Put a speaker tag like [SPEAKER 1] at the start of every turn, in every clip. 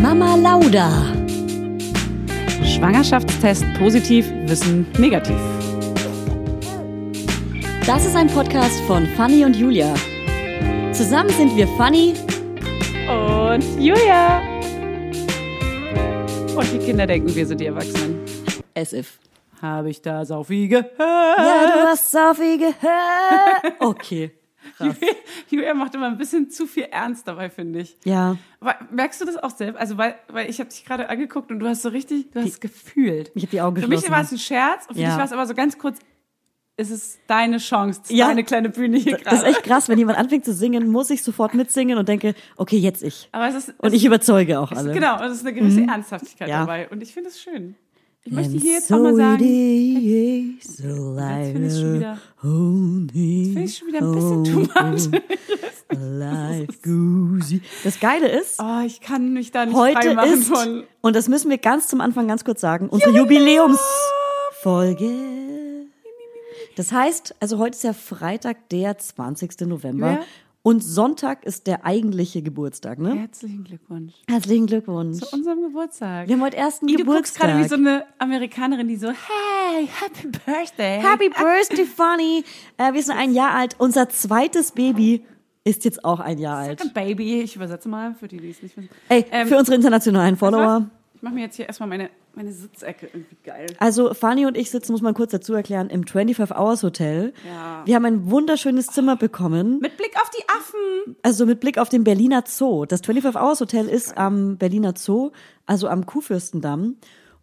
[SPEAKER 1] Mama Lauda.
[SPEAKER 2] Schwangerschaftstest positiv, Wissen negativ.
[SPEAKER 1] Das ist ein Podcast von Fanny und Julia. Zusammen sind wir Fanny
[SPEAKER 2] Und Julia! Und die Kinder denken, wir sind die Erwachsenen.
[SPEAKER 1] as if.
[SPEAKER 2] Habe ich das auf wie gehört?
[SPEAKER 1] Ja, du hast so viel gehört. Okay.
[SPEAKER 2] Julia macht immer ein bisschen zu viel Ernst dabei, finde ich.
[SPEAKER 1] Ja.
[SPEAKER 2] Aber merkst du das auch selbst? Also, weil, weil ich habe dich gerade angeguckt und du hast so richtig, du hast es gefühlt.
[SPEAKER 1] Ich hab die Augen
[SPEAKER 2] Für mich
[SPEAKER 1] geschlossen.
[SPEAKER 2] war es ein Scherz und für
[SPEAKER 1] Ja.
[SPEAKER 2] dich war es aber so ganz kurz, es ist deine Chance, es ist
[SPEAKER 1] Ja.
[SPEAKER 2] deine kleine Bühne hier
[SPEAKER 1] Das ist
[SPEAKER 2] gerade.
[SPEAKER 1] echt krass, wenn jemand anfängt zu singen, muss ich sofort mitsingen und denke, okay, jetzt ich.
[SPEAKER 2] Aber es ist,
[SPEAKER 1] Und ich überzeuge auch alle. Mhm.
[SPEAKER 2] Genau, und es ist eine gewisse Ernsthaftigkeit
[SPEAKER 1] Ja.
[SPEAKER 2] dabei. Und ich finde es schön. Ich möchte
[SPEAKER 1] And
[SPEAKER 2] hier jetzt
[SPEAKER 1] so
[SPEAKER 2] auch mal
[SPEAKER 1] it
[SPEAKER 2] sagen,
[SPEAKER 1] is, so
[SPEAKER 2] jetzt
[SPEAKER 1] I
[SPEAKER 2] finde ich schon
[SPEAKER 1] will
[SPEAKER 2] wieder,
[SPEAKER 1] only
[SPEAKER 2] finde ich schon wieder ein bisschen too much.
[SPEAKER 1] alive, Goosey. Das Geile ist,
[SPEAKER 2] Oh, ich kann mich da nicht
[SPEAKER 1] heute
[SPEAKER 2] frei machen
[SPEAKER 1] ist,
[SPEAKER 2] von.
[SPEAKER 1] und das müssen wir ganz zum Anfang ganz kurz sagen, unsere Jubiläumsfolge. Das heißt, also heute ist ja Freitag, der 20. November.
[SPEAKER 2] Ja.
[SPEAKER 1] Und Sonntag ist der eigentliche Geburtstag, ne?
[SPEAKER 2] Herzlichen Glückwunsch
[SPEAKER 1] Herzlichen Glückwunsch.
[SPEAKER 2] zu unserem Geburtstag.
[SPEAKER 1] Wir haben heute ersten
[SPEAKER 2] Ih, du guckst
[SPEAKER 1] Geburtstag.
[SPEAKER 2] gerade wie so eine Amerikanerin, die so, hey, happy birthday.
[SPEAKER 1] Happy Birthday, Funny. Äh, wir sind ein Jahr alt. Unser zweites Baby ist jetzt auch ein Jahr alt.
[SPEAKER 2] Baby. Ich übersetze mal für die, die es nicht wissen.
[SPEAKER 1] Ey,
[SPEAKER 2] Ähm,
[SPEAKER 1] für unsere internationalen Follower.
[SPEAKER 2] Ich mache mir jetzt hier erstmal meine, meine Sitzecke irgendwie geil.
[SPEAKER 1] Also Fanny und ich sitzen, muss man kurz dazu erklären, im 25-Hours-Hotel.
[SPEAKER 2] Ja.
[SPEAKER 1] Wir haben ein wunderschönes Zimmer bekommen,
[SPEAKER 2] Mit Blick auf die Affen.
[SPEAKER 1] also mit Blick auf den Berliner Zoo. Das 25-Hours-Hotel ist am Berliner Zoo, also am Kuhfürstendamm.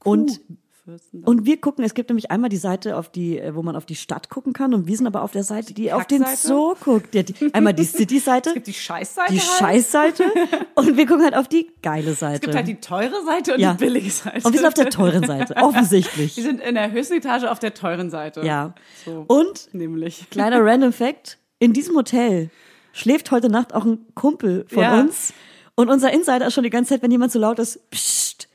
[SPEAKER 1] Und,
[SPEAKER 2] Fürsten.
[SPEAKER 1] und wir gucken, es gibt nämlich einmal die Seite, auf die, äh, wo man auf die Stadt gucken kann und wir sind aber auf der Seite, die auf den
[SPEAKER 2] Kackseite?
[SPEAKER 1] Zoo guckt. Ja, die, einmal die City-Seite,
[SPEAKER 2] Es gibt die Scheißseite
[SPEAKER 1] die
[SPEAKER 2] halt.
[SPEAKER 1] Scheißseite und wir gucken halt auf die geile
[SPEAKER 2] Es gibt
[SPEAKER 1] Seite.
[SPEAKER 2] halt die teure Seite und
[SPEAKER 1] Ja.
[SPEAKER 2] die billige Seite.
[SPEAKER 1] Und wir sind auf der teuren Seite,
[SPEAKER 2] Wir
[SPEAKER 1] offensichtlich.
[SPEAKER 2] sind in der höchsten Etage auf der teuren Seite.
[SPEAKER 1] Ja.
[SPEAKER 2] So.
[SPEAKER 1] Und
[SPEAKER 2] Nämlich.
[SPEAKER 1] Kleiner Random Fact: In diesem Hotel schläft heute Nacht auch ein Kumpel von
[SPEAKER 2] Ja.
[SPEAKER 1] uns. Und unser Insider ist schon die ganze Zeit, wenn jemand so laut ist, psst,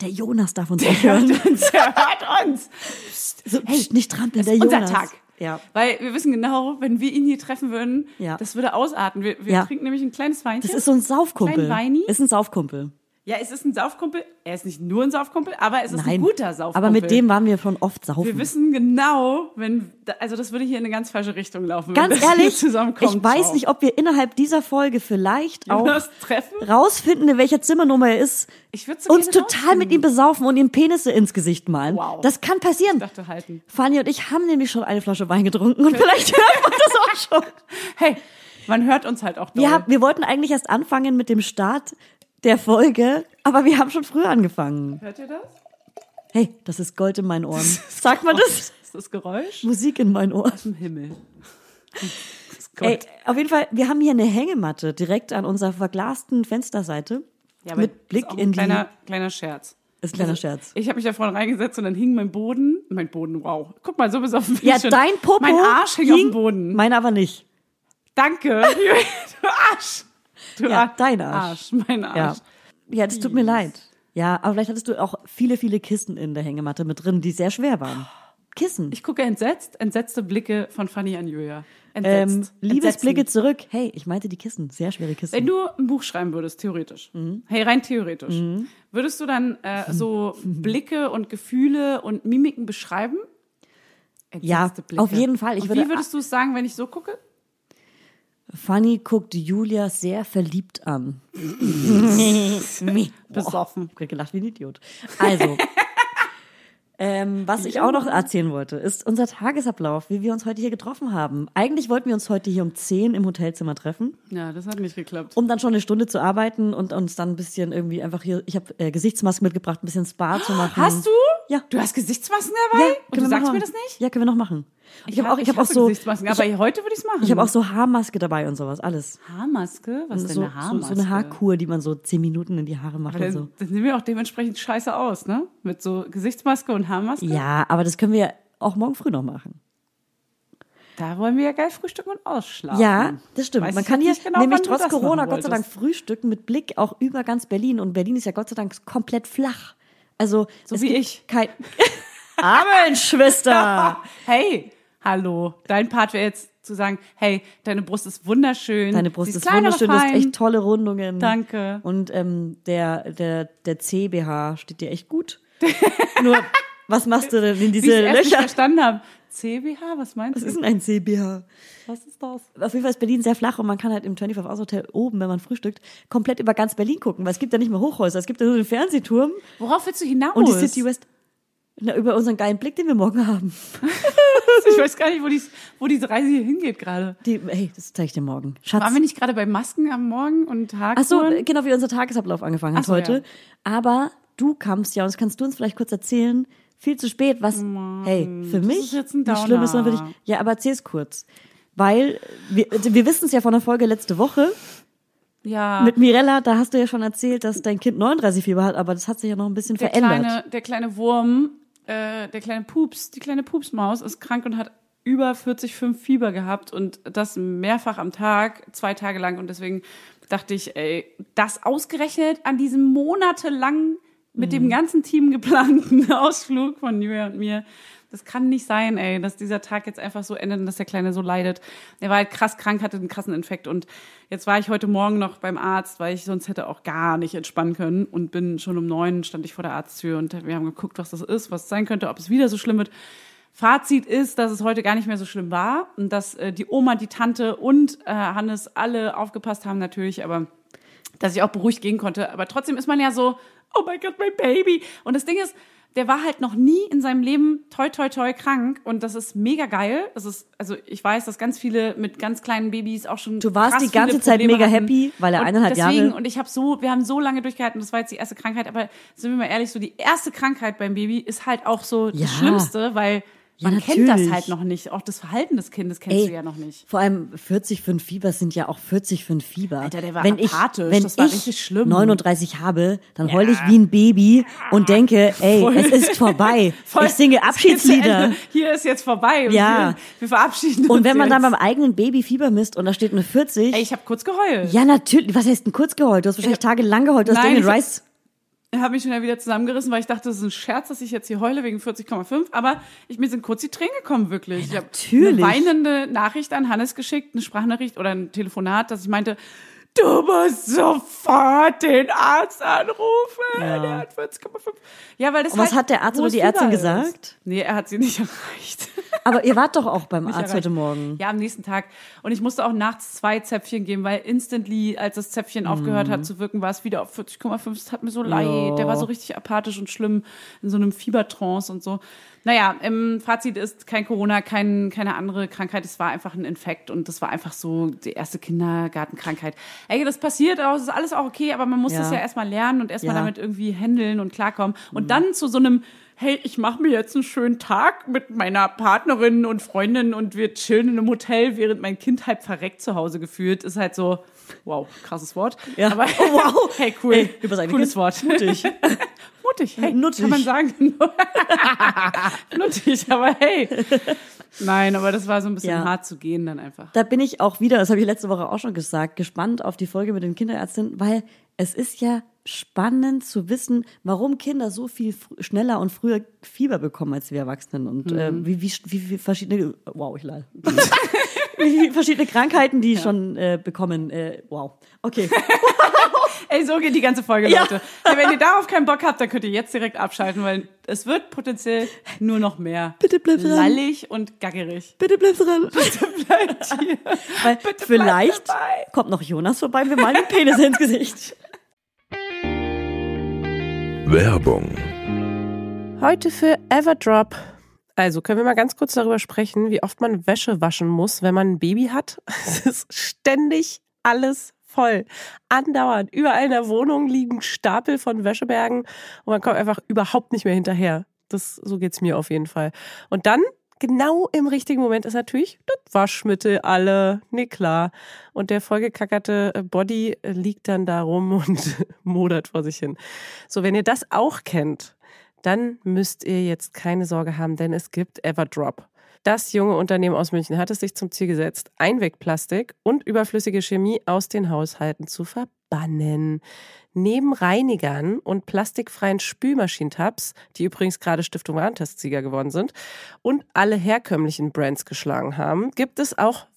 [SPEAKER 1] der Jonas darf uns nicht hören.
[SPEAKER 2] uns, er hört uns.
[SPEAKER 1] So, psst, nicht trampeln, der
[SPEAKER 2] Unser
[SPEAKER 1] Jonas.
[SPEAKER 2] Tag.
[SPEAKER 1] Ja.
[SPEAKER 2] Weil wir wissen genau, wenn wir ihn hier treffen würden,
[SPEAKER 1] Ja.
[SPEAKER 2] das würde ausarten. Wir, wir
[SPEAKER 1] Ja.
[SPEAKER 2] trinken nämlich ein kleines Weinchen.
[SPEAKER 1] Das ist so ein Saufkumpel.
[SPEAKER 2] Klein Weini?
[SPEAKER 1] Ist ein Saufkumpel.
[SPEAKER 2] ja, es ist ein Saufkumpel. Er ist nicht nur ein Saufkumpel, aber es ist
[SPEAKER 1] Nein.
[SPEAKER 2] ein guter Saufkumpel.
[SPEAKER 1] Aber mit dem waren wir schon oft saufen.
[SPEAKER 2] Wir wissen genau, wenn, also das würde hier in eine ganz falsche Richtung laufen. wenn
[SPEAKER 1] Ganz
[SPEAKER 2] das hier
[SPEAKER 1] ehrlich,
[SPEAKER 2] zusammenkommt.
[SPEAKER 1] ich weiß nicht, ob wir innerhalb dieser Folge vielleicht
[SPEAKER 2] Jonas
[SPEAKER 1] auch
[SPEAKER 2] treffen?
[SPEAKER 1] rausfinden, in welcher Zimmernummer er ist,
[SPEAKER 2] Ich würde so
[SPEAKER 1] uns
[SPEAKER 2] gerne
[SPEAKER 1] total mit ihm besaufen und ihm Penisse ins Gesicht malen.
[SPEAKER 2] Wow.
[SPEAKER 1] Das kann passieren.
[SPEAKER 2] Ich dachte halten.
[SPEAKER 1] Fanny und ich haben nämlich schon eine Flasche Wein getrunken und vielleicht hört man das auch schon.
[SPEAKER 2] Hey, man hört uns halt auch doll.
[SPEAKER 1] Wir, haben, wir wollten eigentlich erst anfangen mit dem Start der Folge, aber wir haben schon früher angefangen.
[SPEAKER 2] Hört ihr das?
[SPEAKER 1] Hey, das ist Gold in meinen Ohren. Sagt man das?
[SPEAKER 2] Ist das Geräusch?
[SPEAKER 1] Musik in meinen Ohren.
[SPEAKER 2] Zum Himmel. Gott.
[SPEAKER 1] Ey, auf jeden Fall, wir haben hier eine Hängematte direkt an unserer verglasten Fensterseite.
[SPEAKER 2] Ja, aber
[SPEAKER 1] mit Blick
[SPEAKER 2] ist auch ein
[SPEAKER 1] in die.
[SPEAKER 2] kleiner, kleiner Scherz.
[SPEAKER 1] ist ein kleiner Scherz.
[SPEAKER 2] Ich habe mich da vorne reingesetzt und dann hing mein Boden, mein Boden, wow. Guck mal, so bis auf den
[SPEAKER 1] Ja,
[SPEAKER 2] Bildschirm.
[SPEAKER 1] dein Popo.
[SPEAKER 2] Mein Arsch hing auf dem Boden.
[SPEAKER 1] Meiner aber nicht.
[SPEAKER 2] Danke. du Arsch. Du
[SPEAKER 1] Ja,
[SPEAKER 2] Arsch.
[SPEAKER 1] dein Arsch.
[SPEAKER 2] Arsch. Mein Arsch.
[SPEAKER 1] Ja. ja, das tut mir leid. Ja, aber vielleicht hattest du auch viele, viele Kissen in der Hängematte mit drin, die sehr schwer waren. Kissen.
[SPEAKER 2] Ich gucke entsetzt, entsetzte Blicke von Fanny an Julia.
[SPEAKER 1] Ähm,
[SPEAKER 2] Entsetzt. Entsetzen.
[SPEAKER 1] Liebesblicke zurück. Hey, ich meinte die Kissen, sehr schwere Kissen.
[SPEAKER 2] Wenn du ein Buch schreiben würdest, theoretisch,
[SPEAKER 1] Mhm.
[SPEAKER 2] hey, rein theoretisch, würdest du dann äh, so Blicke und Gefühle und Mimiken beschreiben?
[SPEAKER 1] Ja,
[SPEAKER 2] Entsetzte Blicke.
[SPEAKER 1] auf jeden Fall. Ich
[SPEAKER 2] und
[SPEAKER 1] würde-
[SPEAKER 2] wie würdest du es sagen, wenn ich so gucke?
[SPEAKER 1] Fanny guckt Julia sehr verliebt an.
[SPEAKER 2] Besoffen.
[SPEAKER 1] Ich hab gelacht wie ein Idiot. Also, ähm, was ich auch noch erzählen wollte, ist unser Tagesablauf, wie wir uns heute hier getroffen haben. Eigentlich wollten wir uns heute hier um 10 im Hotelzimmer treffen,
[SPEAKER 2] Ja, das hat nicht geklappt.
[SPEAKER 1] um dann schon eine Stunde zu arbeiten und uns dann ein bisschen irgendwie einfach hier, ich habe äh, Gesichtsmasken mitgebracht, ein bisschen Spa zu machen.
[SPEAKER 2] Hast du?
[SPEAKER 1] Ja.
[SPEAKER 2] Du hast Gesichtsmasken dabei?
[SPEAKER 1] Hm. Ja,
[SPEAKER 2] und du
[SPEAKER 1] können wir
[SPEAKER 2] sagst
[SPEAKER 1] machen.
[SPEAKER 2] mir das nicht?
[SPEAKER 1] Ja, können wir noch machen. Ich, hab habe auch, ich, hab auch
[SPEAKER 2] hasse
[SPEAKER 1] so, ich
[SPEAKER 2] Gesichtsmasken, aber heute würde ich es machen.
[SPEAKER 1] habe auch so Haarmaske dabei und sowas, alles.
[SPEAKER 2] Haarmaske? Was denn
[SPEAKER 1] so,
[SPEAKER 2] eine
[SPEAKER 1] so,
[SPEAKER 2] Haarmaske?
[SPEAKER 1] so eine Haarkur, die man so zehn Minuten in die Haare macht
[SPEAKER 2] Dann,
[SPEAKER 1] und so.
[SPEAKER 2] Das sehen wir auch dementsprechend scheiße aus, ne? Mit so Gesichtsmaske und Haarmaske.
[SPEAKER 1] Ja, aber das können wir auch morgen früh noch machen.
[SPEAKER 2] Da wollen wir ja geil frühstücken und ausschlafen.
[SPEAKER 1] Ja, das stimmt.
[SPEAKER 2] Weiß
[SPEAKER 1] Man
[SPEAKER 2] ich
[SPEAKER 1] kann
[SPEAKER 2] jetzt
[SPEAKER 1] hier
[SPEAKER 2] nicht genau,
[SPEAKER 1] nämlich
[SPEAKER 2] wann du
[SPEAKER 1] trotz
[SPEAKER 2] das
[SPEAKER 1] Corona
[SPEAKER 2] machen
[SPEAKER 1] Gott sei Dank
[SPEAKER 2] wolltest.
[SPEAKER 1] frühstücken mit Blick auch über ganz Berlin. Und Berlin ist ja Gott sei Dank komplett flach. Also
[SPEAKER 2] So
[SPEAKER 1] es
[SPEAKER 2] wie
[SPEAKER 1] gibt
[SPEAKER 2] ich.
[SPEAKER 1] Kein Amen, Schwester!
[SPEAKER 2] Hey, hallo. Dein Part wäre jetzt zu sagen, hey, deine Brust ist wunderschön.
[SPEAKER 1] Deine
[SPEAKER 2] sie
[SPEAKER 1] Brust ist
[SPEAKER 2] klein, aber
[SPEAKER 1] wunderschön, du hast
[SPEAKER 2] fein.
[SPEAKER 1] echt tolle Rundungen.
[SPEAKER 2] Danke.
[SPEAKER 1] Und ähm, der, der, der CBH steht dir echt gut. Nur, was machst du denn in
[SPEAKER 2] Wie ich
[SPEAKER 1] diese
[SPEAKER 2] es erst nicht
[SPEAKER 1] Löcher?
[SPEAKER 2] verstanden habe. CBH, was meinst
[SPEAKER 1] Was
[SPEAKER 2] du?
[SPEAKER 1] ist denn ein CBH?
[SPEAKER 2] was ist das?
[SPEAKER 1] Auf jeden Fall ist Berlin sehr flach und man kann halt im 25 Hours Hotel oben, wenn man frühstückt, komplett über ganz Berlin gucken, weil es gibt ja nicht mehr Hochhäuser, es gibt ja nur den Fernsehturm
[SPEAKER 2] Worauf willst du hinaus?
[SPEAKER 1] und die City West. Na, über unseren geilen Blick, den wir morgen haben.
[SPEAKER 2] Ich weiß gar nicht, wo die, wo die Reise hier hingeht gerade.
[SPEAKER 1] Die, hey, das zeige ich dir morgen. Schatz.
[SPEAKER 2] Waren wir nicht gerade bei Masken am Morgen und
[SPEAKER 1] Ach so,
[SPEAKER 2] Haarkuren?
[SPEAKER 1] genau wie unser Tagesablauf angefangen hat
[SPEAKER 2] Ach so,
[SPEAKER 1] heute.
[SPEAKER 2] ja.
[SPEAKER 1] Aber du kamst ja, und das kannst du uns vielleicht kurz erzählen, viel zu spät, was, hey, für
[SPEAKER 2] das
[SPEAKER 1] mich
[SPEAKER 2] ist jetzt ein
[SPEAKER 1] nicht schlimm ist, sondern für dich.
[SPEAKER 2] Downer.
[SPEAKER 1] Ja, aber erzähl's kurz. Weil wir, wir wissen es ja von der Folge letzte Woche
[SPEAKER 2] ja.
[SPEAKER 1] mit Mirella, da hast du ja schon erzählt, dass dein Kind 39 Fieber hat, aber das hat sich ja noch ein bisschen
[SPEAKER 2] der
[SPEAKER 1] verändert.
[SPEAKER 2] kleine, der kleine Wurm, äh, der kleine Pups, die kleine Pupsmaus ist krank und hat über 40, 5 Fieber gehabt und das mehrfach am Tag, zwei Tage lang und deswegen dachte ich, ey, das ausgerechnet an diesem monatelang mit
[SPEAKER 1] Mhm.
[SPEAKER 2] dem ganzen Team geplanten Ausflug von Julia und mir. Das kann nicht sein, ey, dass dieser Tag jetzt einfach so endet und dass der Kleine so leidet. Er war halt krass krank, hatte einen krassen Infekt und jetzt war ich heute Morgen noch beim Arzt, weil ich sonst hätte auch gar nicht entspannen können und bin schon um neun stand ich vor der Arzttür und wir haben geguckt, was das ist, was es sein könnte, ob es wieder so schlimm wird. Fazit ist, dass es heute gar nicht mehr so schlimm war und dass äh, die Oma, die Tante und äh, Hannes alle aufgepasst haben natürlich, aber dass ich auch beruhigt gehen konnte. Aber trotzdem ist man ja so, oh mein Gott, mein Baby. Und das Ding ist, der war halt noch nie in seinem Leben toi toi toi krank und das ist mega geil. Das ist also ich weiß, dass ganz viele mit ganz kleinen Babys auch schon
[SPEAKER 1] Du warst
[SPEAKER 2] krass
[SPEAKER 1] die ganze
[SPEAKER 2] viele
[SPEAKER 1] Zeit
[SPEAKER 2] Probleme
[SPEAKER 1] mega
[SPEAKER 2] hatten.
[SPEAKER 1] happy, weil er
[SPEAKER 2] und
[SPEAKER 1] eineinhalb Jahre-
[SPEAKER 2] deswegen, und ich habe so wir haben so lange durchgehalten, das war jetzt die erste Krankheit, aber sind wir mal ehrlich, so die erste Krankheit beim Baby ist halt auch so
[SPEAKER 1] Ja.
[SPEAKER 2] das schlimmste, weil
[SPEAKER 1] Ja,
[SPEAKER 2] man kennt das
[SPEAKER 1] natürlich.
[SPEAKER 2] halt noch nicht, auch das Verhalten des Kindes kennst
[SPEAKER 1] Ey,
[SPEAKER 2] du ja noch nicht.
[SPEAKER 1] Vor allem 40 für ein Fieber sind ja auch 40 für ein Fieber.
[SPEAKER 2] Alter, der war
[SPEAKER 1] wenn ich,
[SPEAKER 2] apathisch,
[SPEAKER 1] wenn
[SPEAKER 2] das war
[SPEAKER 1] ich
[SPEAKER 2] richtig schlimm.
[SPEAKER 1] 39 habe, dann heul ich wie ein Baby und denke, ey,
[SPEAKER 2] Voll.
[SPEAKER 1] es ist vorbei.
[SPEAKER 2] Voll.
[SPEAKER 1] Ich singe
[SPEAKER 2] Es geht zu
[SPEAKER 1] Abschiedslieder.
[SPEAKER 2] Ende. Hier ist jetzt vorbei. Und
[SPEAKER 1] Ja.
[SPEAKER 2] Wir, wir verabschieden uns.
[SPEAKER 1] Und wenn man
[SPEAKER 2] jetzt.
[SPEAKER 1] dann beim eigenen Baby Fieber misst und da steht eine 40,
[SPEAKER 2] Ey, ich habe kurz geheult.
[SPEAKER 1] ja natürlich, was heißt denn kurz geheult? Du hast wahrscheinlich tagelang geheult, du hast
[SPEAKER 2] Nein,
[SPEAKER 1] den
[SPEAKER 2] ich-
[SPEAKER 1] Rice.
[SPEAKER 2] Ich habe mich schon wieder zusammengerissen, weil ich dachte, das ist ein Scherz, dass ich jetzt hier heule wegen 40,5. Aber ich, mir sind kurz die Tränen gekommen, wirklich. Ich habe eine
[SPEAKER 1] natürlich.
[SPEAKER 2] weinende Nachricht an Hannes geschickt, eine Sprachnachricht oder ein Telefonat, dass ich meinte, du musst sofort den Arzt anrufen. Der hat 40,5. Ja, weil das
[SPEAKER 1] Und was
[SPEAKER 2] halt
[SPEAKER 1] hat der Arzt oder
[SPEAKER 2] hohes
[SPEAKER 1] die Ärztin
[SPEAKER 2] Fieber ist.
[SPEAKER 1] gesagt?
[SPEAKER 2] Nee, er hat sie nicht erreicht.
[SPEAKER 1] Aber ihr wart doch auch beim Arzt
[SPEAKER 2] erreicht.
[SPEAKER 1] heute Morgen.
[SPEAKER 2] Ja, am nächsten Tag. Und ich musste auch nachts zwei Zäpfchen geben, weil instantly, als das Zäpfchen aufgehört hat zu wirken, war es wieder auf 40,5. Es hat mir so leid.
[SPEAKER 1] Mhm. Ja.
[SPEAKER 2] Der war so richtig apathisch und schlimm in so einem Fiebertrance und so. Naja, im Fazit ist kein Corona, kein, keine andere Krankheit. Es war einfach ein Infekt und das war einfach so die erste Kindergartenkrankheit. Ey, das passiert auch, es ist alles auch okay, aber man muss
[SPEAKER 1] Ja.
[SPEAKER 2] das ja erstmal lernen und erstmal
[SPEAKER 1] Ja. Mhm.
[SPEAKER 2] damit irgendwie handeln und klarkommen. Und dann zu so einem, hey, ich mache mir jetzt einen schönen Tag mit meiner Partnerin und Freundin und wir chillen in einem Hotel, während mein Kind halb verreckt zu Hause geführt, ist halt so, wow, krasses Wort.
[SPEAKER 1] Ja.
[SPEAKER 2] Aber
[SPEAKER 1] Oh, wow.
[SPEAKER 2] hey, cool.
[SPEAKER 1] Ey, übers eigene
[SPEAKER 2] Cooles
[SPEAKER 1] Kind.
[SPEAKER 2] Wort.
[SPEAKER 1] Mutig.
[SPEAKER 2] Mutig, hey,
[SPEAKER 1] Nuttig.
[SPEAKER 2] kann man sagen. Nuttig, aber hey. Nein, aber das war so ein bisschen
[SPEAKER 1] Ja.
[SPEAKER 2] hart zu gehen dann einfach.
[SPEAKER 1] da bin ich auch wieder, das habe ich letzte Woche auch schon gesagt, gespannt auf die Folge mit den Kinderärztinnen, weil es ist ja spannend zu wissen, warum Kinder so viel fr- schneller und früher Fieber bekommen als wir Erwachsenen und
[SPEAKER 2] Mhm.
[SPEAKER 1] äh, wie, wie, wie, wie verschiedene, wow, ich lall. wie verschiedene Krankheiten, die schon äh, bekommen. Äh, wow. Okay.
[SPEAKER 2] Ey, so geht die ganze Folge,
[SPEAKER 1] Ja.
[SPEAKER 2] Leute. Ey, wenn ihr darauf keinen Bock habt, dann könnt ihr jetzt direkt abschalten, weil es wird potenziell nur noch mehr.
[SPEAKER 1] Bitte bleib dran.
[SPEAKER 2] Lallig und gaggerig.
[SPEAKER 1] Bitte bleib dran.
[SPEAKER 2] Bleibt hier.
[SPEAKER 1] Weil
[SPEAKER 2] Bitte bleib
[SPEAKER 1] vielleicht
[SPEAKER 2] dabei.
[SPEAKER 1] kommt noch Jonas vorbei und wir malen den Penis ins Gesicht.
[SPEAKER 3] Werbung.
[SPEAKER 4] Heute für Everdrop. Also können wir mal ganz kurz darüber sprechen, wie oft man Wäsche waschen muss, wenn man ein Baby hat. Es ist ständig alles voll. Andauernd. Überall in der Wohnung liegen Stapel von Wäschebergen und man kommt einfach überhaupt nicht mehr hinterher. Das, so geht's mir auf jeden Fall. Und dann, genau im richtigen Moment, ist natürlich das Waschmittel alle. Nee, klar. Und der vollgekackerte äh, Body äh, liegt dann da rum und modert vor sich hin. So, wenn ihr das auch kennt, dann müsst ihr jetzt keine Sorge haben, denn es gibt Everdrop. Das junge Unternehmen aus München hat es sich zum Ziel gesetzt, Einwegplastik und überflüssige Chemie aus den Haushalten zu verbannen. bannen. Neben Reinigern und plastikfreien Spülmaschinentabs, die übrigens gerade Stiftung Warentest-Sieger geworden sind, und alle herkömmlichen Brands geschlagen haben, gibt es auch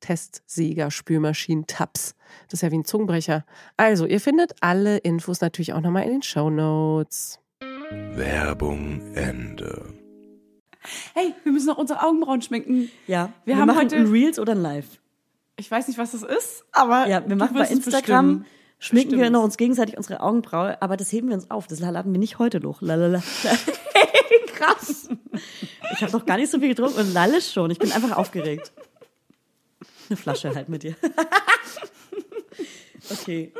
[SPEAKER 4] Testsieger, Spülmaschinen, Tabs. Das ist ja wie ein Zungenbrecher. Also, ihr findet alle Infos natürlich auch nochmal in den Show Notes.
[SPEAKER 3] Werbung Ende.
[SPEAKER 2] Hey, wir müssen noch unsere Augenbrauen schminken.
[SPEAKER 1] Ja,
[SPEAKER 2] Wir haben
[SPEAKER 1] machen
[SPEAKER 2] heute-
[SPEAKER 1] ein Reels oder ein Live.
[SPEAKER 2] Ich weiß nicht, was das ist, aber
[SPEAKER 1] Ja, wir
[SPEAKER 2] du
[SPEAKER 1] machen bei
[SPEAKER 2] wirst es
[SPEAKER 1] Instagram,
[SPEAKER 2] bestimmen.
[SPEAKER 1] schminken wir
[SPEAKER 2] Bestimmt.
[SPEAKER 1] noch uns gegenseitig unsere Augenbraue, aber das heben wir uns auf. Das laden wir nicht heute hoch. Lalala. Krass. Ich habe noch gar nicht so viel getrunken und lalle schon. Ich bin einfach aufgeregt. Eine Flasche halt mit dir. Okay.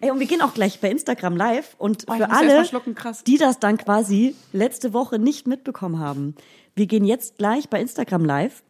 [SPEAKER 1] Ey, und wir gehen auch gleich bei Instagram live und
[SPEAKER 2] Oh, ich
[SPEAKER 1] für
[SPEAKER 2] muss erst mal
[SPEAKER 1] alle,
[SPEAKER 2] schlucken, krass.
[SPEAKER 1] die das dann quasi letzte Woche nicht mitbekommen haben. Wir gehen jetzt gleich bei Instagram live.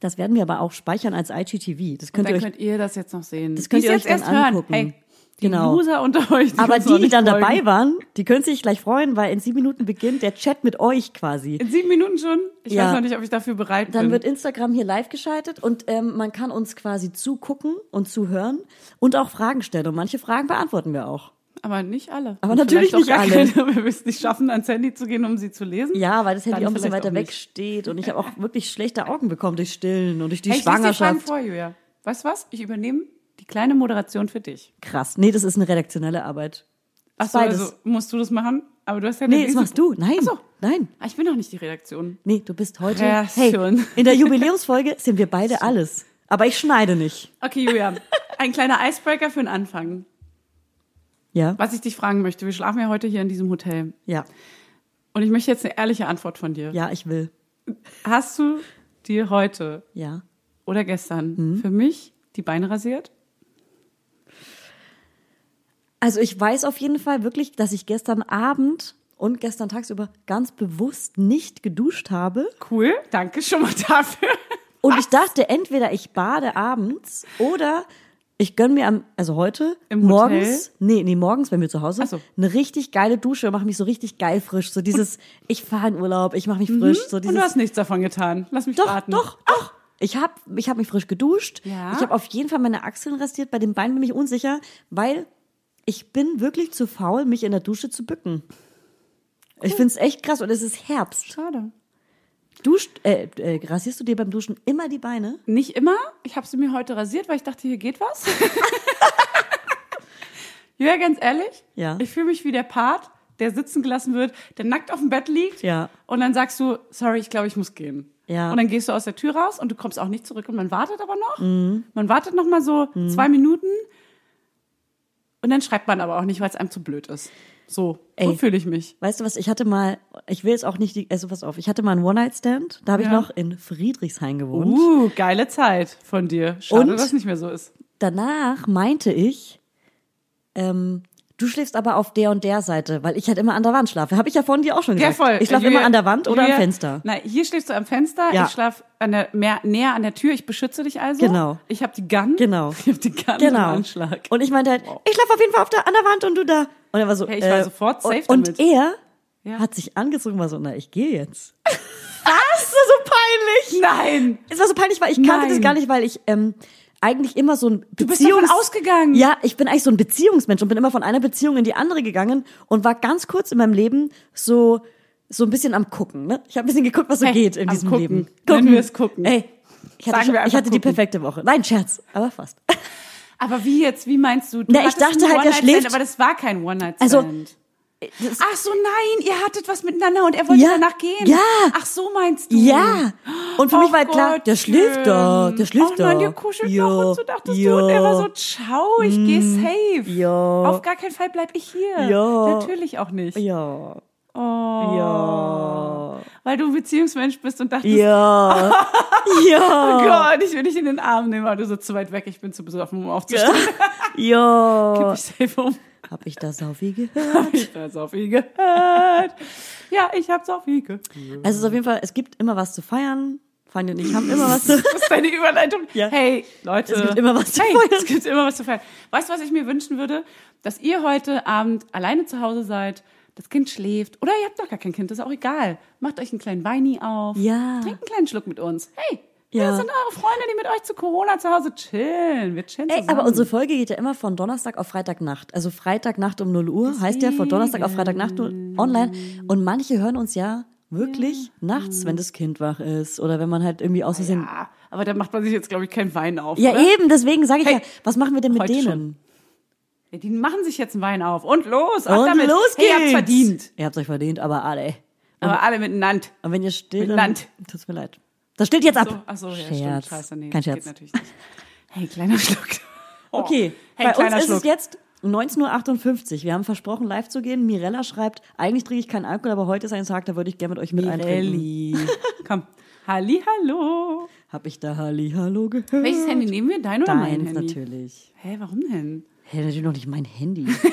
[SPEAKER 1] Das werden wir aber auch speichern als IGTV. Das könnt ihr
[SPEAKER 2] Dann
[SPEAKER 1] euch
[SPEAKER 2] könnt ihr das jetzt noch sehen.
[SPEAKER 1] Das könnt
[SPEAKER 2] Die
[SPEAKER 1] ihr euch
[SPEAKER 2] es
[SPEAKER 1] dann
[SPEAKER 2] jetzt erst hören.
[SPEAKER 1] angucken.
[SPEAKER 2] Hey, die
[SPEAKER 1] Genau.
[SPEAKER 2] Loser unter euch. Die
[SPEAKER 1] Aber
[SPEAKER 2] uns noch
[SPEAKER 1] die, die
[SPEAKER 2] nicht
[SPEAKER 1] dann
[SPEAKER 2] folgen.
[SPEAKER 1] dabei waren, die können sich gleich freuen, weil in sieben Minuten beginnt der Chat mit euch quasi.
[SPEAKER 2] In sieben Minuten schon? Ich
[SPEAKER 1] Ja.
[SPEAKER 2] weiß noch nicht, ob ich dafür bereit
[SPEAKER 1] Dann
[SPEAKER 2] bin.
[SPEAKER 1] wird Instagram hier live geschaltet und ähm, man kann uns quasi zugucken und zuhören und auch Fragen stellen. Und manche Fragen beantworten wir auch.
[SPEAKER 2] aber nicht alle.
[SPEAKER 1] Aber
[SPEAKER 2] Und
[SPEAKER 1] natürlich
[SPEAKER 2] vielleicht auch
[SPEAKER 1] nicht
[SPEAKER 2] gar
[SPEAKER 1] alle.
[SPEAKER 2] Keine, wenn wir es nicht schaffen, ans Handy zu gehen, um sie zu lesen.
[SPEAKER 1] Ja, weil das Handy
[SPEAKER 2] Dann
[SPEAKER 1] auch ein bisschen
[SPEAKER 2] vielleicht
[SPEAKER 1] weiter
[SPEAKER 2] auch
[SPEAKER 1] weg
[SPEAKER 2] nicht.
[SPEAKER 1] steht und ich habe auch wirklich schlechte Augen bekommen durch Stillen und durch die
[SPEAKER 2] hey, ich lese die Fragen
[SPEAKER 1] Schwangerschaft.
[SPEAKER 2] vor, Julia. Weißt du was? Ich übernehme die kleine Moderation für dich.
[SPEAKER 1] Krass. Nee, das ist eine redaktionelle Arbeit. Das
[SPEAKER 2] Achso,
[SPEAKER 1] beides.
[SPEAKER 2] also musst du das machen? Aber du hast ja
[SPEAKER 1] nee,
[SPEAKER 2] den
[SPEAKER 1] das
[SPEAKER 2] Lesen-
[SPEAKER 1] machst du. Nein.
[SPEAKER 2] Ach so.
[SPEAKER 1] Nein.
[SPEAKER 2] Ah, Ich bin doch nicht die Redaktion.
[SPEAKER 1] Nee, du bist heute.
[SPEAKER 2] Krass
[SPEAKER 1] hey,
[SPEAKER 2] schon.
[SPEAKER 1] in der Jubiläumsfolge sind wir beide alles. Aber ich schneide nicht.
[SPEAKER 2] Okay, Julia. ein kleiner Icebreaker für den Anfang.
[SPEAKER 1] Ja.
[SPEAKER 2] Was ich dich fragen möchte, wir schlafen ja heute hier in diesem Hotel.
[SPEAKER 1] Ja.
[SPEAKER 2] Und ich möchte jetzt eine ehrliche Antwort von dir.
[SPEAKER 1] Ja, ich will.
[SPEAKER 2] Hast du dir heute
[SPEAKER 1] Ja.
[SPEAKER 2] oder gestern für mich die Beine rasiert?
[SPEAKER 1] Also ich weiß auf jeden Fall wirklich, dass ich gestern Abend und gestern tagsüber ganz bewusst nicht geduscht habe.
[SPEAKER 2] Cool, danke schon mal dafür.
[SPEAKER 1] Und ich dachte, entweder ich bade abends oder ich gönn mir am, also heute,
[SPEAKER 2] Im Hotel?
[SPEAKER 1] morgens, nee, nee, morgens, wenn wir zu Hause
[SPEAKER 2] Ach
[SPEAKER 1] sind,
[SPEAKER 2] so.
[SPEAKER 1] eine richtig geile Dusche, mache mich so richtig geil frisch. So dieses, ich fahre in Urlaub, ich mache mich frisch. So
[SPEAKER 2] Mhm. Und du
[SPEAKER 1] dieses,
[SPEAKER 2] hast nichts davon getan. Lass mich
[SPEAKER 1] doch,
[SPEAKER 2] raten.
[SPEAKER 1] doch, doch. Ich habe ich hab mich frisch geduscht.
[SPEAKER 2] Ja.
[SPEAKER 1] Ich habe auf jeden Fall meine Achseln rasiert. Bei den Beinen bin ich unsicher, weil ich bin wirklich zu faul, mich in der Dusche zu bücken. Ich find's echt krass und es ist Herbst.
[SPEAKER 2] Schade.
[SPEAKER 1] Duscht, äh, äh, rasierst du dir beim Duschen immer die Beine?
[SPEAKER 2] Nicht immer. Ich habe sie mir heute rasiert, weil ich dachte, hier geht was. ja, ganz ehrlich.
[SPEAKER 1] Ja.
[SPEAKER 2] Ich fühle mich wie der Part, der sitzen gelassen wird, der nackt auf dem Bett liegt.
[SPEAKER 1] Ja.
[SPEAKER 2] Und dann sagst du, sorry, ich glaube, ich muss gehen.
[SPEAKER 1] Ja.
[SPEAKER 2] Und dann gehst du aus der Tür raus und du kommst auch nicht zurück. Und man wartet aber noch.
[SPEAKER 1] Mhm.
[SPEAKER 2] Man wartet noch mal so zwei Minuten. Und dann schreibt man aber auch nicht, weil es einem zu blöd ist. So, so
[SPEAKER 1] Ey.
[SPEAKER 2] fühle ich mich.
[SPEAKER 1] Weißt du was, ich hatte mal, ich will jetzt auch nicht, die, also pass auf, ich hatte mal einen One-Night-Stand, da habe ich
[SPEAKER 2] Ja.
[SPEAKER 1] noch in Friedrichshain gewohnt.
[SPEAKER 2] Uh, geile Zeit von dir. Schade,
[SPEAKER 1] Und?
[SPEAKER 2] dass es nicht mehr so ist.
[SPEAKER 1] danach meinte ich, ähm, du schläfst aber auf der und der Seite, weil ich halt immer an der Wand schlafe. Habe ich ja von dir auch schon
[SPEAKER 2] Ja,
[SPEAKER 1] gesagt.
[SPEAKER 2] voll.
[SPEAKER 1] Ich schlafe
[SPEAKER 2] Julia-
[SPEAKER 1] immer an der Wand oder am
[SPEAKER 2] Julia-
[SPEAKER 1] Fenster.
[SPEAKER 2] Nein, hier schläfst du am Fenster,
[SPEAKER 1] Ja.
[SPEAKER 2] ich schlafe an der, mehr, näher an der Tür, ich beschütze dich also.
[SPEAKER 1] Genau.
[SPEAKER 2] Ich habe die Gun.
[SPEAKER 1] Genau.
[SPEAKER 2] Ich habe die Gun im
[SPEAKER 1] Genau.
[SPEAKER 2] Anschlag.
[SPEAKER 1] Und ich meinte halt, ich schlafe auf jeden Fall auf der, an der Wand und du da. Und er war so,
[SPEAKER 2] Hey, ich war
[SPEAKER 1] äh,
[SPEAKER 2] sofort safe
[SPEAKER 1] und,
[SPEAKER 2] damit.
[SPEAKER 1] Und er
[SPEAKER 2] Ja.
[SPEAKER 1] hat sich angezogen, war so, na, ich gehe jetzt.
[SPEAKER 2] Ah, Das ist so peinlich. Nein.
[SPEAKER 1] Es war so peinlich, weil ich kannte
[SPEAKER 2] Nein.
[SPEAKER 1] das gar nicht, weil ich ähm, eigentlich immer so ein Beziehungs... Du
[SPEAKER 2] bist davon ausgegangen.
[SPEAKER 1] Ja, ich bin eigentlich so ein Beziehungsmensch und bin immer von einer Beziehung in die andere gegangen und war ganz kurz in meinem Leben so so ein bisschen am Gucken. Ne? Ich habe ein bisschen geguckt, was so
[SPEAKER 2] Hey,
[SPEAKER 1] geht in
[SPEAKER 2] am
[SPEAKER 1] diesem
[SPEAKER 2] Gucken.
[SPEAKER 1] Leben.
[SPEAKER 2] Nennen wir es Gucken.
[SPEAKER 1] Ey, ich hatte,
[SPEAKER 2] Sagen
[SPEAKER 1] schon,
[SPEAKER 2] wir
[SPEAKER 1] ich
[SPEAKER 2] einfach
[SPEAKER 1] hatte die
[SPEAKER 2] Gucken.
[SPEAKER 1] perfekte Woche. Nein, Scherz, aber fast.
[SPEAKER 2] Aber wie jetzt? Wie meinst du? du
[SPEAKER 1] Na, ich
[SPEAKER 2] hattest
[SPEAKER 1] dachte
[SPEAKER 2] einen
[SPEAKER 1] halt, er
[SPEAKER 2] One-Night-Stand,
[SPEAKER 1] schläft-
[SPEAKER 2] Aber das war kein One-Night-Stand.
[SPEAKER 1] Also,
[SPEAKER 2] das Ach so, nein, ihr hattet was miteinander und er wollte
[SPEAKER 1] Ja.
[SPEAKER 2] danach gehen.
[SPEAKER 1] Ja.
[SPEAKER 2] Ach so meinst du?
[SPEAKER 1] Ja. Und für mich
[SPEAKER 2] Och
[SPEAKER 1] war halt klar,
[SPEAKER 2] Oh Gottchen.
[SPEAKER 1] der schläft da, der schläft
[SPEAKER 2] Och
[SPEAKER 1] da.
[SPEAKER 2] nein, Oh ihr kuschelt
[SPEAKER 1] Ja,
[SPEAKER 2] noch und so dachtest
[SPEAKER 1] ja. Mm,
[SPEAKER 2] du. Und er war so, ciao, ich geh safe.
[SPEAKER 1] ja.
[SPEAKER 2] Auf gar keinen Fall bleib ich hier.
[SPEAKER 1] Ja.
[SPEAKER 2] Natürlich auch nicht.
[SPEAKER 1] Ja.
[SPEAKER 2] Oh. Weil du ein Beziehungsmensch bist und dachtest,
[SPEAKER 1] Ja.
[SPEAKER 2] oh
[SPEAKER 1] ja.
[SPEAKER 2] Gott, ich will dich in den Arm nehmen, aber du so zu weit weg, ich bin zu besoffen, um aufzustehen.
[SPEAKER 1] Ja.
[SPEAKER 2] Ich safe um.
[SPEAKER 1] Hab ich das auf wie gehört?
[SPEAKER 2] Ich hab's auf ihn gehört. Ja, ich hab's auf ihn gehört.
[SPEAKER 1] Also es ist auf jeden Fall, es gibt immer was zu feiern. Fanny und ich haben immer was zu
[SPEAKER 2] Das ist deine Überleitung.
[SPEAKER 1] Ja.
[SPEAKER 2] Hey, Leute.
[SPEAKER 1] Es gibt immer was zu
[SPEAKER 2] hey,
[SPEAKER 1] feiern.
[SPEAKER 2] Es gibt immer was zu feiern. Weißt du, was ich mir wünschen würde? Dass ihr heute Abend alleine zu Hause seid, das Kind schläft oder ihr habt noch gar kein Kind, das ist auch egal. Macht euch einen kleinen Weini auf.
[SPEAKER 1] Ja.
[SPEAKER 2] Trinkt einen kleinen Schluck mit uns. Hey,
[SPEAKER 1] Ja.
[SPEAKER 2] wir sind eure Freunde, die mit euch zu Corona zu Hause chillen. Wir chillen
[SPEAKER 1] Ey,
[SPEAKER 2] zusammen.
[SPEAKER 1] aber unsere Folge geht ja immer von Donnerstag auf Freitagnacht. Also Freitagnacht um 0 Uhr heißt ja von Donnerstag auf Freitagnacht online. Und manche hören uns ja wirklich nachts, wenn das Kind wach ist oder wenn man halt irgendwie aus Versehen.
[SPEAKER 2] ja, aber da macht man sich jetzt, glaube ich, keinen Wein auf.
[SPEAKER 1] Ja,
[SPEAKER 2] Ah oder?
[SPEAKER 1] eben, deswegen sage ich
[SPEAKER 2] Hey,
[SPEAKER 1] ja, was machen wir denn mit
[SPEAKER 2] heute
[SPEAKER 1] denen?
[SPEAKER 2] schon. Ja, Die machen sich jetzt einen Wein auf. Und los, ab
[SPEAKER 1] Und
[SPEAKER 2] damit.
[SPEAKER 1] los geht's.
[SPEAKER 2] Hey, ihr habt's verdient.
[SPEAKER 1] Ihr habt euch verdient, aber alle.
[SPEAKER 2] Aber alle miteinander.
[SPEAKER 1] Und wenn ihr steht,
[SPEAKER 2] Mit
[SPEAKER 1] dann
[SPEAKER 2] Land.
[SPEAKER 1] tut's mir leid. Das steht jetzt ab.
[SPEAKER 2] So, ach so, ja, stimmt.
[SPEAKER 1] Scherz.
[SPEAKER 2] Scheiße, nee,
[SPEAKER 1] Kein
[SPEAKER 2] das
[SPEAKER 1] Scherz.
[SPEAKER 2] Geht natürlich nicht. Hey, kleiner Schluck. Oh.
[SPEAKER 1] Okay,
[SPEAKER 2] hey,
[SPEAKER 1] bei uns
[SPEAKER 2] kleiner
[SPEAKER 1] ist
[SPEAKER 2] Schluck.
[SPEAKER 1] es jetzt 19.58 Uhr. Wir haben versprochen, live zu gehen. Mirella schreibt, eigentlich trinke ich keinen Alkohol, aber heute ist ein Tag, da würde ich gerne mit euch mit eintrinken.
[SPEAKER 2] Rally. Komm. Halli, hallo.
[SPEAKER 1] Hab ich da Halli, hallo gehört?
[SPEAKER 2] Welches Handy nehmen wir? Dein oder mein
[SPEAKER 1] Deins
[SPEAKER 2] Handy?
[SPEAKER 1] natürlich.
[SPEAKER 2] Hä, warum denn?
[SPEAKER 1] Hey, natürlich noch nicht mein Handy.
[SPEAKER 2] Für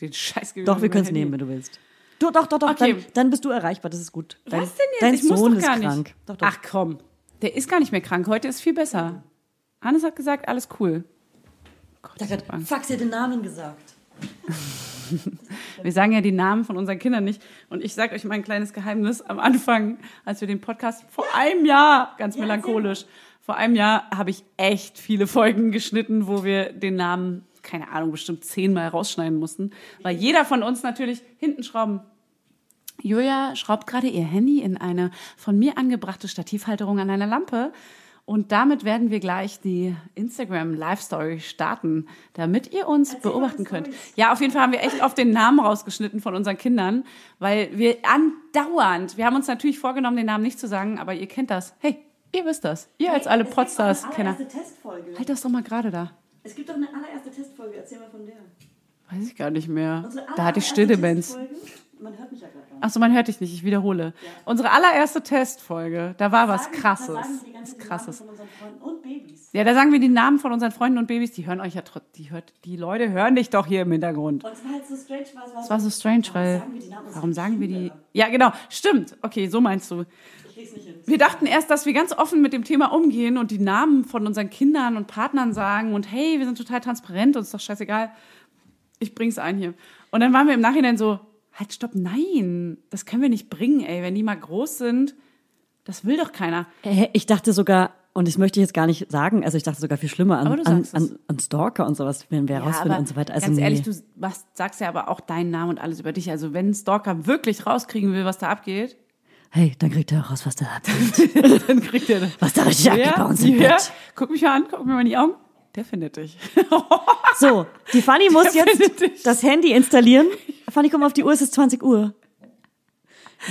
[SPEAKER 2] den Scheiß gebe ich
[SPEAKER 1] doch, wir
[SPEAKER 2] mir mein
[SPEAKER 1] können es
[SPEAKER 2] Handy.
[SPEAKER 1] nehmen, wenn du willst. Du, doch, doch, doch,
[SPEAKER 2] Okay.
[SPEAKER 1] dann, dann bist du erreichbar, das ist gut. Dein,
[SPEAKER 2] Was denn jetzt?
[SPEAKER 1] Dein
[SPEAKER 2] ich
[SPEAKER 1] Sohn
[SPEAKER 2] muss doch
[SPEAKER 1] ist
[SPEAKER 2] gar nicht.
[SPEAKER 1] krank. Doch, doch.
[SPEAKER 2] Ach komm, der ist gar nicht mehr krank. Heute ist viel besser. Hannes hat gesagt, alles cool. Gott, ich hab Angst.
[SPEAKER 1] fuck, sie hat den Namen gesagt.
[SPEAKER 2] Wir sagen ja die Namen von unseren Kindern nicht. Und ich sage euch mal ein kleines Geheimnis. Am Anfang, als wir den Podcast vor einem Jahr, ganz melancholisch, vor einem Jahr habe ich echt viele Folgen geschnitten, wo wir den Namen, keine Ahnung, bestimmt zehnmal rausschneiden mussten. Weil jeder von uns natürlich hinten schrauben. Julia schraubt gerade ihr Handy in eine von mir angebrachte Stativhalterung an einer Lampe. Und damit werden wir gleich die Instagram Live Story starten, damit ihr uns beobachten könnt. Ja, auf jeden Fall haben wir echt oft den Namen rausgeschnitten von unseren Kindern, weil wir andauernd, wir haben uns natürlich vorgenommen, den Namen nicht zu sagen, aber ihr kennt das. Hey, ihr wisst das. Ihr als alle Podstars-Kenner.
[SPEAKER 1] Testfolge.
[SPEAKER 2] Halt das doch mal gerade da.
[SPEAKER 1] Es gibt doch eine allererste Testfolge, erzähl mal von der.
[SPEAKER 2] Weiß ich gar nicht mehr.
[SPEAKER 1] Unsere
[SPEAKER 2] Da hatte ich
[SPEAKER 1] allererste
[SPEAKER 2] Stilldemenz.
[SPEAKER 1] Testfolge. Man hört mich ja gerade.
[SPEAKER 2] Ach so, man hört dich nicht, ich wiederhole. Unsere allererste Testfolge, da war was
[SPEAKER 1] Da
[SPEAKER 2] krasses.
[SPEAKER 1] sagen wir die ganzen
[SPEAKER 2] Was krasses.
[SPEAKER 1] Namen von unseren Freunden und Babys.
[SPEAKER 2] Ja, da sagen wir die Namen von unseren Freunden und Babys, die hören euch ja trotzdem, die hört, die Leute hören dich doch hier im Hintergrund.
[SPEAKER 1] Und es war halt so strange, weil es war,
[SPEAKER 2] Das war so strange, weil
[SPEAKER 1] sagen wir die Namen unserer
[SPEAKER 2] warum sagen wir die? Ja, genau, stimmt. Okay, so meinst du.
[SPEAKER 1] Ich krieg's nicht hin.
[SPEAKER 2] Wir dachten erst, dass wir ganz offen mit dem Thema umgehen und die Namen von unseren Kindern und Partnern sagen und hey, wir sind total transparent, uns ist doch scheißegal. Ich bring's ein hier. Und dann waren wir im Nachhinein so, halt stopp, nein, das können wir nicht bringen, ey, wenn die mal groß sind, das will doch keiner.
[SPEAKER 1] Hä, Ich dachte sogar, und das möchte ich jetzt gar nicht sagen, also ich dachte sogar viel schlimmer
[SPEAKER 2] Aber
[SPEAKER 1] an,
[SPEAKER 2] du
[SPEAKER 1] an,
[SPEAKER 2] sagst es.
[SPEAKER 1] an, an Stalker und sowas, wenn wer rausfindet und so weiter. Also
[SPEAKER 2] ganz
[SPEAKER 1] nee.
[SPEAKER 2] ehrlich, du machst, sagst ja aber auch deinen Namen und alles über dich. Also wenn ein Stalker wirklich rauskriegen will, was da abgeht,
[SPEAKER 1] hey, dann kriegt er auch raus, was da abgeht.
[SPEAKER 2] dann kriegt er das.
[SPEAKER 1] Was da richtig abgeht bei uns im
[SPEAKER 2] ja.
[SPEAKER 1] Bett.
[SPEAKER 2] Guck mich mal an, guck mir mal in die Augen. Der findet dich.
[SPEAKER 1] So, die Fanny muss
[SPEAKER 2] findet dich.
[SPEAKER 1] jetzt das Handy installieren. Fanny, komm mal auf die Uhr, es ist 20 Uhr.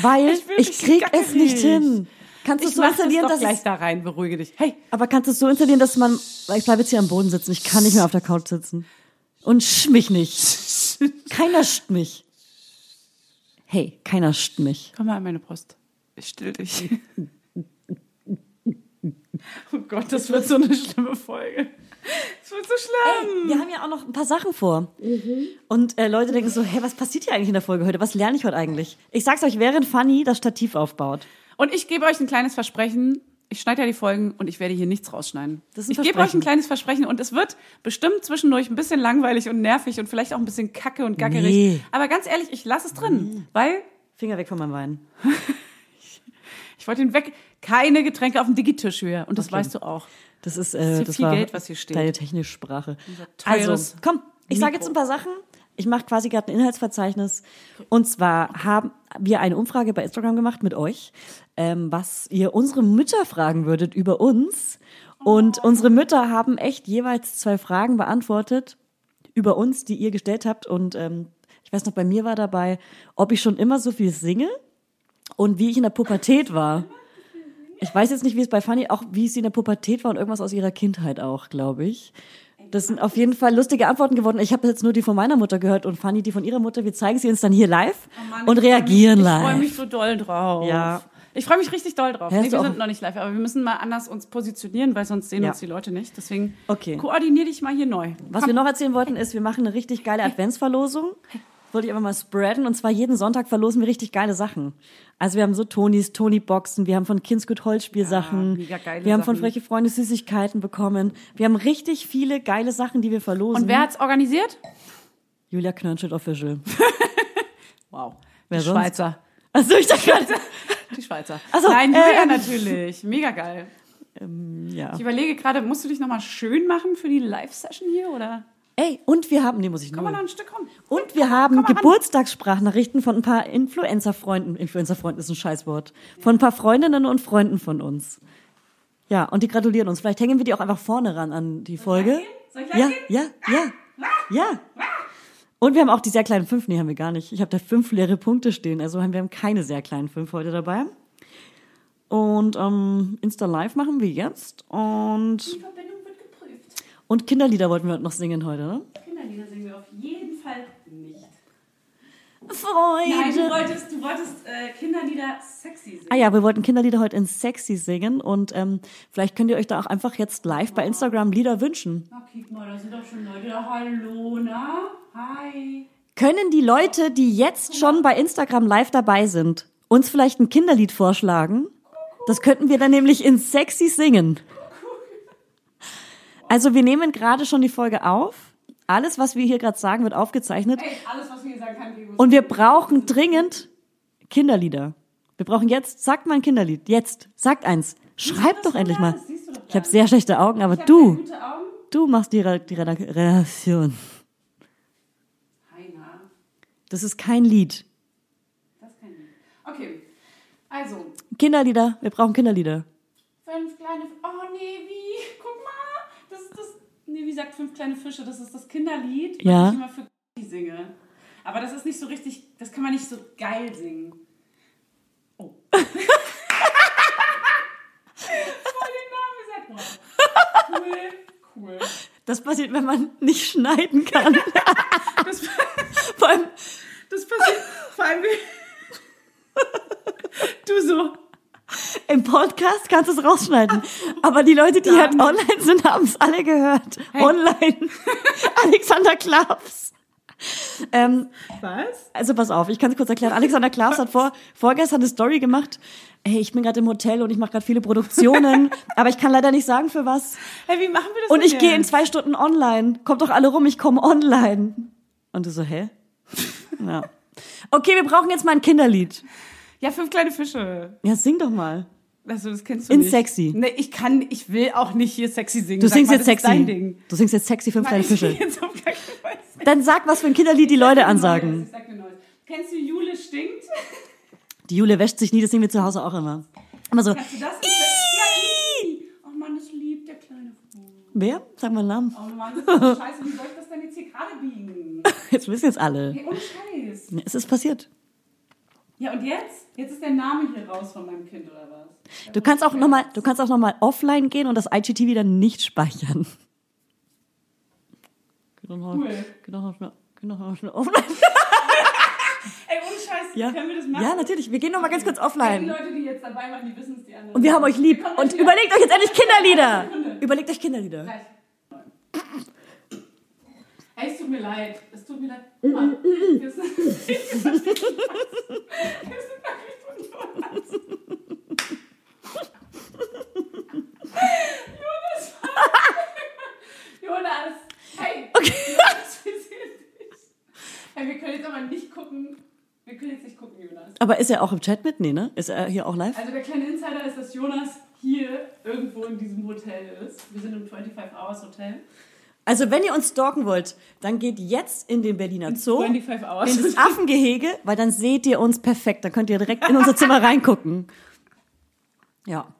[SPEAKER 1] Weil ich,
[SPEAKER 2] Ich will mich
[SPEAKER 1] krieg
[SPEAKER 2] gar
[SPEAKER 1] es nicht
[SPEAKER 2] nicht.
[SPEAKER 1] hin. Kannst du
[SPEAKER 2] Ich
[SPEAKER 1] es so
[SPEAKER 2] mach das
[SPEAKER 1] installieren,
[SPEAKER 2] doch
[SPEAKER 1] dass
[SPEAKER 2] gleich
[SPEAKER 1] es,
[SPEAKER 2] da rein, beruhige dich. Hey,
[SPEAKER 1] aber kannst du es so installieren, dass man, weil ich bleibe jetzt hier am Boden sitzen, ich kann nicht mehr auf der Couch sitzen. Und sch mich nicht. Keiner scht mich. Hey, keiner scht mich.
[SPEAKER 2] komm mal an meine Post. Ich still dich. oh Gott, das wird so eine schlimme Folge. Es wird so schlimm.
[SPEAKER 1] Wir haben ja auch noch ein paar Sachen vor. Und äh, Leute denken so, hä, was passiert hier eigentlich in der Folge heute? Was lerne ich heute eigentlich? Ich sag's euch, während Fanny das Stativ aufbaut.
[SPEAKER 2] Und ich gebe euch ein kleines Versprechen. Ich schneide ja die Folgen und ich werde hier nichts rausschneiden.
[SPEAKER 1] Das ist ein
[SPEAKER 2] ich gebe euch
[SPEAKER 1] Versprechen.
[SPEAKER 2] ein kleines Versprechen und es wird bestimmt zwischendurch ein bisschen langweilig und nervig und vielleicht auch ein bisschen kacke und gackerig.
[SPEAKER 1] Nee.
[SPEAKER 2] Aber ganz ehrlich, ich lasse es drin, weil
[SPEAKER 1] Finger weg von meinem Wein.
[SPEAKER 2] ich wollte ihn weg. Keine Getränke auf dem Digitisch höher und das
[SPEAKER 1] Okay.
[SPEAKER 2] weißt du auch.
[SPEAKER 1] Das ist,
[SPEAKER 2] ist
[SPEAKER 1] äh,
[SPEAKER 2] hier
[SPEAKER 1] das
[SPEAKER 2] viel
[SPEAKER 1] war
[SPEAKER 2] Geld, was hier steht.
[SPEAKER 1] Deine technische Sprache.
[SPEAKER 2] teures
[SPEAKER 1] Also, komm, ich sage
[SPEAKER 2] Mikro.
[SPEAKER 1] jetzt ein paar Sachen. Ich mache quasi gerade ein Inhaltsverzeichnis. Und zwar haben wir eine Umfrage bei Instagram gemacht mit euch, ähm, was ihr unsere Mütter fragen würdet über uns. Und
[SPEAKER 2] Oh.
[SPEAKER 1] unsere Mütter haben echt jeweils zwei Fragen beantwortet über uns, die ihr gestellt habt. Und ähm, ich weiß noch, bei mir war dabei, ob ich schon immer so viel singe und wie ich in der Pubertät war. Ich weiß jetzt nicht, wie es bei Fanny auch, wie sie in der Pubertät war und irgendwas aus ihrer Kindheit auch, glaube ich. Das sind auf jeden Fall lustige Antworten geworden. Ich habe jetzt nur die von meiner Mutter gehört und Fanny die von ihrer Mutter. Wir zeigen sie uns dann hier live und reagieren
[SPEAKER 2] Oh ich freu mich- Ich freue
[SPEAKER 1] live.
[SPEAKER 2] mich so doll drauf.
[SPEAKER 1] Ja.
[SPEAKER 2] Ich freue mich richtig doll drauf.
[SPEAKER 1] Ja,
[SPEAKER 2] Nee,
[SPEAKER 1] ist
[SPEAKER 2] wir
[SPEAKER 1] auch-
[SPEAKER 2] sind noch nicht live, aber wir müssen mal anders uns positionieren, weil sonst sehen
[SPEAKER 1] Ja.
[SPEAKER 2] uns die Leute nicht. Deswegen
[SPEAKER 1] Okay.
[SPEAKER 2] koordinier dich mal hier neu.
[SPEAKER 1] Was wir noch erzählen wollten, ist, wir machen eine richtig geile Adventsverlosung. Wollte ich einfach mal spreaden. Und zwar jeden Sonntag verlosen wir richtig geile Sachen. Also wir haben so Tonis, Toni-Boxen, wir haben von Kindsgut Holzspielsachen.
[SPEAKER 2] Ja, mega geile
[SPEAKER 1] wir haben von
[SPEAKER 2] Sachen.
[SPEAKER 1] Freche Freunde Süßigkeiten bekommen. Wir haben richtig viele geile Sachen, die wir verlosen.
[SPEAKER 2] Und wer hat's organisiert?
[SPEAKER 1] Julia Knörnschild Official.
[SPEAKER 2] Wow.
[SPEAKER 1] Wer
[SPEAKER 2] die
[SPEAKER 1] sonst?
[SPEAKER 2] Schweizer.
[SPEAKER 1] Also ich dachte gerade,
[SPEAKER 2] Die Schweizer.
[SPEAKER 1] Ach so,
[SPEAKER 2] Nein, Julia
[SPEAKER 1] äh, Ähm,
[SPEAKER 2] natürlich. Mega geil.
[SPEAKER 1] ja.
[SPEAKER 2] Ich überlege gerade, musst du dich nochmal schön machen für die Live-Session hier oder?
[SPEAKER 1] Ey, und wir haben, nee, muss ich
[SPEAKER 2] Komm mal noch
[SPEAKER 1] nur.
[SPEAKER 2] ein Stück rum.
[SPEAKER 1] Und wir haben
[SPEAKER 2] Komm mal ran.
[SPEAKER 1] Geburtstagssprachnachrichten von ein paar Influencer-Freunden. Influencer-Freunden ist ein Scheißwort. Von ein paar Freundinnen und Freunden von uns. Ja, und die gratulieren uns. Vielleicht hängen wir die auch einfach vorne ran an die Folge.
[SPEAKER 2] Soll ich
[SPEAKER 1] Ja,
[SPEAKER 2] reingehen?
[SPEAKER 1] ja, ja, ja. Und wir haben auch die sehr kleinen fünf. Nee, haben wir gar nicht. Ich habe da fünf leere Punkte stehen. Also haben wir haben keine sehr kleinen fünf heute dabei. Und ähm, Insta Live machen wir jetzt. Und,
[SPEAKER 2] Verbindung wird geprüft.
[SPEAKER 1] und Kinderlieder wollten wir noch singen heute, ne?
[SPEAKER 2] Kinderlieder singen wir auf jeden Fall nicht.
[SPEAKER 1] Freude.
[SPEAKER 2] Nein, du wolltest, du wolltest äh, Kinderlieder sexy singen.
[SPEAKER 1] Ah ja, wir wollten Kinderlieder heute in sexy singen und ähm, vielleicht könnt ihr euch da auch einfach jetzt live bei Instagram Lieder wünschen.
[SPEAKER 2] Na, guck mal, da sind doch schon Leute da. Hallo, na? Hi.
[SPEAKER 1] Können die Leute, die jetzt schon bei Instagram live dabei sind, uns vielleicht ein Kinderlied vorschlagen? Das könnten wir dann nämlich in sexy singen. Also wir nehmen gerade schon die Folge auf. Alles, was wir hier gerade sagen, wird aufgezeichnet.
[SPEAKER 2] Ey, alles, was wir hier sagen kann, Gregor.
[SPEAKER 1] Und wir brauchen dringend Kinderlieder. Wir brauchen jetzt, sagt mal ein Kinderlied. Jetzt, sagt eins. Schreib doch endlich mal.
[SPEAKER 2] Siehst du doch gar
[SPEAKER 1] Ich habe sehr schlechte Augen, aber
[SPEAKER 2] hab sehr
[SPEAKER 1] du,
[SPEAKER 2] Gute Augen.
[SPEAKER 1] du machst die, Re die Redak- Redaktion.
[SPEAKER 2] Hi, na.
[SPEAKER 1] Das ist kein Lied.
[SPEAKER 2] Das kann ich. Okay. Also,
[SPEAKER 1] Kinderlieder, wir brauchen Kinderlieder.
[SPEAKER 2] fünf kleine. Oh, Nevi. Guck mal. Das ist das. Nevi sagt fünf kleine Fische. Das ist das Kinderlied, was
[SPEAKER 1] Ja.
[SPEAKER 2] ich immer für singe. Aber das ist nicht so richtig. Das kann man nicht so geil singen. Oh. Voll den Namen gesagt. Wow. Cool, cool.
[SPEAKER 1] Das passiert, wenn man nicht schneiden kann.
[SPEAKER 2] Das,
[SPEAKER 1] Vor allem,
[SPEAKER 2] das passiert vor allem wie. Du so.
[SPEAKER 1] im Podcast kannst du es rausschneiden. Aber die Leute, die halt online sind, haben es alle gehört. Online. Alexander Klaps. Ähm,
[SPEAKER 2] Was?
[SPEAKER 1] Also pass auf, ich kann es kurz erklären. Alexander Klaas hat vor, vorgestern eine Story gemacht. Hey, ich bin gerade im Hotel und ich mache gerade viele Produktionen, aber ich kann leider nicht sagen für was.
[SPEAKER 2] Hey, wie machen wir das
[SPEAKER 1] Und
[SPEAKER 2] denn
[SPEAKER 1] ich gehe in
[SPEAKER 2] jetzt?
[SPEAKER 1] zwei Stunden online. Kommt doch alle rum, ich komme online. Und du so, hä? Ja. Okay, wir brauchen jetzt mal ein Kinderlied.
[SPEAKER 2] Ja, fünf kleine Fische.
[SPEAKER 1] Ja, sing doch mal.
[SPEAKER 2] Also, das kennst du
[SPEAKER 1] In
[SPEAKER 2] nicht.
[SPEAKER 1] sexy.
[SPEAKER 2] Nee, ich kann, ich will auch nicht hier sexy singen.
[SPEAKER 1] Du
[SPEAKER 2] Sag
[SPEAKER 1] singst
[SPEAKER 2] mal,
[SPEAKER 1] jetzt
[SPEAKER 2] das Ist dein
[SPEAKER 1] sexy.
[SPEAKER 2] Ding.
[SPEAKER 1] Du singst jetzt sexy fünf kleine
[SPEAKER 2] Nein, ich sing
[SPEAKER 1] Fische.
[SPEAKER 2] Jetzt auf gar keinen Fall sexy.
[SPEAKER 1] Dann sag, was für ein Kinderlied die Leute ansagen.
[SPEAKER 2] Ich sag dir Neues. Kennst du Jule stinkt?
[SPEAKER 1] Die Jule wäscht sich nie, das singen wir zu Hause auch immer. Immer so,
[SPEAKER 2] Hast du das? Ist ja, ii. oh Mann, das liebt der kleine Vogel.
[SPEAKER 1] wer? Sag mal einen Namen.
[SPEAKER 2] Oh Mann, das ist doch scheiße. Wie soll ich das denn jetzt hier gerade biegen?
[SPEAKER 1] Jetzt wissen jetzt alle.
[SPEAKER 2] Hey, ohne Scheiß.
[SPEAKER 1] Es ist passiert.
[SPEAKER 2] Ja, und jetzt? Jetzt ist der Name hier raus von meinem Kind, oder was?
[SPEAKER 1] Du kannst auch nochmal, du kannst auch noch mal offline gehen und das IGTV dann nicht speichern.
[SPEAKER 2] Cool.
[SPEAKER 1] Offline.
[SPEAKER 2] Ey, ohne Scheiß,
[SPEAKER 1] Ja.
[SPEAKER 2] können wir das machen?
[SPEAKER 1] ja, natürlich. Wir gehen nochmal ganz kurz
[SPEAKER 2] Die
[SPEAKER 1] offline.
[SPEAKER 2] Leute, die jetzt dabei waren, die wissen es, die anderen.
[SPEAKER 1] Und wir haben euch lieb.
[SPEAKER 2] kommen
[SPEAKER 1] Und
[SPEAKER 2] gleich wieder.
[SPEAKER 1] überlegt euch jetzt endlich Kinderlieder. Überlegt euch Kinderlieder.
[SPEAKER 2] Gleich. Hey, es tut mir leid. Es tut mir leid. Guck mal, wir sind- wir sind wirklich was. Wir sind wirklich was. gucken. Wir können jetzt nicht gucken, Jonas.
[SPEAKER 1] Aber ist er auch im Chat mit? Nee, ne? Ist er hier auch live?
[SPEAKER 2] Also der kleine Insider ist, dass Jonas hier irgendwo in diesem Hotel ist. Wir sind im 25-Hours-Hotel.
[SPEAKER 1] Also, wenn ihr uns stalken wollt, dann geht jetzt in den Berliner Zoo, in
[SPEAKER 2] 25 Hours.
[SPEAKER 1] das Affengehege, weil dann seht ihr uns perfekt. Dann könnt ihr direkt in unser Zimmer reingucken. Ja.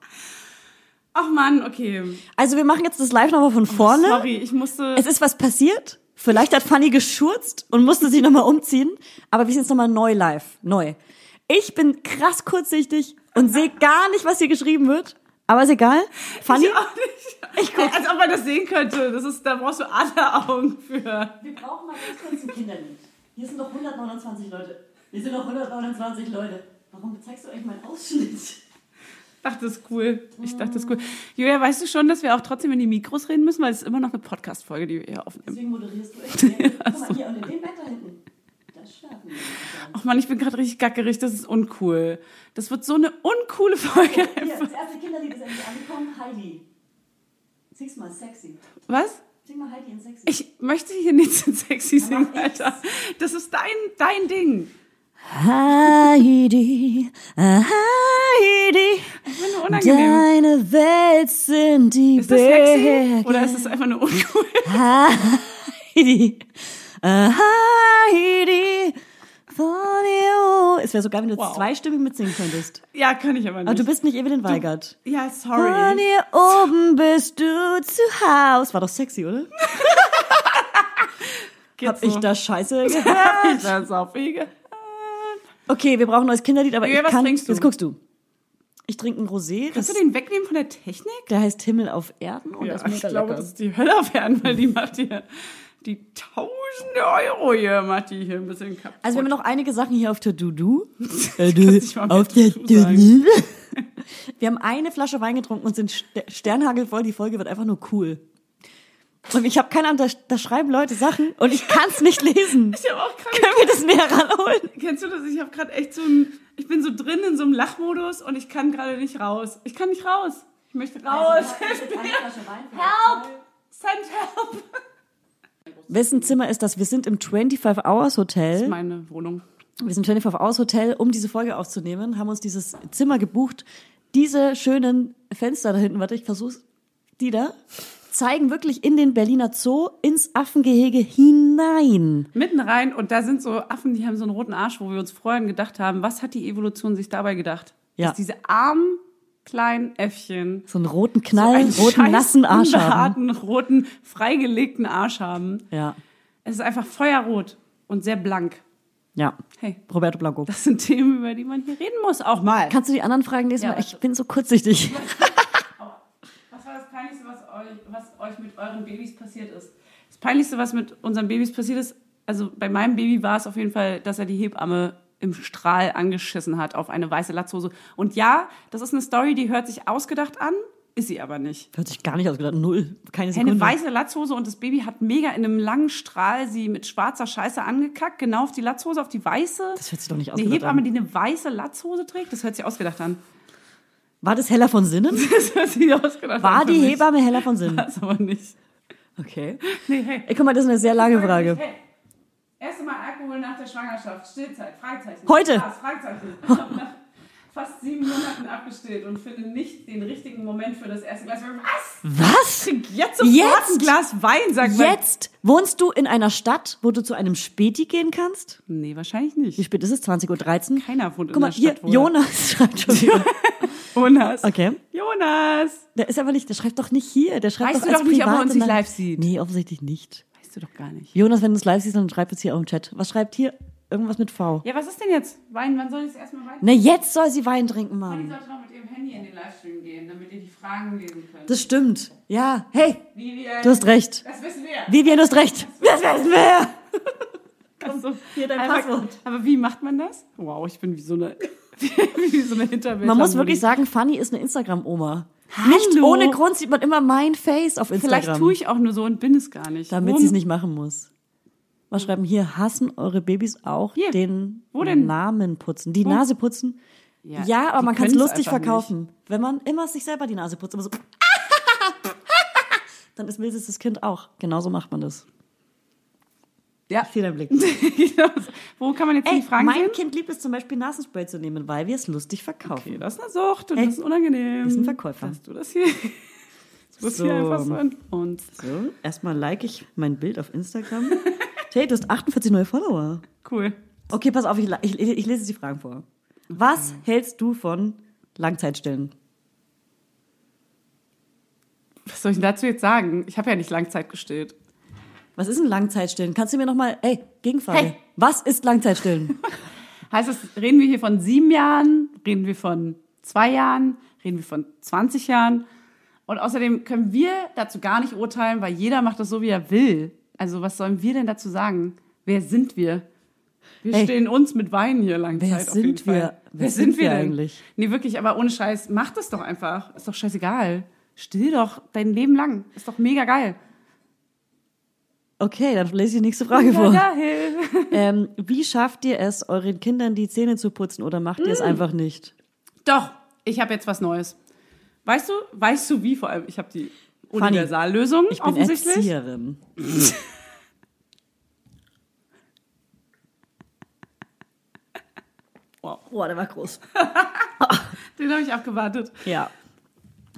[SPEAKER 2] Ach Mann, okay.
[SPEAKER 1] Also, wir machen jetzt das Live nochmal von vorne.
[SPEAKER 2] Oh, Sorry, ich musste...
[SPEAKER 1] Es ist was passiert. Vielleicht hat Fanny geschurzt und musste sich nochmal umziehen. Aber wir sind jetzt nochmal neu live. Neu. Ich bin krass kurzsichtig und sehe gar nicht, was hier geschrieben wird. Aber ist egal. Fanny?
[SPEAKER 2] Ich auch nicht. Ich guck. Als ob man das sehen könnte. Das ist, da brauchst du alle Augen für.
[SPEAKER 1] Wir brauchen mal ganz kurz ein Kinderlied. Hier sind doch 129 Leute. Hier sind doch 129 Leute. Warum zeigst du euch meinen Ausschnitt?
[SPEAKER 2] Ich dachte, das ist cool. Ich dachte, das ist cool. Julia, weißt du schon, dass wir auch trotzdem in die Mikros reden müssen, weil es ist immer noch eine Podcast-Folge, die wir hier aufnehmen.
[SPEAKER 1] Deswegen moderierst du echt. Ja, Guck mal, hier, und in dem Bett da hinten. Da schlafen wir.
[SPEAKER 2] Ach Oh Mann, ich bin gerade richtig gackerig. Das ist uncool. Das wird so eine uncoole Folge.
[SPEAKER 1] Hier, das erste Kinderlied ist endlich angekommen. Heidi. Sing's mal sexy.
[SPEAKER 2] Was?
[SPEAKER 1] Sing mal Heidi in sexy.
[SPEAKER 2] Ich möchte hier nichts in sexy singen,
[SPEAKER 1] Aber ich's.
[SPEAKER 2] Alter. Das ist dein, dein Ding.
[SPEAKER 1] Heidi, Heidi,
[SPEAKER 2] Das ist mir nur unangenehm.
[SPEAKER 1] Welt sind die
[SPEAKER 2] Ist das sexy? Oder ist es einfach nur uncool?
[SPEAKER 1] Heidi, Heidi, von you. Es wäre sogar, wenn du
[SPEAKER 2] Wow.
[SPEAKER 1] zweistimmig mitsingen könntest.
[SPEAKER 2] Ja, kann ich aber nicht.
[SPEAKER 1] Aber Ah, du bist nicht Evelyn Weigert.
[SPEAKER 2] ja,
[SPEAKER 1] Von
[SPEAKER 2] sorry.
[SPEAKER 1] hier oben bist du zu Haus. War doch sexy, oder?
[SPEAKER 2] Geht
[SPEAKER 1] Hab
[SPEAKER 2] so.
[SPEAKER 1] ich da scheiße gehört?
[SPEAKER 2] Hab ich das auf Wege?
[SPEAKER 1] Okay, wir brauchen ein neues Kinderlied, aber
[SPEAKER 2] Julia,
[SPEAKER 1] ich
[SPEAKER 2] was
[SPEAKER 1] kann...
[SPEAKER 2] trinkst du?
[SPEAKER 1] Jetzt guckst du. Ich trinke ein Rosé.
[SPEAKER 2] Kannst
[SPEAKER 1] das-
[SPEAKER 2] du den wegnehmen von der Technik?
[SPEAKER 1] Der heißt Himmel auf Erden und
[SPEAKER 2] Ja,
[SPEAKER 1] ist mega
[SPEAKER 2] ich glaube,
[SPEAKER 1] lecker.
[SPEAKER 2] das ist die Hölle auf Erden, weil die macht hier die tausende Euro hier, macht die hier ein bisschen kaputt.
[SPEAKER 1] also wir haben noch einige Sachen hier auf der Dudu.
[SPEAKER 2] nicht mal mehr
[SPEAKER 1] auf der
[SPEAKER 2] Dudu sagen.
[SPEAKER 1] Dudu. Wir haben eine Flasche Wein getrunken und sind ster- sternhagelvoll. Die Folge wird einfach nur cool. Und ich habe keine Ahnung, da, da schreiben Leute Sachen und ich kann es nicht lesen.
[SPEAKER 2] ich hab auch gerade,
[SPEAKER 1] Können wir das näher ranholen?
[SPEAKER 2] kennst du das? Ich habe gerade echt so ein, ich bin so drin in so einem Lachmodus und ich kann gerade nicht raus. Ich kann nicht raus. Ich möchte raus. help! Send help!
[SPEAKER 1] Wessen Zimmer ist das? Wir sind im 25 Hours Hotel.
[SPEAKER 2] Meine Wohnung.
[SPEAKER 1] wir sind 24 Hours Hotel, um diese Folge aufzunehmen, haben uns dieses Zimmer gebucht. Diese schönen Fenster da hinten, warte, ich versuch's, die da, zeigen wirklich in den Berliner Zoo ins Affengehege hinein.
[SPEAKER 2] Mitten rein und da sind so Affen, die haben so einen roten Arsch, wo wir uns vorhin gedacht haben, was hat die Evolution sich dabei gedacht?
[SPEAKER 1] Ja.
[SPEAKER 2] Dass diese armen kleinen Äffchen
[SPEAKER 1] So einen roten Knall,
[SPEAKER 2] einen
[SPEAKER 1] roten
[SPEAKER 2] scheiß
[SPEAKER 1] nassen Arsch haben.
[SPEAKER 2] unbehaarten, roten, freigelegten Arsch haben.
[SPEAKER 1] Ja,
[SPEAKER 2] Es ist einfach feuerrot und sehr blank.
[SPEAKER 1] ja.
[SPEAKER 2] Hey,
[SPEAKER 1] Roberto Blanco.
[SPEAKER 2] das sind Themen, über die man hier reden muss, auch mal.
[SPEAKER 1] Kannst du die anderen Fragen lesen?
[SPEAKER 2] Ja,
[SPEAKER 1] Weil ich
[SPEAKER 2] warte.
[SPEAKER 1] bin so kurzsichtig.
[SPEAKER 2] Was war das Peinlichste, was euch, was euch mit euren Babys passiert ist? Das Peinlichste, was mit unseren Babys passiert ist, also bei meinem Baby war es auf jeden Fall, dass er die Hebamme im Strahl angeschissen hat auf eine weiße Latzhose. Und ja, das ist eine Story, die hört sich ausgedacht an, ist sie aber nicht.
[SPEAKER 1] Hört sich gar nicht ausgedacht. Null. Keine
[SPEAKER 2] Hey, Eine
[SPEAKER 1] Sekunde.
[SPEAKER 2] weiße Latzhose und das Baby hat mega in einem langen Strahl sie mit schwarzer Scheiße angekackt, genau auf die Latzhose, auf die weiße.
[SPEAKER 1] Das hört sich doch nicht
[SPEAKER 2] Eine
[SPEAKER 1] ausgedacht
[SPEAKER 2] Hebamme,
[SPEAKER 1] an.
[SPEAKER 2] die eine weiße Latzhose trägt, das hört sich ausgedacht an.
[SPEAKER 1] War das Hella von Sinnen?
[SPEAKER 2] Das hört sich ausgedacht an.
[SPEAKER 1] War
[SPEAKER 2] für
[SPEAKER 1] die
[SPEAKER 2] mich.
[SPEAKER 1] Hebamme Hella von Sinnen?
[SPEAKER 2] Das aber nicht.
[SPEAKER 1] Okay.
[SPEAKER 2] Nee, hey.
[SPEAKER 1] Ey, guck mal, das ist eine sehr lange Frage.
[SPEAKER 2] Hey, erste Mal Alkohol nach der Schwangerschaft, Stillzeit, Fragezeichen.
[SPEAKER 1] Heute.
[SPEAKER 2] Spaß, Fragezeichen. Nach fast sieben Monaten abgestillt und finde nicht den richtigen Moment für das erste Glas. Wein. Was?
[SPEAKER 1] Was?
[SPEAKER 2] Jetzt sofort
[SPEAKER 1] Jetzt?
[SPEAKER 2] ein Glas Wein, sagt man.
[SPEAKER 1] Jetzt wohnst du in einer Stadt, wo du zu einem Späti gehen kannst.
[SPEAKER 2] Nee, wahrscheinlich
[SPEAKER 1] Wie
[SPEAKER 2] nicht.
[SPEAKER 1] spät ist es? 20.13 Uhr.
[SPEAKER 2] Keiner wohnt
[SPEAKER 1] Guck mal,
[SPEAKER 2] in der
[SPEAKER 1] hier,
[SPEAKER 2] Stadt. wo er-
[SPEAKER 1] Jonas schreibt schon wieder.
[SPEAKER 2] Jonas.
[SPEAKER 1] Okay.
[SPEAKER 2] Jonas.
[SPEAKER 1] Der ist aber nicht, der schreibt doch nicht hier. Der schreibt
[SPEAKER 2] Weißt
[SPEAKER 1] doch
[SPEAKER 2] du
[SPEAKER 1] als
[SPEAKER 2] doch nicht, ob er
[SPEAKER 1] private
[SPEAKER 2] uns nicht
[SPEAKER 1] Nachricht.
[SPEAKER 2] live sieht.
[SPEAKER 1] Nee, offensichtlich nicht.
[SPEAKER 2] Weißt du doch gar nicht.
[SPEAKER 1] Jonas, wenn du es live siehst, dann schreib es hier auch im Chat. Was schreibt hier? Irgendwas mit V.
[SPEAKER 2] Ja, was ist denn jetzt? Wein, wann soll ich es erstmal weinen?
[SPEAKER 1] Na, jetzt soll sie Wein trinken,
[SPEAKER 2] Die
[SPEAKER 1] Mann.
[SPEAKER 2] sollte noch mit ihrem Handy in den Livestream gehen, damit ihr die Fragen lesen könnt.
[SPEAKER 1] Das stimmt. Ja, hey,
[SPEAKER 2] Vivian,
[SPEAKER 1] du hast recht.
[SPEAKER 2] das wissen wir.
[SPEAKER 1] Vivian, du hast recht. Das wissen wir.
[SPEAKER 2] Also,
[SPEAKER 1] hier dein
[SPEAKER 2] einfach-
[SPEAKER 1] Passwort.
[SPEAKER 2] Aber wie macht man das? Wow, ich bin wie so eine, wie so eine Hinterwelt.
[SPEAKER 1] Man muss wirklich sagen, Fanny ist eine Instagram-Oma. Nicht
[SPEAKER 2] Hallo.
[SPEAKER 1] ohne Grund sieht man immer mein Face auf Instagram.
[SPEAKER 2] Vielleicht tue ich auch nur so und bin es gar nicht.
[SPEAKER 1] Damit
[SPEAKER 2] Wo-
[SPEAKER 1] sie es nicht machen muss. Was schreiben hier? Hassen eure Babys auch
[SPEAKER 2] Hm. Hier.
[SPEAKER 1] den
[SPEAKER 2] Wo denn?
[SPEAKER 1] Namen putzen? Die Nase putzen? Ja, aber man
[SPEAKER 2] die
[SPEAKER 1] kann es
[SPEAKER 2] können's
[SPEAKER 1] lustig
[SPEAKER 2] einfach
[SPEAKER 1] verkaufen. Wenn man immer sich selber die Nase putzt, immer so. dann ist Mildes das Kind auch. Genauso macht man das.
[SPEAKER 2] Ja. Genau
[SPEAKER 1] Fiel dein Blick.
[SPEAKER 2] Wo kann man jetzt
[SPEAKER 1] Ey,
[SPEAKER 2] nicht fragen
[SPEAKER 1] mein
[SPEAKER 2] gehen?
[SPEAKER 1] Kind liebt es zum Beispiel, Nasenspray zu nehmen, weil wir es lustig verkaufen.
[SPEAKER 2] Okay, das ist eine Sucht und
[SPEAKER 1] Ey,
[SPEAKER 2] das ist unangenehm.
[SPEAKER 1] wir sind Verkäufer.
[SPEAKER 2] Dass du das hier, dass du das hier
[SPEAKER 1] So.
[SPEAKER 2] einfach so an uns.
[SPEAKER 1] So, erstmal like ich mein Bild auf Instagram. Hey, du hast 48 neue Follower.
[SPEAKER 2] Cool.
[SPEAKER 1] Okay, pass auf, ich, la- ich, ich lese die Fragen vor. Was hältst du von Langzeitstillen?
[SPEAKER 2] Was soll ich denn dazu jetzt sagen? Ich habe ja nicht Langzeit gestillt.
[SPEAKER 1] Was ist ein Langzeitstillen? Kannst du mir nochmal, ey, Gegenfrage.
[SPEAKER 2] Hey.
[SPEAKER 1] Was ist Langzeitstillen?
[SPEAKER 2] Heißt es, reden wir hier von sieben Jahren? Reden wir von zwei Jahren? Reden wir von 20 Jahren? Und außerdem können wir dazu gar nicht urteilen, weil jeder macht das so, wie er will. Also was sollen wir denn dazu sagen? Wer sind wir? Wir
[SPEAKER 1] Ey.
[SPEAKER 2] stehen uns mit Wein hier langzeit
[SPEAKER 1] Wer
[SPEAKER 2] auf jeden
[SPEAKER 1] sind
[SPEAKER 2] Fall.
[SPEAKER 1] wir?
[SPEAKER 2] Wer,
[SPEAKER 1] Wer
[SPEAKER 2] sind,
[SPEAKER 1] sind
[SPEAKER 2] wir
[SPEAKER 1] wir
[SPEAKER 2] denn?
[SPEAKER 1] eigentlich?
[SPEAKER 2] Nee, wirklich, aber ohne Scheiß, mach das doch einfach. Ist doch scheißegal. Still doch dein Leben lang. Ist doch mega geil.
[SPEAKER 1] Okay, dann lese ich die nächste Frage
[SPEAKER 2] Mega
[SPEAKER 1] vor.
[SPEAKER 2] geil.
[SPEAKER 1] Ähm, wie schafft ihr es, euren Kindern die Zähne zu putzen oder macht ihr es einfach nicht?
[SPEAKER 2] Doch, ich habe jetzt was Neues. Weißt du, weißt du wie vor allem? Ich habe die
[SPEAKER 1] Fanny,
[SPEAKER 2] Universallösung
[SPEAKER 1] Ich bin
[SPEAKER 2] offensichtlich.
[SPEAKER 1] Erzieherin.
[SPEAKER 2] Wow.
[SPEAKER 1] Boah, der war groß.
[SPEAKER 2] Den habe ich abgewartet.
[SPEAKER 1] Ja.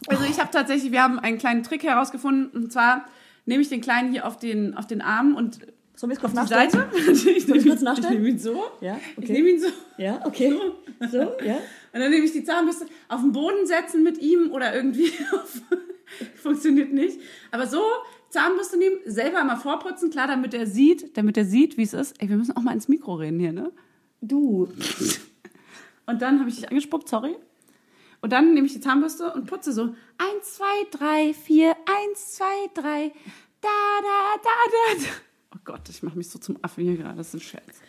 [SPEAKER 2] Also ich habe tatsächlich, wir haben einen kleinen Trick herausgefunden. Und zwar nehme ich den Kleinen hier auf den, auf den Arm und
[SPEAKER 1] Sollen wir es kurz
[SPEAKER 2] auf die
[SPEAKER 1] nachstellen?
[SPEAKER 2] Seite. Ich nehme
[SPEAKER 1] ich kurz
[SPEAKER 2] ihn, ich
[SPEAKER 1] nachstellen?
[SPEAKER 2] nehme ihn so.
[SPEAKER 1] Ja,
[SPEAKER 2] Ich
[SPEAKER 1] okay.
[SPEAKER 2] nehme ihn so.
[SPEAKER 1] Ja, okay. So, ja.
[SPEAKER 2] Und dann nehme ich die Zahnbürste auf den Boden setzen mit ihm oder irgendwie auf, funktioniert nicht. Aber so Zahnbürste nehmen, selber mal vorputzen, klar, damit er sieht, damit er sieht, wie es ist. Ey, wir müssen auch mal ins Mikro reden hier, ne?
[SPEAKER 1] Du.
[SPEAKER 2] Und dann habe ich dich angespuckt, sorry. Und dann nehme ich die Zahnbürste und putze so. Eins, zwei, drei, vier, eins, zwei, drei. Da, da, da, da, da. Oh Gott, ich mache mich so zum Affen hier gerade. Das ist ein Scherz.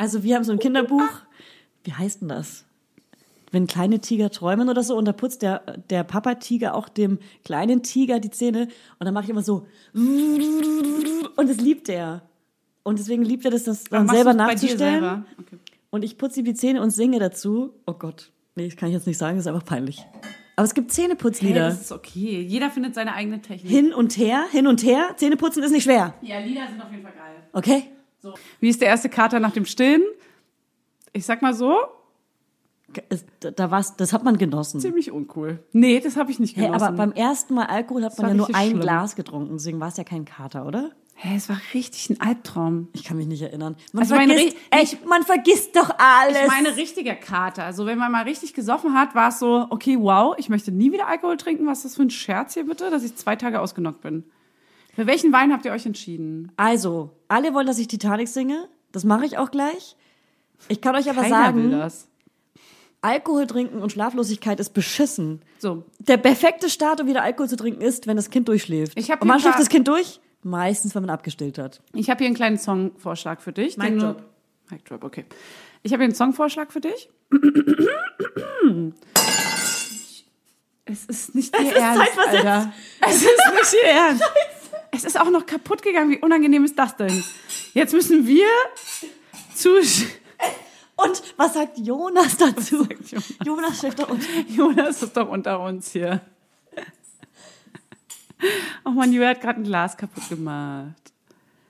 [SPEAKER 1] Also wir haben so ein Kinderbuch. Wie heißt denn das? Wenn kleine Tiger träumen oder so und da putzt der, der Papa-Tiger auch dem kleinen Tiger die Zähne und dann mache ich immer so und das liebt er. Und deswegen liebt er das, das dann
[SPEAKER 2] Machst
[SPEAKER 1] selber
[SPEAKER 2] du's bei dir
[SPEAKER 1] nachzustellen.
[SPEAKER 2] selber? Okay.
[SPEAKER 1] Und ich putze ihm die Zähne und singe dazu. Oh Gott, nee, das kann ich jetzt nicht sagen, das ist einfach peinlich. Aber es gibt
[SPEAKER 2] Hey,
[SPEAKER 1] Zähneputzlieder.
[SPEAKER 2] das ist okay. Jeder findet seine eigene Technik.
[SPEAKER 1] hin und her, hin und her. Zähneputzen ist nicht schwer,
[SPEAKER 2] Ja, Lieder sind auf jeden Fall geil.
[SPEAKER 1] okay?
[SPEAKER 2] Wie ist der erste Kater nach dem Stillen? Ich sag mal so,
[SPEAKER 1] Es- Da, da war's, das hat man genossen.
[SPEAKER 2] ziemlich uncool. Nee, das habe ich nicht
[SPEAKER 1] Hey,
[SPEAKER 2] genossen.
[SPEAKER 1] aber beim ersten Mal Alkohol hat man
[SPEAKER 2] war
[SPEAKER 1] ja nur
[SPEAKER 2] richtig
[SPEAKER 1] ein
[SPEAKER 2] schlimm.
[SPEAKER 1] Glas getrunken, deswegen war es ja kein Kater, oder?
[SPEAKER 2] hey, es war richtig ein Albtraum.
[SPEAKER 1] Ich kann mich nicht erinnern. Man,
[SPEAKER 2] Also meine
[SPEAKER 1] vergisst,
[SPEAKER 2] Re-
[SPEAKER 1] echt, man vergisst doch alles.
[SPEAKER 2] Ich meine, richtiger Kater. Also, wenn man mal richtig gesoffen hat, war es so, okay, wow, ich möchte nie wieder Alkohol trinken. Was ist das für ein Scherz hier bitte, dass ich zwei Tage ausgenockt bin? Für welchen Wein habt ihr euch entschieden?
[SPEAKER 1] also, alle wollen, dass ich Titanic singe. Das mache ich auch gleich. Ich kann euch aber
[SPEAKER 2] Keiner will
[SPEAKER 1] sagen,
[SPEAKER 2] das.
[SPEAKER 1] Alkohol trinken und Schlaflosigkeit ist beschissen.
[SPEAKER 2] So,
[SPEAKER 1] Der perfekte Start, um wieder Alkohol zu trinken, ist, wenn das Kind durchschläft.
[SPEAKER 2] Ich hab
[SPEAKER 1] und wann
[SPEAKER 2] hier
[SPEAKER 1] schläft
[SPEAKER 2] ein paar-
[SPEAKER 1] das Kind durch? Meistens, wenn man abgestillt hat.
[SPEAKER 2] Ich habe hier einen kleinen Songvorschlag für dich.
[SPEAKER 1] Mic
[SPEAKER 2] den du-
[SPEAKER 1] drop.
[SPEAKER 2] Mic drop, okay. Ich habe hier einen Songvorschlag für dich. Es ist nicht ihr Ernst,
[SPEAKER 1] zeitversetzt.
[SPEAKER 2] Alter. Es ist nicht ihr Ernst. Es ist auch noch kaputt gegangen. Wie unangenehm ist das denn? Jetzt müssen wir zu...
[SPEAKER 1] Und was sagt Jonas dazu?
[SPEAKER 2] sagt Jonas?
[SPEAKER 1] Jonas schläft doch unter.
[SPEAKER 2] Jonas ist doch unter uns hier. Oh man, Julia hat gerade ein Glas kaputt gemacht.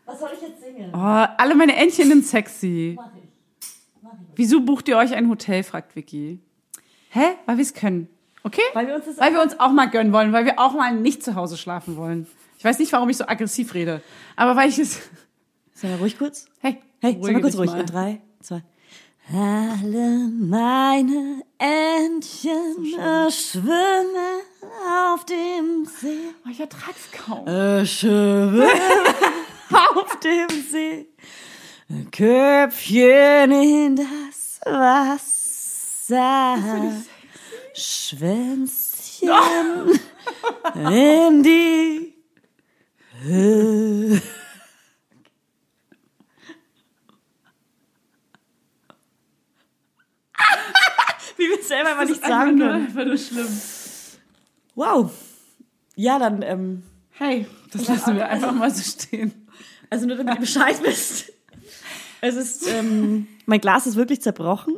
[SPEAKER 1] Was soll ich jetzt singen?
[SPEAKER 2] Oh, alle meine Entchen sind sexy. Wieso bucht ihr euch ein Hotel, fragt Vicky. Hä? Weil wir es können. Okay?
[SPEAKER 1] Weil wir uns das-
[SPEAKER 2] weil wir uns auch mal gönnen wollen, weil wir auch mal nicht zu Hause schlafen wollen. Ich weiß nicht, warum ich so aggressiv rede, aber weil ich es.
[SPEAKER 1] Sei mal ruhig kurz.
[SPEAKER 2] Hey,
[SPEAKER 1] Hey, sag mal
[SPEAKER 2] beruhige
[SPEAKER 1] kurz
[SPEAKER 2] dich
[SPEAKER 1] ruhig.
[SPEAKER 2] mal.
[SPEAKER 1] In drei, zwei. Alle meine Entchen schwimmen auf dem See.
[SPEAKER 2] Oh, ich ertrag's kaum.
[SPEAKER 1] Äh, schwimmen auf dem See. Köpfchen in das Wasser. Schwänzchen in die Höhe. Wie wir es selber immer nicht
[SPEAKER 2] einfach
[SPEAKER 1] sagen
[SPEAKER 2] nur,
[SPEAKER 1] können.
[SPEAKER 2] einfach nur schlimm.
[SPEAKER 1] Wow. Ja, dann, ähm,
[SPEAKER 2] Hey, das lassen wir einfach mal so stehen.
[SPEAKER 1] Also nur damit ihr Bescheid wisst. Es ist, ähm, mein Glas ist wirklich zerbrochen,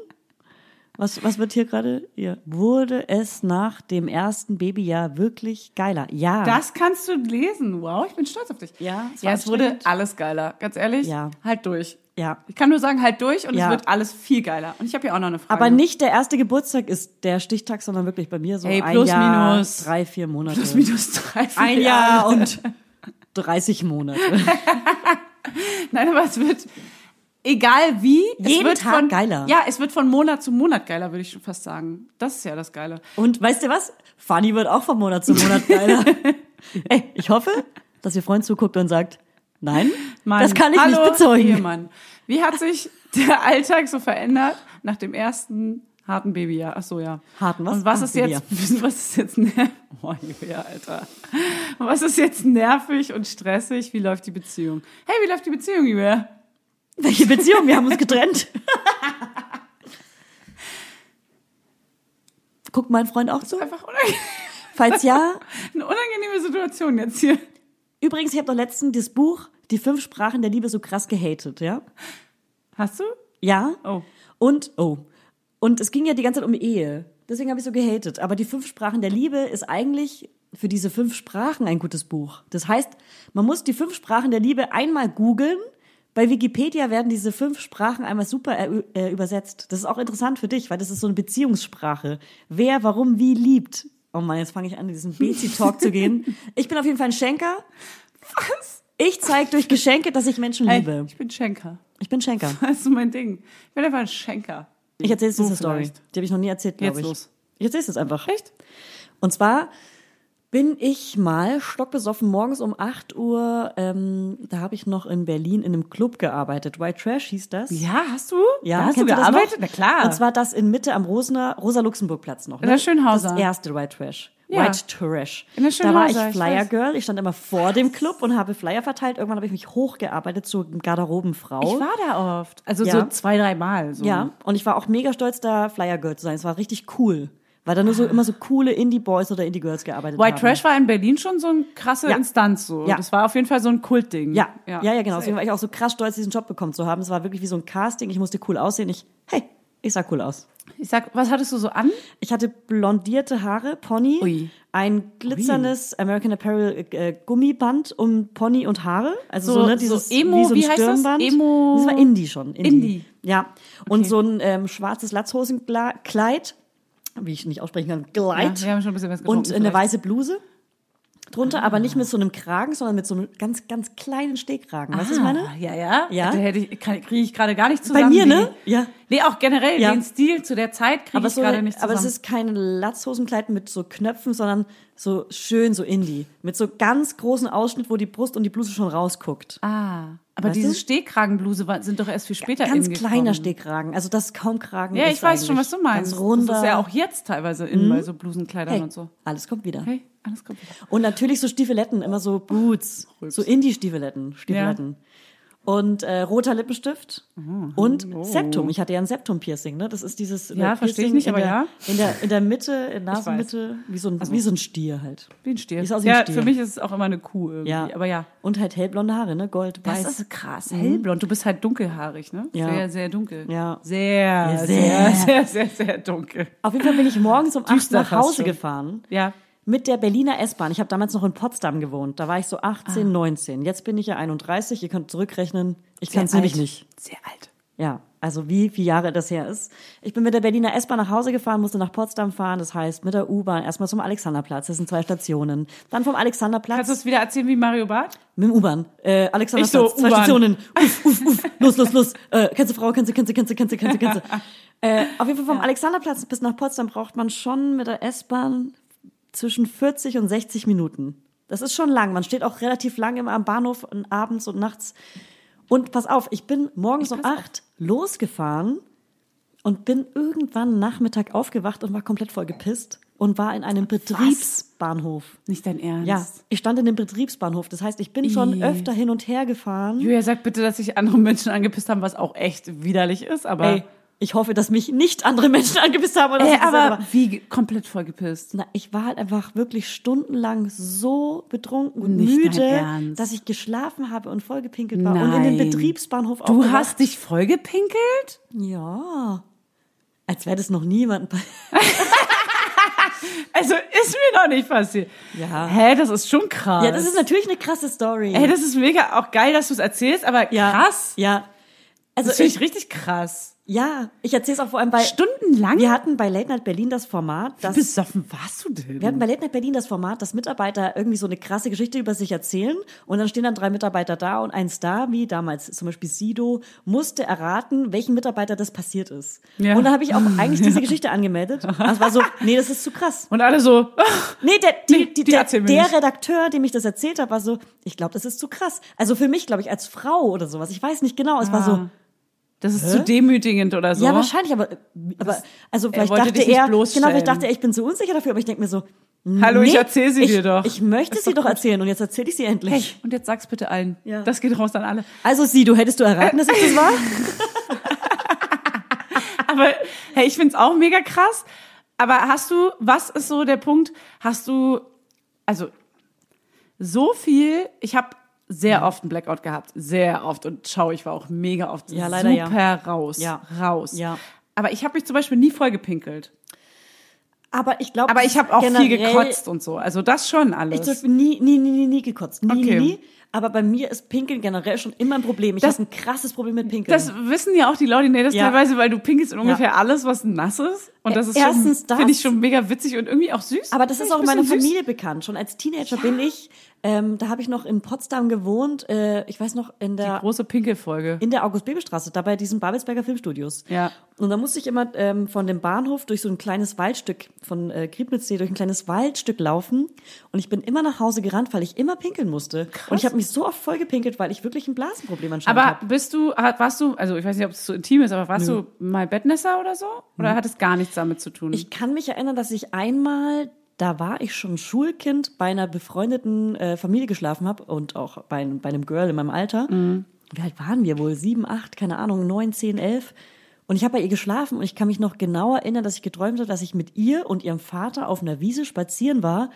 [SPEAKER 1] Was, was wird hier gerade? Ja. Wurde es nach dem ersten Babyjahr wirklich geiler? Ja.
[SPEAKER 2] Das kannst du lesen. Wow, ich bin stolz auf dich.
[SPEAKER 1] Ja, es
[SPEAKER 2] es, ja,
[SPEAKER 1] war
[SPEAKER 2] es wurde
[SPEAKER 1] anstrengend.
[SPEAKER 2] alles geiler. Ganz ehrlich,
[SPEAKER 1] Ja.
[SPEAKER 2] halt durch.
[SPEAKER 1] ja.
[SPEAKER 2] Ich kann nur sagen, halt durch und
[SPEAKER 1] Ja.
[SPEAKER 2] es wird alles viel geiler. Und ich habe hier auch noch eine Frage.
[SPEAKER 1] Aber nicht der erste Geburtstag ist der Stichtag, sondern wirklich bei mir so
[SPEAKER 2] Ey,
[SPEAKER 1] ein
[SPEAKER 2] plus,
[SPEAKER 1] Jahr,
[SPEAKER 2] minus.
[SPEAKER 1] drei, vier Monate.
[SPEAKER 2] plus minus drei. vier
[SPEAKER 1] ein Jahr
[SPEAKER 2] Jahre.
[SPEAKER 1] und 30 Monate.
[SPEAKER 2] Nein, aber es wird egal wie. es
[SPEAKER 1] Jeden
[SPEAKER 2] wird
[SPEAKER 1] Tag
[SPEAKER 2] von,
[SPEAKER 1] geiler.
[SPEAKER 2] Ja, es wird von Monat zu Monat geiler, würde ich schon fast sagen. Das ist ja das Geile.
[SPEAKER 1] Und weißt du was? Fanny wird auch von Monat zu Monat geiler. Ey, ich hoffe, dass ihr Freund zuguckt und sagt, nein,
[SPEAKER 2] Mann,
[SPEAKER 1] das kann ich
[SPEAKER 2] hallo,
[SPEAKER 1] nicht bezeugen.
[SPEAKER 2] Ehemann. Wie hat sich der Alltag so verändert nach dem ersten harten Babyjahr? Ach so, ja.
[SPEAKER 1] Harten was?
[SPEAKER 2] Und was
[SPEAKER 1] Ah,
[SPEAKER 2] ist jetzt, was ist jetzt, ner- oh, Julia, Alter. Und was ist jetzt nervig und stressig? Wie läuft die Beziehung? Hey, wie läuft die Beziehung, Julia?
[SPEAKER 1] Welche Beziehung? Wir haben uns getrennt. Guckt mein Freund auch zu?
[SPEAKER 2] Einfach unangenehm.
[SPEAKER 1] Falls ja,
[SPEAKER 2] eine unangenehme Situation jetzt hier.
[SPEAKER 1] übrigens, ich habe doch letztens das Buch Die fünf Sprachen der Liebe so krass gehatet, ja?
[SPEAKER 2] Hast du?
[SPEAKER 1] Ja.
[SPEAKER 2] Oh.
[SPEAKER 1] Und, oh. Und es ging ja die ganze Zeit um Ehe. Deswegen habe ich so gehatet. Aber die fünf Sprachen der Liebe ist eigentlich für diese fünf Sprachen ein gutes Buch. Das heißt, man muss die fünf Sprachen der Liebe einmal googeln. Bei Wikipedia werden diese fünf Sprachen einmal super äh, äh, übersetzt. Das ist auch interessant für dich, weil das ist so eine Beziehungssprache. Wer, warum, wie liebt. Oh Mann, jetzt fange ich an, in diesen Bezi-Talk zu gehen. Ich bin auf jeden Fall ein Schenker. Was? Ich zeige durch Geschenke, dass ich Menschen
[SPEAKER 2] Hey,
[SPEAKER 1] liebe.
[SPEAKER 2] ich bin Schenker.
[SPEAKER 1] Ich bin Schenker.
[SPEAKER 2] Das ist so mein Ding. Ich bin einfach ein Schenker.
[SPEAKER 1] Ich erzähle jetzt
[SPEAKER 2] So
[SPEAKER 1] diese Story.
[SPEAKER 2] vielleicht.
[SPEAKER 1] Die habe ich noch nie erzählt, glaube
[SPEAKER 2] Jetzt
[SPEAKER 1] ich.
[SPEAKER 2] los.
[SPEAKER 1] Ich erzähle es jetzt einfach.
[SPEAKER 2] Echt?
[SPEAKER 1] Und zwar bin ich mal stockbesoffen morgens um 8 Uhr, ähm, da habe ich noch in Berlin in einem Club gearbeitet. White Trash hieß das.
[SPEAKER 2] Ja, hast du?
[SPEAKER 1] Ja,
[SPEAKER 2] da hast du
[SPEAKER 1] kennst das
[SPEAKER 2] gearbeitet?
[SPEAKER 1] noch?
[SPEAKER 2] Na klar.
[SPEAKER 1] Und zwar das in Mitte am Rosener, Rosa-Luxemburg-Platz noch. ne?
[SPEAKER 2] In der Schönhauser.
[SPEAKER 1] Das erste White Trash.
[SPEAKER 2] Ja.
[SPEAKER 1] White Trash.
[SPEAKER 2] In der
[SPEAKER 1] da war ich
[SPEAKER 2] Schönhauser, ich
[SPEAKER 1] Flyer
[SPEAKER 2] weiß.
[SPEAKER 1] Girl. Ich stand immer vor dem Club und habe Flyer verteilt. Irgendwann habe ich mich hochgearbeitet zur Garderobenfrau.
[SPEAKER 2] ich war da oft. Also
[SPEAKER 1] Ja.
[SPEAKER 2] so zwei, dreimal. So.
[SPEAKER 1] Ja, und ich war auch mega stolz, da Flyer Girl zu sein. Es war richtig cool. Weil da nur so immer so coole Indie-Boys oder Indie-Girls gearbeitet
[SPEAKER 2] Ah. White
[SPEAKER 1] haben.
[SPEAKER 2] Trash war in Berlin schon so eine krasse
[SPEAKER 1] Ja.
[SPEAKER 2] Instanz. So.
[SPEAKER 1] Ja.
[SPEAKER 2] Das war auf jeden Fall so ein Kultding.
[SPEAKER 1] Ja, ja, ja, genau. Deswegen war ich auch so krass stolz, diesen Job bekommen zu haben. Es war wirklich wie so ein Casting. Ich musste cool aussehen. Ich, hey, ich sah cool aus.
[SPEAKER 2] Ich sag, was hattest du so an?
[SPEAKER 1] Ich hatte blondierte Haare, Pony,
[SPEAKER 2] Ui.
[SPEAKER 1] ein glitzerndes American Apparel äh, Gummiband um Pony und Haare. Also so,
[SPEAKER 2] So-
[SPEAKER 1] ne,
[SPEAKER 2] so
[SPEAKER 1] dieses
[SPEAKER 2] Emo,
[SPEAKER 1] wie so ein
[SPEAKER 2] wie heißt das?
[SPEAKER 1] Stirnband.
[SPEAKER 2] Emo-
[SPEAKER 1] Das war Indie schon.
[SPEAKER 2] Indie.
[SPEAKER 1] Ja. Und so ein ähm, schwarzes Latzhosenkleid, wie ich nicht aussprechen kann, Gleit.
[SPEAKER 2] Ja, wir haben schon ein bisschen was getrunken.
[SPEAKER 1] und eine
[SPEAKER 2] vielleicht.
[SPEAKER 1] weiße Bluse drunter, aber nicht mit so einem Kragen, sondern mit so einem ganz, ganz kleinen Stehkragen. Weißt du, was ich meine?
[SPEAKER 2] Ah, ja, ja.
[SPEAKER 1] Ja.
[SPEAKER 2] Da hätte ich, kriege ich gerade gar nicht zusammen.
[SPEAKER 1] Bei mir,
[SPEAKER 2] wie-
[SPEAKER 1] ne? Ja.
[SPEAKER 2] Nee, auch generell
[SPEAKER 1] Ja.
[SPEAKER 2] den Stil zu der Zeit kriege
[SPEAKER 1] Aber,
[SPEAKER 2] ich
[SPEAKER 1] so,
[SPEAKER 2] gerade nicht zusammen.
[SPEAKER 1] aber es ist kein Latzhosenkleid mit so Knöpfen, sondern so schön so Indie. Mit so ganz großen Ausschnitt, wo die Brust und die Bluse schon rausguckt.
[SPEAKER 2] ah, aber
[SPEAKER 1] Weißt
[SPEAKER 2] diese
[SPEAKER 1] du?
[SPEAKER 2] Stehkragenbluse war- sind doch erst viel später
[SPEAKER 1] ganz
[SPEAKER 2] innen
[SPEAKER 1] kleiner
[SPEAKER 2] gekommen.
[SPEAKER 1] Stehkragen, also das kaum Kragen
[SPEAKER 2] Ja,
[SPEAKER 1] ist
[SPEAKER 2] ich weiß schon, was
[SPEAKER 1] eigentlich.
[SPEAKER 2] du meinst.
[SPEAKER 1] Ganz runder. Hm?
[SPEAKER 2] Das ist ja auch jetzt teilweise innen bei so Blusenkleidern
[SPEAKER 1] hey,
[SPEAKER 2] und so.
[SPEAKER 1] Alles kommt wieder.
[SPEAKER 2] Hey, alles kommt. wieder.
[SPEAKER 1] Und natürlich so Stiefeletten, immer so Boots, so Indie-Stiefeletten, Stiefeletten. Und äh, roter Lippenstift
[SPEAKER 2] Mhm.
[SPEAKER 1] und Septum. Ich hatte ja ein Septum-Piercing, ne? Das ist dieses
[SPEAKER 2] Oh. Ja,
[SPEAKER 1] äh,
[SPEAKER 2] verstehe ich
[SPEAKER 1] Piercing
[SPEAKER 2] nicht,
[SPEAKER 1] in
[SPEAKER 2] aber
[SPEAKER 1] der,
[SPEAKER 2] ja.
[SPEAKER 1] In der, in der Mitte, in der Nasenmitte, wie so, ein, wie so ein Stier halt.
[SPEAKER 2] Wie ein Stier.
[SPEAKER 1] Ist aus wie ein
[SPEAKER 2] ja,
[SPEAKER 1] Stier.
[SPEAKER 2] für mich ist es auch immer eine Kuh irgendwie.
[SPEAKER 1] Ja.
[SPEAKER 2] Aber ja.
[SPEAKER 1] Und halt hellblonde Haare, ne? Gold, weiß. Mhm.
[SPEAKER 2] Das ist krass. Hellblond. Du bist halt dunkelhaarig, ne?
[SPEAKER 1] Ja.
[SPEAKER 2] Sehr, sehr dunkel.
[SPEAKER 1] Ja.
[SPEAKER 2] Sehr,
[SPEAKER 1] Ja,
[SPEAKER 2] sehr,
[SPEAKER 1] sehr.
[SPEAKER 2] sehr, sehr, sehr dunkel.
[SPEAKER 1] Auf jeden Fall bin ich morgens um 8
[SPEAKER 2] Düster
[SPEAKER 1] nach
[SPEAKER 2] fast
[SPEAKER 1] Hause
[SPEAKER 2] schon.
[SPEAKER 1] gefahren.
[SPEAKER 2] Ja.
[SPEAKER 1] Mit der Berliner S-Bahn. Ich habe damals noch in Potsdam gewohnt. Da war ich so 18,
[SPEAKER 2] Ah.
[SPEAKER 1] 19. Jetzt bin ich ja 31. Ihr könnt zurückrechnen. Ich kann es
[SPEAKER 2] Sehr
[SPEAKER 1] nämlich
[SPEAKER 2] alt.
[SPEAKER 1] nicht.
[SPEAKER 2] Sehr alt.
[SPEAKER 1] Ja, also wie viele Jahre das her ist. Ich bin mit der Berliner S-Bahn nach Hause gefahren, musste nach Potsdam fahren. Das heißt, mit der U-Bahn erstmal zum Alexanderplatz. Das sind zwei Stationen. Dann vom Alexanderplatz
[SPEAKER 2] Kannst du es wieder erzählen wie Mario Barth?
[SPEAKER 1] mit dem U-Bahn. Äh, Alexanderplatz,
[SPEAKER 2] Ich so,
[SPEAKER 1] zwei
[SPEAKER 2] U-Bahn.
[SPEAKER 1] Stationen. Uff, uff, uff. Los, los, los. Äh, kennst du Frau, kennst du, kennst du, kennst du, kennst du, kennst du, kennst du. Äh, auf jeden Fall vom Alexanderplatz bis nach Potsdam braucht man schon mit der S-Bahn zwischen 40 und 60 Minuten. Das ist schon lang. Man steht auch relativ lang immer am Bahnhof und abends und nachts. Und pass auf, ich bin morgens um acht losgefahren und bin irgendwann Nachmittag aufgewacht und war komplett voll gepisst und war in einem Betriebsbahnhof.
[SPEAKER 2] Nicht dein Ernst.
[SPEAKER 1] Ja, ich stand in dem Betriebsbahnhof. Das heißt, ich bin schon
[SPEAKER 2] Ih.
[SPEAKER 1] öfter hin und her gefahren.
[SPEAKER 2] Julia sagt bitte, dass sich andere Menschen angepisst haben, was auch echt widerlich ist, aber.
[SPEAKER 1] Ey, ich hoffe, dass mich nicht andere Menschen angepisst haben. Oder dass
[SPEAKER 2] Ey,
[SPEAKER 1] ich das selber war.
[SPEAKER 2] wie ge- komplett vollgepisst.
[SPEAKER 1] Na, ich war halt einfach wirklich stundenlang so betrunken und
[SPEAKER 2] Nicht dein
[SPEAKER 1] müde,
[SPEAKER 2] Ernst.
[SPEAKER 1] dass ich geschlafen habe und vollgepinkelt war und in
[SPEAKER 2] Nein.
[SPEAKER 1] den Betriebsbahnhof
[SPEAKER 2] Du
[SPEAKER 1] aufgewacht.
[SPEAKER 2] hast dich vollgepinkelt?
[SPEAKER 1] Ja. Als wäre das noch niemandem passiert.
[SPEAKER 2] Also ist mir noch nicht passiert.
[SPEAKER 1] Ja.
[SPEAKER 2] Hä, das ist schon krass.
[SPEAKER 1] Ja, das ist natürlich eine krasse Story.
[SPEAKER 2] Ey, das ist mega auch geil, dass du es erzählst, aber
[SPEAKER 1] ja,
[SPEAKER 2] krass.
[SPEAKER 1] Ja. Also
[SPEAKER 2] Das finde
[SPEAKER 1] ich,
[SPEAKER 2] ich richtig krass.
[SPEAKER 1] ja, ich erzähle es auch vor allem bei.
[SPEAKER 2] Stundenlang?
[SPEAKER 1] Wir hatten bei Late Night Berlin das Format, dass
[SPEAKER 2] Besoffen warst du denn?
[SPEAKER 1] Wir hatten bei Late Night Berlin das Format, dass Mitarbeiter irgendwie so eine krasse Geschichte über sich erzählen und dann stehen dann drei Mitarbeiter da und ein Star, wie damals zum Beispiel Sido, musste erraten, welchem Mitarbeiter das passiert ist.
[SPEAKER 2] Ja.
[SPEAKER 1] Und da habe ich auch eigentlich diese Geschichte angemeldet. Das war so, nee, das ist zu krass.
[SPEAKER 2] Und alle so, "Ah,
[SPEAKER 1] Nee, der, die,
[SPEAKER 2] Nee, die
[SPEAKER 1] der,
[SPEAKER 2] erzählen mir
[SPEAKER 1] der
[SPEAKER 2] nicht.
[SPEAKER 1] Redakteur, dem ich das erzählt habe, war so, ich glaube, das ist zu krass. Also für mich, glaube ich, als Frau oder sowas. Ich weiß nicht genau. Es war
[SPEAKER 2] Ah,
[SPEAKER 1] so,
[SPEAKER 2] das ist zu demütigend oder so.
[SPEAKER 1] ja, wahrscheinlich, aber, aber also vielleicht
[SPEAKER 2] wollte
[SPEAKER 1] dachte
[SPEAKER 2] dich nicht
[SPEAKER 1] er, genau,
[SPEAKER 2] bloßstellen.
[SPEAKER 1] vielleicht dachte er, ich bin zu unsicher dafür, aber ich denke mir so,
[SPEAKER 2] Hallo, ich
[SPEAKER 1] nee,
[SPEAKER 2] erzähl sie
[SPEAKER 1] ich,
[SPEAKER 2] dir doch.
[SPEAKER 1] Ich möchte sie doch erzählen und jetzt erzähle ich sie endlich.
[SPEAKER 2] Hey, und jetzt sag's bitte allen.
[SPEAKER 1] Ja.
[SPEAKER 2] Das geht raus an alle.
[SPEAKER 1] Also sie, du hättest du erraten, dass ich das war?
[SPEAKER 2] Aber hey, ich find's auch mega krass. Aber hast du, was ist so der Punkt? Hast du, also so viel, ich habe sehr oft einen Blackout gehabt, sehr oft und schau, ich war auch mega oft
[SPEAKER 1] Ja, leider, ja.
[SPEAKER 2] super raus,
[SPEAKER 1] Ja.
[SPEAKER 2] raus.
[SPEAKER 1] Ja.
[SPEAKER 2] Aber ich habe mich zum Beispiel nie vollgepinkelt.
[SPEAKER 1] Aber ich glaube,
[SPEAKER 2] Aber ich habe auch viel
[SPEAKER 1] generell-
[SPEAKER 2] gekotzt und so. Also das schon
[SPEAKER 1] Ich
[SPEAKER 2] alles.
[SPEAKER 1] habe nie, nie, nie, nie, nie gekotzt. Nie,
[SPEAKER 2] Okay.
[SPEAKER 1] nie, nie. Aber bei mir ist Pinkeln generell schon immer ein Problem. Ich
[SPEAKER 2] Das-
[SPEAKER 1] habe ein krasses Problem mit Pinkeln.
[SPEAKER 2] Das wissen ja auch die Leute, nee, das
[SPEAKER 1] Ja.
[SPEAKER 2] teilweise, weil du pinkelst in ungefähr alles, was nass ist. Und das ist
[SPEAKER 1] Erstens
[SPEAKER 2] schon,
[SPEAKER 1] das.
[SPEAKER 2] finde ich schon mega witzig und irgendwie auch süß.
[SPEAKER 1] Aber das ist
[SPEAKER 2] Find ich
[SPEAKER 1] auch
[SPEAKER 2] ein
[SPEAKER 1] in meiner
[SPEAKER 2] bisschen süß.
[SPEAKER 1] Familie bekannt. Schon als Teenager bin ich, ähm, da habe ich noch in Potsdam gewohnt. Äh, ich weiß noch in der
[SPEAKER 2] Große Pinkelfolge.
[SPEAKER 1] in der August-Bebel-Straße, da bei diesen Babelsberger Filmstudios.
[SPEAKER 2] Ja.
[SPEAKER 1] Und da musste ich immer ähm, von dem Bahnhof durch so ein kleines Waldstück, von äh, Griebnitzsee durch ein kleines Waldstück laufen. Und ich bin immer nach Hause gerannt, weil ich immer pinkeln musste. Und ich habe mich so oft vollgepinkelt, weil ich wirklich ein Blasenproblem anscheinend
[SPEAKER 2] Aber
[SPEAKER 1] habe.
[SPEAKER 2] bist du, hat- warst du, also ich weiß nicht, ob es so intim ist, aber warst du mal Bettnässer oder so? Oder hat es gar nichts damit zu tun?
[SPEAKER 1] Ich kann mich erinnern, dass ich einmal, da war ich schon Schulkind, bei einer befreundeten äh, Familie geschlafen habe und auch bei, einem- bei einem Girl in meinem Alter. Wie alt waren wir wohl? Sieben, acht, keine Ahnung, neun, zehn, elf. Und ich habe bei ihr geschlafen und ich kann mich noch genau erinnern, dass ich geträumt habe, dass ich mit ihr und ihrem Vater auf einer Wiese spazieren war.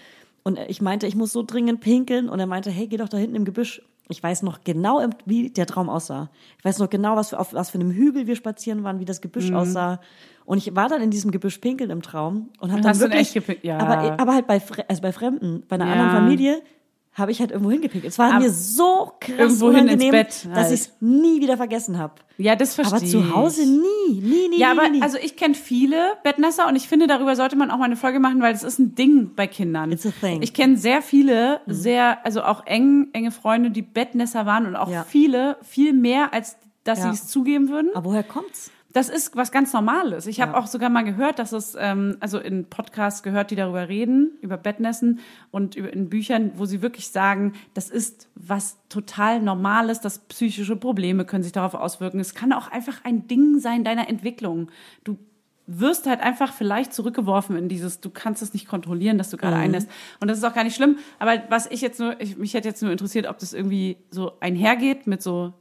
[SPEAKER 1] Und äh, ich meinte, ich muss so dringend pinkeln. Und er meinte, hey, geh doch da hinten im Gebüsch. Ich weiß noch genau, im- wie der Traum aussah. Ich weiß noch genau, was für, auf was für einem Hügel wir spazieren waren, wie das Gebüsch
[SPEAKER 2] Mhm.
[SPEAKER 1] aussah. Und ich war dann in diesem Gebüsch pinkeln im Traum und habe dann
[SPEAKER 2] Hast du in
[SPEAKER 1] wirklich,
[SPEAKER 2] echt gepin- ja.
[SPEAKER 1] aber, aber halt bei, Fre- also bei Fremden, bei einer
[SPEAKER 2] Ja.
[SPEAKER 1] anderen Familie habe ich halt irgendwo hingepinkelt. Es war
[SPEAKER 2] Aber
[SPEAKER 1] mir so krass
[SPEAKER 2] irgendwohin ins
[SPEAKER 1] unangenehm,
[SPEAKER 2] Bett halt.
[SPEAKER 1] dass ich es nie wieder vergessen habe.
[SPEAKER 2] ja, das verstehe
[SPEAKER 1] Aber zu Hause nie, nie, nie,
[SPEAKER 2] Ja,
[SPEAKER 1] nie,
[SPEAKER 2] aber
[SPEAKER 1] nie.
[SPEAKER 2] also ich kenne viele Bettnässer und ich finde, darüber sollte man auch mal eine Folge machen, weil es ist ein Ding bei Kindern.
[SPEAKER 1] It's a thing. Mhm.
[SPEAKER 2] Ich kenne sehr viele, sehr, also auch eng, enge Freunde, die Bettnässer waren und auch
[SPEAKER 1] Ja.
[SPEAKER 2] viele, viel mehr, als dass
[SPEAKER 1] Ja.
[SPEAKER 2] sie es zugeben würden.
[SPEAKER 1] aber woher kommt's?
[SPEAKER 2] Das ist was ganz Normales. Ich habe auch sogar mal gehört, dass es, ähm, also in Podcasts gehört, die darüber reden, über Bettnässen und über, in Büchern, wo sie wirklich sagen, das ist was total Normales, dass psychische Probleme können sich darauf auswirken. Es kann auch einfach ein Ding sein deiner Entwicklung. Du wirst halt einfach vielleicht zurückgeworfen in dieses, du kannst es nicht kontrollieren, dass du
[SPEAKER 1] Mhm.
[SPEAKER 2] gerade einlässt. Und das ist auch gar nicht schlimm. Aber was ich jetzt nur, ich, mich hätte jetzt nur interessiert, ob das irgendwie so einhergeht mit so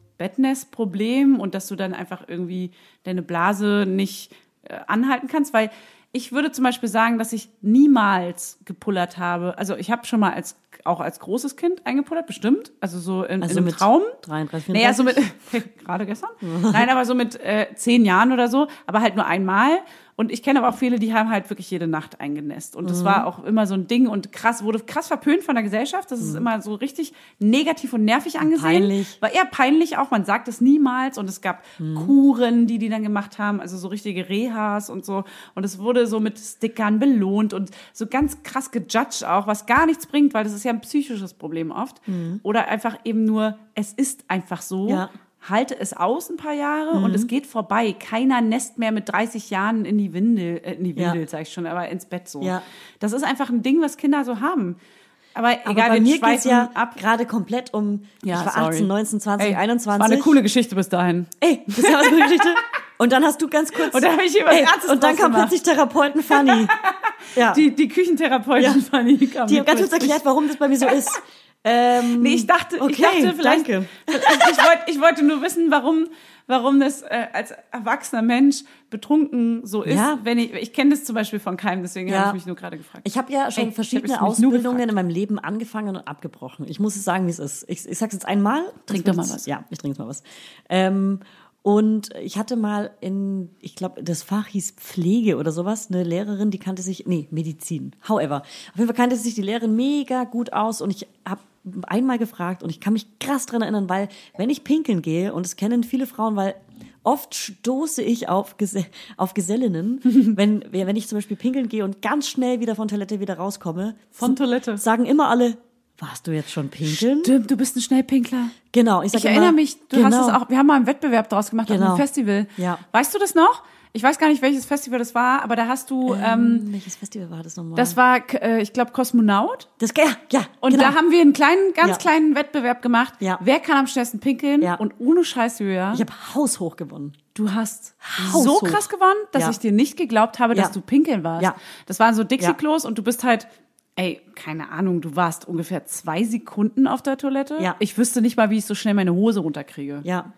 [SPEAKER 2] Bettness-Problem und dass du dann einfach irgendwie deine Blase nicht äh, anhalten kannst, weil ich würde zum Beispiel sagen, dass ich niemals gepullert habe. Also ich habe schon mal als auch als großes Kind eingepullert, bestimmt. Also so in,
[SPEAKER 1] Also
[SPEAKER 2] in einem
[SPEAKER 1] mit
[SPEAKER 2] Traum.
[SPEAKER 1] 33,
[SPEAKER 2] Naja,
[SPEAKER 1] 34?
[SPEAKER 2] so mit gerade gestern. Nein, aber so mit äh, zehn Jahren oder so, aber halt nur einmal. Und ich kenne aber auch viele, die haben halt wirklich jede Nacht eingenässt. Und das war auch immer so ein Ding und krass, wurde krass verpönt von der Gesellschaft. Das ist immer so richtig negativ und nervig angesehen.
[SPEAKER 1] Peinlich.
[SPEAKER 2] War eher peinlich auch, man sagt es niemals. Und es gab
[SPEAKER 1] Mhm.
[SPEAKER 2] Kuren, die die dann gemacht haben, also so richtige Rehas und so. Und es wurde so mit Stickern belohnt und so ganz krass gejudged auch, was gar nichts bringt, weil das ist ja ein psychisches Problem oft. Oder einfach eben nur, es ist einfach so.
[SPEAKER 1] Mhm. Ja. Mhm.
[SPEAKER 2] Halte es aus ein paar Jahre und es geht vorbei. Keiner nässt mehr mit 30 Jahren in die Windel, äh, in die
[SPEAKER 1] Ja.
[SPEAKER 2] Windel, sag ich schon, aber ins Bett so.
[SPEAKER 1] Ja.
[SPEAKER 2] Das ist einfach ein Ding, was Kinder so haben. Aber egal,
[SPEAKER 1] Aber bei
[SPEAKER 2] wir
[SPEAKER 1] mir geht's
[SPEAKER 2] schweifen
[SPEAKER 1] ja
[SPEAKER 2] ab.
[SPEAKER 1] gerade komplett um, ich war 18, 19, 20,
[SPEAKER 2] Ey,
[SPEAKER 1] 21.
[SPEAKER 2] War eine coole Geschichte bis dahin.
[SPEAKER 1] Ey, das ist ja was für eine Geschichte. Und dann hast du ganz kurz.
[SPEAKER 2] Und dann hab ich hier was Ernstes
[SPEAKER 1] Und dann
[SPEAKER 2] draus
[SPEAKER 1] kam
[SPEAKER 2] gemacht.
[SPEAKER 1] plötzlich Therapeuten Fanny. Ja.
[SPEAKER 2] Die, die Küchentherapeutin
[SPEAKER 1] Ja.
[SPEAKER 2] Fanny kam
[SPEAKER 1] Die
[SPEAKER 2] mir
[SPEAKER 1] haben ganz kurz
[SPEAKER 2] plötzlich-
[SPEAKER 1] erklärt, warum das bei mir so ist. Ähm,
[SPEAKER 2] Nee, ich dachte, ich
[SPEAKER 1] okay,
[SPEAKER 2] dachte vielleicht.
[SPEAKER 1] danke.
[SPEAKER 2] Ich wollte, ich wollte nur wissen, warum, warum das äh, als erwachsener Mensch betrunken so ist.
[SPEAKER 1] Ja.
[SPEAKER 2] Wenn ich, ich kenne das zum Beispiel von Keim, deswegen
[SPEAKER 1] Ja.
[SPEAKER 2] habe ich mich nur gerade gefragt.
[SPEAKER 1] Ich habe ja schon
[SPEAKER 2] Ey, ich
[SPEAKER 1] verschiedene
[SPEAKER 2] hab mich nur
[SPEAKER 1] Ausbildungen
[SPEAKER 2] gefragt.
[SPEAKER 1] in meinem Leben angefangen und abgebrochen. Ich muss es sagen, wie es ist. Ich, ich sag's jetzt einmal.
[SPEAKER 2] Trink
[SPEAKER 1] Das
[SPEAKER 2] doch mal
[SPEAKER 1] wird's-
[SPEAKER 2] was.
[SPEAKER 1] Ja, ich trinke jetzt mal was. Ähm, Und ich hatte mal in, ich glaube, das Fach hieß Pflege oder sowas, eine Lehrerin, die kannte sich, nee, Medizin, however. Auf jeden Fall kannte sich die Lehrerin mega gut aus und ich habe einmal gefragt und ich kann mich krass dran erinnern, weil wenn ich pinkeln gehe, und es kennen viele Frauen, weil oft stoße ich auf, Gese auf Gesellinnen, wenn, wenn ich zum Beispiel pinkeln gehe und ganz schnell wieder von Toilette wieder rauskomme.
[SPEAKER 2] Von Toilette.
[SPEAKER 1] Sagen immer alle, warst du jetzt schon pinkeln?
[SPEAKER 2] Stimmt, du bist ein Schnellpinkler.
[SPEAKER 1] Genau, ich, sag
[SPEAKER 2] Ich erinnere
[SPEAKER 1] immer,
[SPEAKER 2] mich, du hast
[SPEAKER 1] genau.
[SPEAKER 2] das auch, wir haben mal einen Wettbewerb draus gemacht auf
[SPEAKER 1] Genau.
[SPEAKER 2] einem Festival.
[SPEAKER 1] Ja.
[SPEAKER 2] Weißt du das noch? Ich weiß gar nicht, welches Festival das war, aber da hast du, ähm,
[SPEAKER 1] Hm, Welches Festival war das nochmal?
[SPEAKER 2] das war, k- äh, ich glaube, Kosmonaut.
[SPEAKER 1] das ja, ja.
[SPEAKER 2] Und
[SPEAKER 1] genau.
[SPEAKER 2] da haben wir einen kleinen, ganz
[SPEAKER 1] Ja.
[SPEAKER 2] kleinen Wettbewerb gemacht.
[SPEAKER 1] Ja.
[SPEAKER 2] Wer kann am schnellsten pinkeln?
[SPEAKER 1] Ja.
[SPEAKER 2] Und ohne Scheiß, Julia,
[SPEAKER 1] ich habe haushoch gewonnen.
[SPEAKER 2] du hast so
[SPEAKER 1] Haushoch.
[SPEAKER 2] krass gewonnen, dass
[SPEAKER 1] Ja.
[SPEAKER 2] ich dir nicht geglaubt habe, dass
[SPEAKER 1] Ja.
[SPEAKER 2] du pinkeln warst.
[SPEAKER 1] Ja.
[SPEAKER 2] Das waren so Dixie-Klos und du bist halt, ey, keine Ahnung, du warst ungefähr zwei Sekunden auf der Toilette.
[SPEAKER 1] Ja.
[SPEAKER 2] Ich wüsste nicht mal, wie ich so schnell meine Hose runterkriege.
[SPEAKER 1] Ja.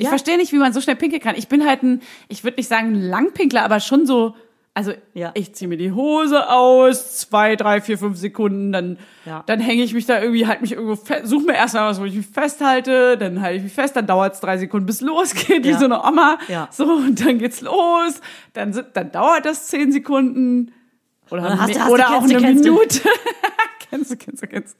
[SPEAKER 2] Ich
[SPEAKER 1] Ja.
[SPEAKER 2] verstehe nicht, wie man so schnell pinkeln kann. Ich bin halt ein, ich würde nicht sagen ein Langpinkler, aber schon so, also
[SPEAKER 1] Ja.
[SPEAKER 2] ich ziehe mir die Hose aus, zwei, drei, vier, fünf Sekunden, dann,
[SPEAKER 1] Ja.
[SPEAKER 2] dann hänge ich mich da irgendwie, halt mich irgendwo fest, suche mir erstmal was, wo ich mich festhalte, dann halte ich mich fest, dann dauert es drei Sekunden, bis losgeht, wie
[SPEAKER 1] Ja.
[SPEAKER 2] so eine Oma.
[SPEAKER 1] Ja.
[SPEAKER 2] So, und dann geht's los, dann, sind, dann dauert das zehn Sekunden. Oder,
[SPEAKER 1] Oder hast du-
[SPEAKER 2] mehr-
[SPEAKER 1] hast du-
[SPEAKER 2] oder
[SPEAKER 1] kennst du,
[SPEAKER 2] auch eine
[SPEAKER 1] kennst du.
[SPEAKER 2] Minute. kennst du, kennst du, kennst du.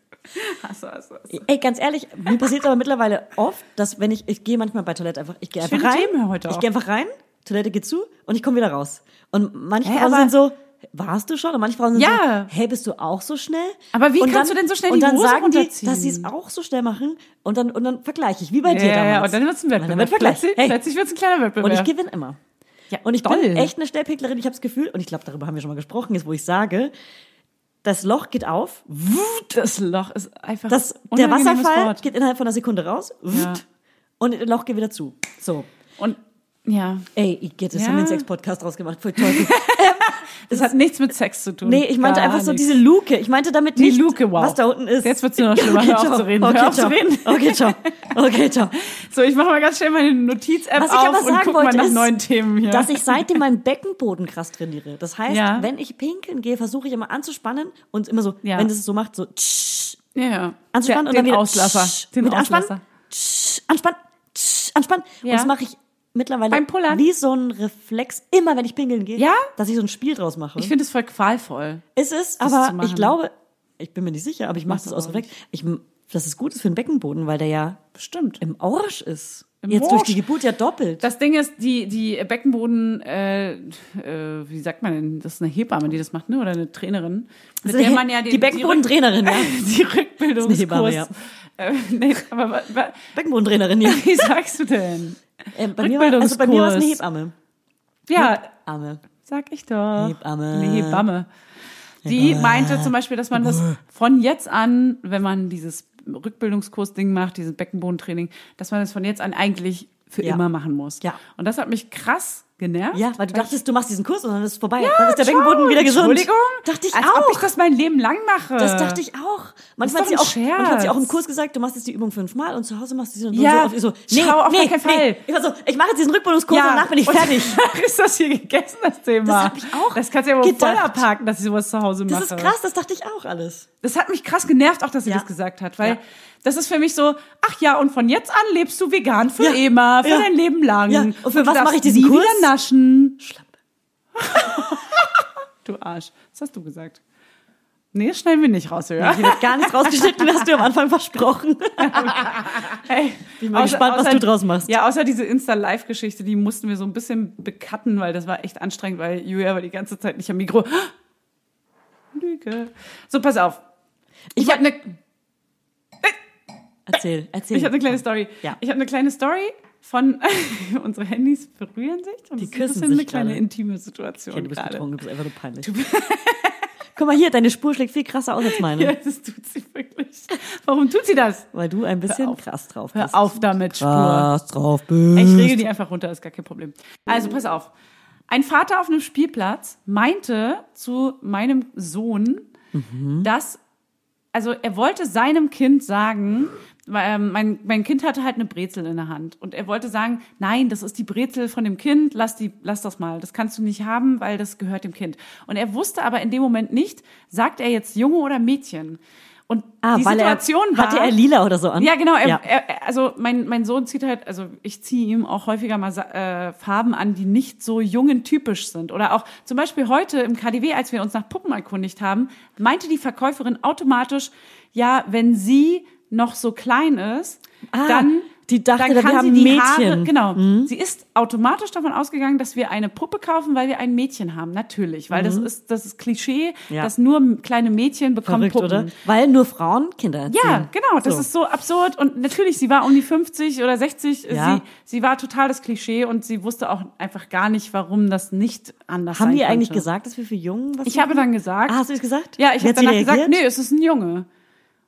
[SPEAKER 2] Hast du, hast du, hast du.
[SPEAKER 1] Ey, ganz ehrlich, mir passiert aber mittlerweile oft, dass wenn ich, ich gehe manchmal bei Toilette einfach, ich gehe einfach
[SPEAKER 2] Schöne
[SPEAKER 1] rein,
[SPEAKER 2] Themen heute auch.
[SPEAKER 1] ich gehe einfach rein, Toilette geht zu und ich komme wieder raus. Und manche
[SPEAKER 2] Hä,
[SPEAKER 1] Frauen
[SPEAKER 2] aber-
[SPEAKER 1] sind so, warst du schon? Und manche Frauen sind
[SPEAKER 2] Ja.
[SPEAKER 1] so, hey, bist du auch so schnell?
[SPEAKER 2] Aber wie
[SPEAKER 1] und
[SPEAKER 2] kannst du denn so schnell
[SPEAKER 1] Und
[SPEAKER 2] die
[SPEAKER 1] dann
[SPEAKER 2] Hose
[SPEAKER 1] sagen die,
[SPEAKER 2] runterziehen?
[SPEAKER 1] dass sie es auch so schnell machen und dann, und dann vergleiche ich, wie bei
[SPEAKER 2] Ja,
[SPEAKER 1] dir
[SPEAKER 2] ja,
[SPEAKER 1] damals.
[SPEAKER 2] ja, und dann wird's ein Wettbewerb.
[SPEAKER 1] Und dann wird vergleicht.
[SPEAKER 2] Plötzlich,
[SPEAKER 1] Hey,
[SPEAKER 2] plötzlich wird's ein kleiner Wettbewerb.
[SPEAKER 1] und ich gewinne immer.
[SPEAKER 2] Ja,
[SPEAKER 1] Und ich
[SPEAKER 2] toll.
[SPEAKER 1] bin echt eine Schnellpicklerin. Ich habe das Gefühl, und ich glaube, darüber haben wir schon mal gesprochen, ist, wo ich sage, das Loch geht auf,
[SPEAKER 2] Das Loch ist einfach
[SPEAKER 1] das,
[SPEAKER 2] ein
[SPEAKER 1] der
[SPEAKER 2] unangenehmes
[SPEAKER 1] Wasserfall
[SPEAKER 2] Wort.
[SPEAKER 1] geht innerhalb von einer Sekunde raus
[SPEAKER 2] Ja.
[SPEAKER 1] und das Loch geht wieder zu. So.
[SPEAKER 2] Und ja,
[SPEAKER 1] Ey, ich jetzt
[SPEAKER 2] Ja.
[SPEAKER 1] haben wir einen Sex-Podcast draus gemacht. Voll Teufel.
[SPEAKER 2] das hat nichts mit Sex zu tun.
[SPEAKER 1] Nee, ich meinte
[SPEAKER 2] Gar
[SPEAKER 1] einfach so
[SPEAKER 2] nichts.
[SPEAKER 1] diese Luke. Ich meinte damit
[SPEAKER 2] Die
[SPEAKER 1] nicht,
[SPEAKER 2] Luke, wow.
[SPEAKER 1] was da unten ist.
[SPEAKER 2] Jetzt wird's nur noch schlimmer. Hör auf
[SPEAKER 1] ciao.
[SPEAKER 2] zu reden.
[SPEAKER 1] Okay,
[SPEAKER 2] Hör auf zu
[SPEAKER 1] ciao.
[SPEAKER 2] reden.
[SPEAKER 1] Okay, ciao. Okay, ciao.
[SPEAKER 2] So, ich mache mal ganz schnell meine Notiz-App
[SPEAKER 1] Was ich aber
[SPEAKER 2] auf und
[SPEAKER 1] sagen
[SPEAKER 2] guck mal
[SPEAKER 1] wollte,
[SPEAKER 2] nach
[SPEAKER 1] ist,
[SPEAKER 2] neuen Themen hier.
[SPEAKER 1] dass ich seitdem meinen Beckenboden krass trainiere. Das heißt,
[SPEAKER 2] Ja.
[SPEAKER 1] wenn ich pinkeln gehe, versuche ich immer anzuspannen und immer so,
[SPEAKER 2] Ja.
[SPEAKER 1] wenn das so macht, so tsch,
[SPEAKER 2] ja, ja.
[SPEAKER 1] anspannen
[SPEAKER 2] Der-
[SPEAKER 1] und dann
[SPEAKER 2] den
[SPEAKER 1] wieder
[SPEAKER 2] Auslasser,
[SPEAKER 1] tsch,
[SPEAKER 2] den
[SPEAKER 1] mit
[SPEAKER 2] Auslasser.
[SPEAKER 1] anspannen, tsch, anspannen, tsch, anspannen.
[SPEAKER 2] Ja.
[SPEAKER 1] Und das mache ich mittlerweile
[SPEAKER 2] Beim Pullern?
[SPEAKER 1] wie so ein Reflex, immer wenn ich pinkeln gehe,
[SPEAKER 2] Ja?
[SPEAKER 1] dass ich so ein Spiel draus mache.
[SPEAKER 2] Ich finde es voll qualvoll.
[SPEAKER 1] es ist,
[SPEAKER 2] das zu
[SPEAKER 1] aber
[SPEAKER 2] machen.
[SPEAKER 1] ich glaube, ich bin mir nicht sicher, aber ich mache
[SPEAKER 2] Machst
[SPEAKER 1] das
[SPEAKER 2] du
[SPEAKER 1] aus
[SPEAKER 2] auch
[SPEAKER 1] Reflex. Ich, m- das ist gut für den Beckenboden, weil der ja
[SPEAKER 2] Stimmt.
[SPEAKER 1] im Orsch ist.
[SPEAKER 2] Im
[SPEAKER 1] Jetzt durch
[SPEAKER 2] Orsch.
[SPEAKER 1] die Geburt ja doppelt.
[SPEAKER 2] Das Ding ist, die, die Beckenboden, äh, äh, wie sagt man denn, das ist eine Hebamme, die das macht, ne? Oder eine Trainerin. Mit
[SPEAKER 1] Also
[SPEAKER 2] der man ja den,
[SPEAKER 1] die Beckenbodentrainerin, ja.
[SPEAKER 2] die, Rück die Rückbildungskurs.
[SPEAKER 1] Hebamme, ja.
[SPEAKER 2] äh, nee, aber wa- wa-
[SPEAKER 1] Beckenbodentrainerin, ja.
[SPEAKER 2] wie sagst du denn?
[SPEAKER 1] Äh, bei mir war, also bei mir war es eine
[SPEAKER 2] Rückbildungskurs.
[SPEAKER 1] Hebamme.
[SPEAKER 2] Ja,
[SPEAKER 1] Arme.
[SPEAKER 2] sag ich doch.
[SPEAKER 1] Hebamme.
[SPEAKER 2] Eine Hebamme. Die meinte zum Beispiel, dass man das von jetzt an, wenn man dieses Rückbildungskursding macht, dieses Beckenbodentraining, dass man das von jetzt an eigentlich für
[SPEAKER 1] Ja.
[SPEAKER 2] immer machen muss.
[SPEAKER 1] Ja.
[SPEAKER 2] Und das hat mich krass genervt.
[SPEAKER 1] Ja, weil du dachtest, du machst diesen Kurs und dann ist es vorbei. dann ist der Beckenboden wieder gesund.
[SPEAKER 2] Entschuldigung.
[SPEAKER 1] Dachte ich
[SPEAKER 2] Als
[SPEAKER 1] auch.
[SPEAKER 2] ob ich das mein Leben lang mache.
[SPEAKER 1] das dachte ich auch. Manchmal
[SPEAKER 2] Äh, doch
[SPEAKER 1] hat, sie
[SPEAKER 2] ein
[SPEAKER 1] auch manchmal hat sie
[SPEAKER 2] Scherz.
[SPEAKER 1] auch im Kurs gesagt, du machst jetzt die Übung fünfmal und zu Hause machst du sie und
[SPEAKER 2] Ja,
[SPEAKER 1] so. Ich so,
[SPEAKER 2] schau, auf gar keinen Fall.
[SPEAKER 1] Ich war so, ich mache jetzt diesen Rückbildungskurs und danach bin ich
[SPEAKER 2] und
[SPEAKER 1] fertig.
[SPEAKER 2] danach ist das hier gegessen, das Thema.
[SPEAKER 1] Das hab ich auch
[SPEAKER 2] Das kannst du ja wohl
[SPEAKER 1] gedacht.
[SPEAKER 2] voll abhaken, dass ich sowas zu Hause
[SPEAKER 1] Das
[SPEAKER 2] mache.
[SPEAKER 1] ist krass, das dachte ich auch alles.
[SPEAKER 2] Das hat mich krass genervt, auch dass sie
[SPEAKER 1] Ja.
[SPEAKER 2] das gesagt hat, weil
[SPEAKER 1] Ja.
[SPEAKER 2] das ist für mich so, ach ja, und von jetzt an lebst du vegan für
[SPEAKER 1] Ja.
[SPEAKER 2] immer, für
[SPEAKER 1] Ja.
[SPEAKER 2] dein Leben lang.
[SPEAKER 1] Ja. Und für
[SPEAKER 2] du
[SPEAKER 1] was
[SPEAKER 2] darfst
[SPEAKER 1] mache ich diesen
[SPEAKER 2] nie
[SPEAKER 1] Kurs?
[SPEAKER 2] wieder naschen.
[SPEAKER 1] Schlampe.
[SPEAKER 2] Du Arsch. Was hast du gesagt? Nee, das schneiden wir nicht raus, Hörer.
[SPEAKER 1] Hier wird gar nichts rausgeschnitten, hast du am Anfang versprochen.
[SPEAKER 2] Hey, bin
[SPEAKER 1] mal gespannt, was du draus machst.
[SPEAKER 2] Ja, außer diese Insta-Live-Geschichte, die mussten wir so ein bisschen bekatten, weil das war echt anstrengend, weil Julia war die ganze Zeit nicht am Mikro. Lüge. So, pass auf. Ich, hab ne habe eine
[SPEAKER 1] Erzähl, erzähl.
[SPEAKER 2] Ich habe eine kleine Story.
[SPEAKER 1] Ja.
[SPEAKER 2] Ich habe eine kleine Story von unsere Handys berühren sich und
[SPEAKER 1] Die
[SPEAKER 2] es ist
[SPEAKER 1] küssen
[SPEAKER 2] ein bisschen eine
[SPEAKER 1] sich
[SPEAKER 2] kleine
[SPEAKER 1] gerade.
[SPEAKER 2] intime Situation
[SPEAKER 1] ja, du bist
[SPEAKER 2] gerade.
[SPEAKER 1] betrunken, du bist einfach nur peinlich. Guck mal hier, deine Spur schlägt viel krasser aus als meine.
[SPEAKER 2] Ja, das tut sie wirklich. Warum tut sie das?
[SPEAKER 1] Weil du ein bisschen
[SPEAKER 2] auf.
[SPEAKER 1] krass drauf bist.
[SPEAKER 2] Hör auf damit, Spur.
[SPEAKER 1] Krass drauf bist.
[SPEAKER 2] Ich regel die einfach runter, ist gar kein Problem. Also pass auf. Ein Vater auf einem Spielplatz meinte zu meinem Sohn,
[SPEAKER 1] Mhm.
[SPEAKER 2] dass, also er wollte seinem Kind sagen, weil, ähm, mein, mein Kind hatte halt eine Brezel in der Hand und er wollte sagen, nein, das ist die Brezel von dem Kind, lass, die, lass das mal, das kannst du nicht haben, weil das gehört dem Kind. Und er wusste aber in dem Moment nicht, sagt er jetzt Junge oder Mädchen. Und
[SPEAKER 1] Ah,
[SPEAKER 2] die
[SPEAKER 1] weil
[SPEAKER 2] Situation
[SPEAKER 1] er,
[SPEAKER 2] war.
[SPEAKER 1] hatte er lila oder so an?
[SPEAKER 2] Ja, genau. Er,
[SPEAKER 1] Ja.
[SPEAKER 2] Er, also mein, mein Sohn zieht halt, also ich ziehe ihm auch häufiger mal Sa- äh, Farben an, die nicht so jungen typisch sind. Oder auch zum Beispiel heute im KDW, als wir uns nach Puppen erkundigt haben, meinte die Verkäuferin automatisch, ja, wenn sie noch so klein ist,
[SPEAKER 1] Ah,
[SPEAKER 2] dann
[SPEAKER 1] die dachte,
[SPEAKER 2] dann
[SPEAKER 1] wir
[SPEAKER 2] kann
[SPEAKER 1] haben
[SPEAKER 2] sie die Haare,
[SPEAKER 1] Mädchen. Mhm.
[SPEAKER 2] genau. Sie ist automatisch davon ausgegangen, dass wir eine Puppe kaufen, weil wir ein Mädchen haben. Natürlich, weil das ist das ist Klischee,
[SPEAKER 1] Mhm. Ja.
[SPEAKER 2] dass nur kleine Mädchen bekommen
[SPEAKER 1] Verrückt,
[SPEAKER 2] Puppen.
[SPEAKER 1] oder? Weil nur Frauen Kinder erziehen.
[SPEAKER 2] Ja, genau. Das
[SPEAKER 1] So.
[SPEAKER 2] ist so absurd. Und natürlich, sie war um die 50 oder 60.
[SPEAKER 1] Ja.
[SPEAKER 2] Sie, sie war total das Klischee und sie wusste auch einfach gar nicht, warum das nicht anders
[SPEAKER 1] Haben
[SPEAKER 2] sein
[SPEAKER 1] die eigentlich
[SPEAKER 2] konnte.
[SPEAKER 1] gesagt, dass wir für Jungen was
[SPEAKER 2] Ich habe dann gesagt.
[SPEAKER 1] Ah, hast du es gesagt?
[SPEAKER 2] ja, ich
[SPEAKER 1] Wie
[SPEAKER 2] habe
[SPEAKER 1] hat sie
[SPEAKER 2] danach gesagt,
[SPEAKER 1] reagiert?
[SPEAKER 2] nee, es ist ein Junge.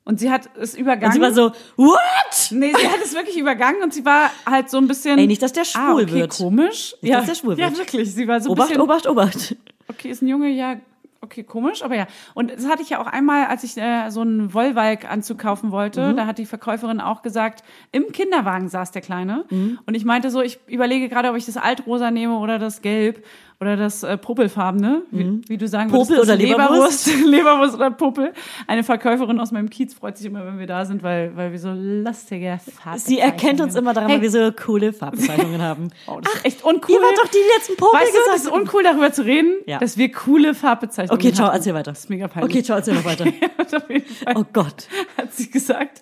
[SPEAKER 2] Und sie hat es übergangen.
[SPEAKER 1] Und sie war so, what?
[SPEAKER 2] Nee, sie hat es wirklich übergangen und sie war halt so ein bisschen.
[SPEAKER 1] Ey, nicht, dass der
[SPEAKER 2] ah,
[SPEAKER 1] schwul
[SPEAKER 2] okay,
[SPEAKER 1] wird.
[SPEAKER 2] komisch.
[SPEAKER 1] Nicht,
[SPEAKER 2] ja,
[SPEAKER 1] dass der schwul
[SPEAKER 2] ja,
[SPEAKER 1] wird.
[SPEAKER 2] wirklich. Sie war so ein
[SPEAKER 1] Obacht,
[SPEAKER 2] bisschen.
[SPEAKER 1] Obacht, Obacht.
[SPEAKER 2] okay, ist ein Junge, ja, okay, komisch, aber ja. Und das hatte ich ja auch einmal, als ich äh, so einen Wollwalk-Anzug kaufen wollte,
[SPEAKER 1] Mhm.
[SPEAKER 2] da hat die Verkäuferin auch gesagt, im Kinderwagen saß der Kleine.
[SPEAKER 1] Mhm.
[SPEAKER 2] Und ich meinte so, ich überlege gerade, ob ich das Altrosa nehme oder das Gelb oder das äh, Popelfarbene, wie, wie du sagen
[SPEAKER 1] Mhm. Popel
[SPEAKER 2] würdest, das
[SPEAKER 1] oder Leberwurst?
[SPEAKER 2] Leberwurst, Leberwurst oder Popel. Eine Verkäuferin aus meinem Kiez freut sich immer, wenn wir da sind, weil, weil wir so lustige Farben
[SPEAKER 1] Sie erkennt uns immer daran, weil wir so coole Farbzeichnungen haben.
[SPEAKER 2] Oh, das ist echt uncool.
[SPEAKER 1] Ihr wart doch die, die jetzt einen Popel
[SPEAKER 2] Weißt du,
[SPEAKER 1] gesagt
[SPEAKER 2] es ist uncool, darüber zu reden,
[SPEAKER 1] Ja.
[SPEAKER 2] dass wir coole Farbbezeichnungen
[SPEAKER 1] Okay, ciao,
[SPEAKER 2] hatten.
[SPEAKER 1] erzähl weiter.
[SPEAKER 2] Das ist mega peinlich.
[SPEAKER 1] Okay, ciao, erzähl noch weiter.
[SPEAKER 2] Und auf jeden Fall
[SPEAKER 1] Oh Gott.
[SPEAKER 2] hat sie gesagt,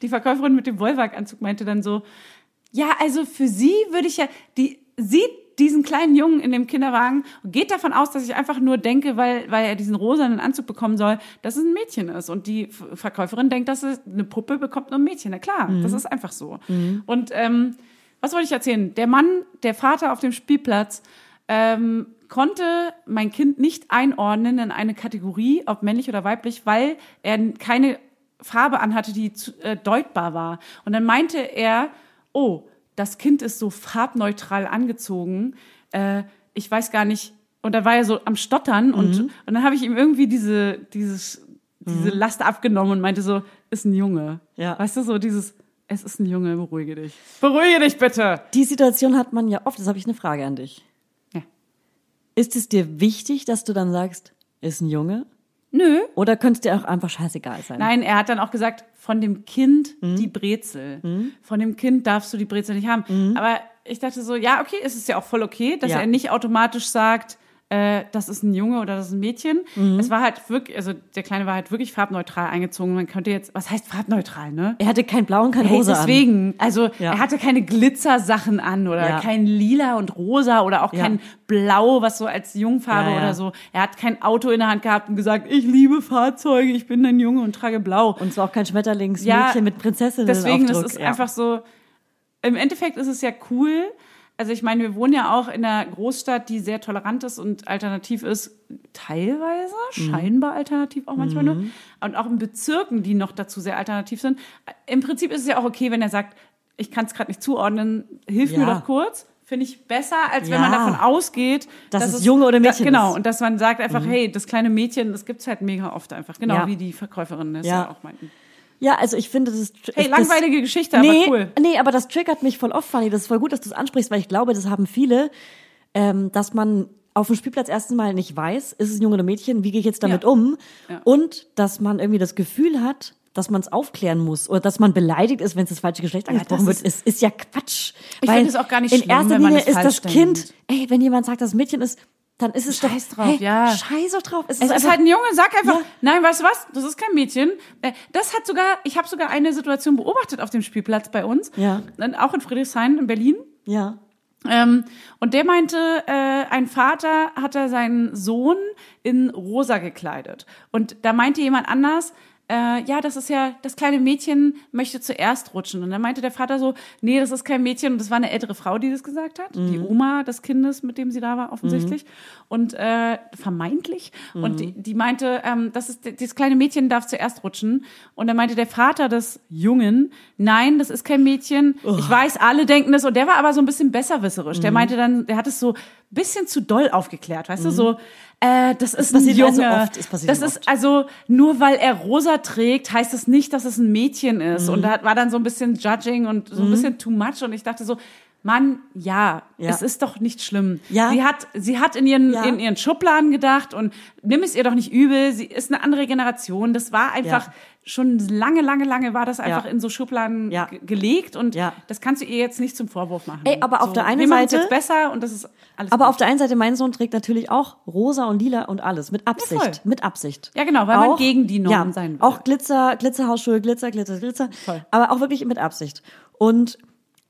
[SPEAKER 2] die Verkäuferin mit dem Wollwag-Anzug meinte dann so, ja, also für sie würde ich ja, die sieht diesen kleinen Jungen in dem Kinderwagen und geht davon aus, dass ich einfach nur denke, weil, weil er diesen rosanen Anzug bekommen soll, dass es ein Mädchen ist. Und die F- Verkäuferin denkt, dass es eine Puppe bekommt nur ein Mädchen. Na klar, das ist einfach so. Und ähm, was wollte ich erzählen? Der Mann, der Vater auf dem Spielplatz, ähm, konnte mein Kind nicht einordnen in eine Kategorie, ob männlich oder weiblich, weil er keine Farbe anhatte, die zu, äh, deutbar war. Und dann meinte er, oh, das Kind ist so farbneutral angezogen. Äh, ich weiß gar nicht. Und dann war er so am Stottern und, und dann habe ich ihm irgendwie diese, dieses, diese Last abgenommen und meinte so, ist ein Junge.
[SPEAKER 1] Ja.
[SPEAKER 2] Weißt du, so dieses, es ist ein Junge, beruhige dich. Beruhige dich bitte!
[SPEAKER 1] Die Situation hat man ja oft, das habe ich eine Frage an dich.
[SPEAKER 2] Ja.
[SPEAKER 1] Ist es dir wichtig, dass du dann sagst, ist ein Junge?
[SPEAKER 2] Nö,
[SPEAKER 1] Oder könnte es dir auch einfach scheißegal sein?
[SPEAKER 2] Nein, er hat dann auch gesagt, von dem Kind
[SPEAKER 1] Mhm.
[SPEAKER 2] die Brezel. Von dem Kind darfst du die Brezel nicht haben. Aber ich dachte so, ja, okay, es ist ja auch voll okay, dass
[SPEAKER 1] Mhm. Ja.
[SPEAKER 2] er nicht automatisch sagt, äh, das ist ein Junge oder das ist ein Mädchen.
[SPEAKER 1] Mhm.
[SPEAKER 2] Es war halt wirklich, also der Kleine war halt wirklich farbneutral eingezogen. Man könnte jetzt, was heißt farbneutral, ne?
[SPEAKER 1] Er hatte kein Blau und kein
[SPEAKER 2] Hey,
[SPEAKER 1] Rosa an.
[SPEAKER 2] deswegen, also
[SPEAKER 1] Ja.
[SPEAKER 2] er hatte keine Glitzersachen an oder
[SPEAKER 1] Ja.
[SPEAKER 2] kein Lila und Rosa oder auch
[SPEAKER 1] Ja.
[SPEAKER 2] kein Blau, was so als Jungfarbe
[SPEAKER 1] Ja, ja.
[SPEAKER 2] oder so. Er hat kein Auto in der Hand gehabt und gesagt, ich liebe Fahrzeuge, ich bin ein Junge und trage Blau.
[SPEAKER 1] Und zwar auch kein Schmetterlingsmädchen
[SPEAKER 2] Ja,
[SPEAKER 1] mit Prinzessinnen.
[SPEAKER 2] Deswegen, das
[SPEAKER 1] Aufdruck.
[SPEAKER 2] ist
[SPEAKER 1] ja.
[SPEAKER 2] einfach so. Im Endeffekt ist es ja cool. Also ich meine, wir wohnen ja auch in einer Großstadt, die sehr tolerant ist und alternativ ist, teilweise,
[SPEAKER 1] Mhm.
[SPEAKER 2] scheinbar alternativ auch manchmal nur. Und auch in Bezirken, die noch dazu sehr alternativ sind. Im Prinzip ist es ja auch okay, wenn er sagt, ich kann es gerade nicht zuordnen, hilf mir
[SPEAKER 1] Ja.
[SPEAKER 2] doch kurz. Finde ich besser, als wenn man
[SPEAKER 1] Ja.
[SPEAKER 2] davon ausgeht,
[SPEAKER 1] Dass es Junge oder Mädchen
[SPEAKER 2] Genau,
[SPEAKER 1] ist. Mhm.
[SPEAKER 2] und dass man sagt einfach, hey, das kleine Mädchen, das gibt's halt mega oft einfach. Genau,
[SPEAKER 1] Ja.
[SPEAKER 2] wie die Verkäuferin das
[SPEAKER 1] Ja.
[SPEAKER 2] ja auch meinten.
[SPEAKER 1] Ja, also ich finde, das ist.
[SPEAKER 2] Hey,
[SPEAKER 1] das,
[SPEAKER 2] langweilige Geschichte, aber
[SPEAKER 1] nee,
[SPEAKER 2] cool.
[SPEAKER 1] Nee, aber das triggert mich voll oft, Fanny. Das ist voll gut, dass du es ansprichst, weil ich glaube, das haben viele, ähm, dass man auf dem Spielplatz erstens mal nicht weiß, ist es ein Junge oder Mädchen, wie gehe ich jetzt damit
[SPEAKER 2] Ja.
[SPEAKER 1] um?
[SPEAKER 2] Ja.
[SPEAKER 1] Und dass man irgendwie das Gefühl hat, dass man es aufklären muss oder dass man beleidigt ist, wenn es das falsche Geschlecht angesprochen
[SPEAKER 2] das
[SPEAKER 1] wird. Es ist ja Quatsch.
[SPEAKER 2] Ich
[SPEAKER 1] Weil
[SPEAKER 2] finde es auch gar nicht
[SPEAKER 1] In
[SPEAKER 2] schlimm,
[SPEAKER 1] erster
[SPEAKER 2] wenn man
[SPEAKER 1] Linie
[SPEAKER 2] es
[SPEAKER 1] ist
[SPEAKER 2] falsch
[SPEAKER 1] das Kind,
[SPEAKER 2] denkt.
[SPEAKER 1] ey, wenn jemand sagt, dass Mädchen ist, dann ist es
[SPEAKER 2] Scheiß
[SPEAKER 1] doch,
[SPEAKER 2] drauf,
[SPEAKER 1] hey,
[SPEAKER 2] ja.
[SPEAKER 1] Scheiß doch drauf.
[SPEAKER 2] Es ist
[SPEAKER 1] einfach-
[SPEAKER 2] halt ein Junge, sag einfach,
[SPEAKER 1] Ja.
[SPEAKER 2] nein, weißt du was, das ist kein Mädchen. Äh, Das hat sogar, ich habe sogar eine Situation beobachtet auf dem Spielplatz bei uns,
[SPEAKER 1] Ja.
[SPEAKER 2] Und auch in Friedrichshain in Berlin.
[SPEAKER 1] ja.
[SPEAKER 2] Ähm, und der meinte, äh, ein Vater hat er seinen Sohn in rosa gekleidet. Und da meinte jemand anders, äh, ja, das ist ja, das kleine Mädchen möchte zuerst rutschen. Und dann meinte der Vater so, nee, das ist kein Mädchen. Und das war eine ältere Frau, die das gesagt hat.
[SPEAKER 1] Mhm.
[SPEAKER 2] Die Oma des Kindes, mit dem sie da war, offensichtlich. Und äh, vermeintlich.
[SPEAKER 1] Mhm.
[SPEAKER 2] Und die, die meinte, ähm, das ist, das kleine Mädchen darf zuerst rutschen. Und dann meinte der Vater des Jungen, nein, das ist kein Mädchen.
[SPEAKER 1] Oh.
[SPEAKER 2] Ich weiß, alle denken das. Und der war aber so ein bisschen besserwisserisch.
[SPEAKER 1] Mhm.
[SPEAKER 2] Der meinte dann, der hat es so ein bisschen zu doll aufgeklärt, weißt du, so, äh, das ist ein
[SPEAKER 1] passiert
[SPEAKER 2] Junge.
[SPEAKER 1] also oft, es passiert
[SPEAKER 2] das
[SPEAKER 1] ihm
[SPEAKER 2] ist also nur weil er rosa trägt, heißt
[SPEAKER 1] Mhm.
[SPEAKER 2] es nicht, dass es ein Mädchen ist. Und da war dann so ein bisschen Judging und so ein bisschen too much. Und ich dachte so, Mann, ja,
[SPEAKER 1] Ja.
[SPEAKER 2] es ist doch nicht schlimm.
[SPEAKER 1] Ja.
[SPEAKER 2] Sie hat, sie hat in ihren,
[SPEAKER 1] Ja.
[SPEAKER 2] in ihren Schubladen gedacht und nimm es ihr doch nicht übel. Sie ist eine andere Generation. Das war einfach
[SPEAKER 1] Ja.
[SPEAKER 2] schon lange, lange, lange war das einfach in so Schubladen
[SPEAKER 1] Ja.
[SPEAKER 2] ge- gelegt und
[SPEAKER 1] Ja.
[SPEAKER 2] das kannst du ihr jetzt nicht zum Vorwurf machen.
[SPEAKER 1] Ey, aber auf
[SPEAKER 2] so,
[SPEAKER 1] der einen
[SPEAKER 2] wir machen's
[SPEAKER 1] Seite-
[SPEAKER 2] jetzt besser und das ist alles.
[SPEAKER 1] Aber
[SPEAKER 2] gut.
[SPEAKER 1] auf der einen Seite, mein Sohn trägt natürlich auch rosa und lila und alles. Mit Absicht.
[SPEAKER 2] voll.
[SPEAKER 1] mit Absicht.
[SPEAKER 2] Ja, genau, weil man gegen die Norm sein will.
[SPEAKER 1] Auch Glitzer, Glitzerhausschuhe, Glitzer, Glitzer, Glitzer.
[SPEAKER 2] Voll.
[SPEAKER 1] Aber auch wirklich mit Absicht. Und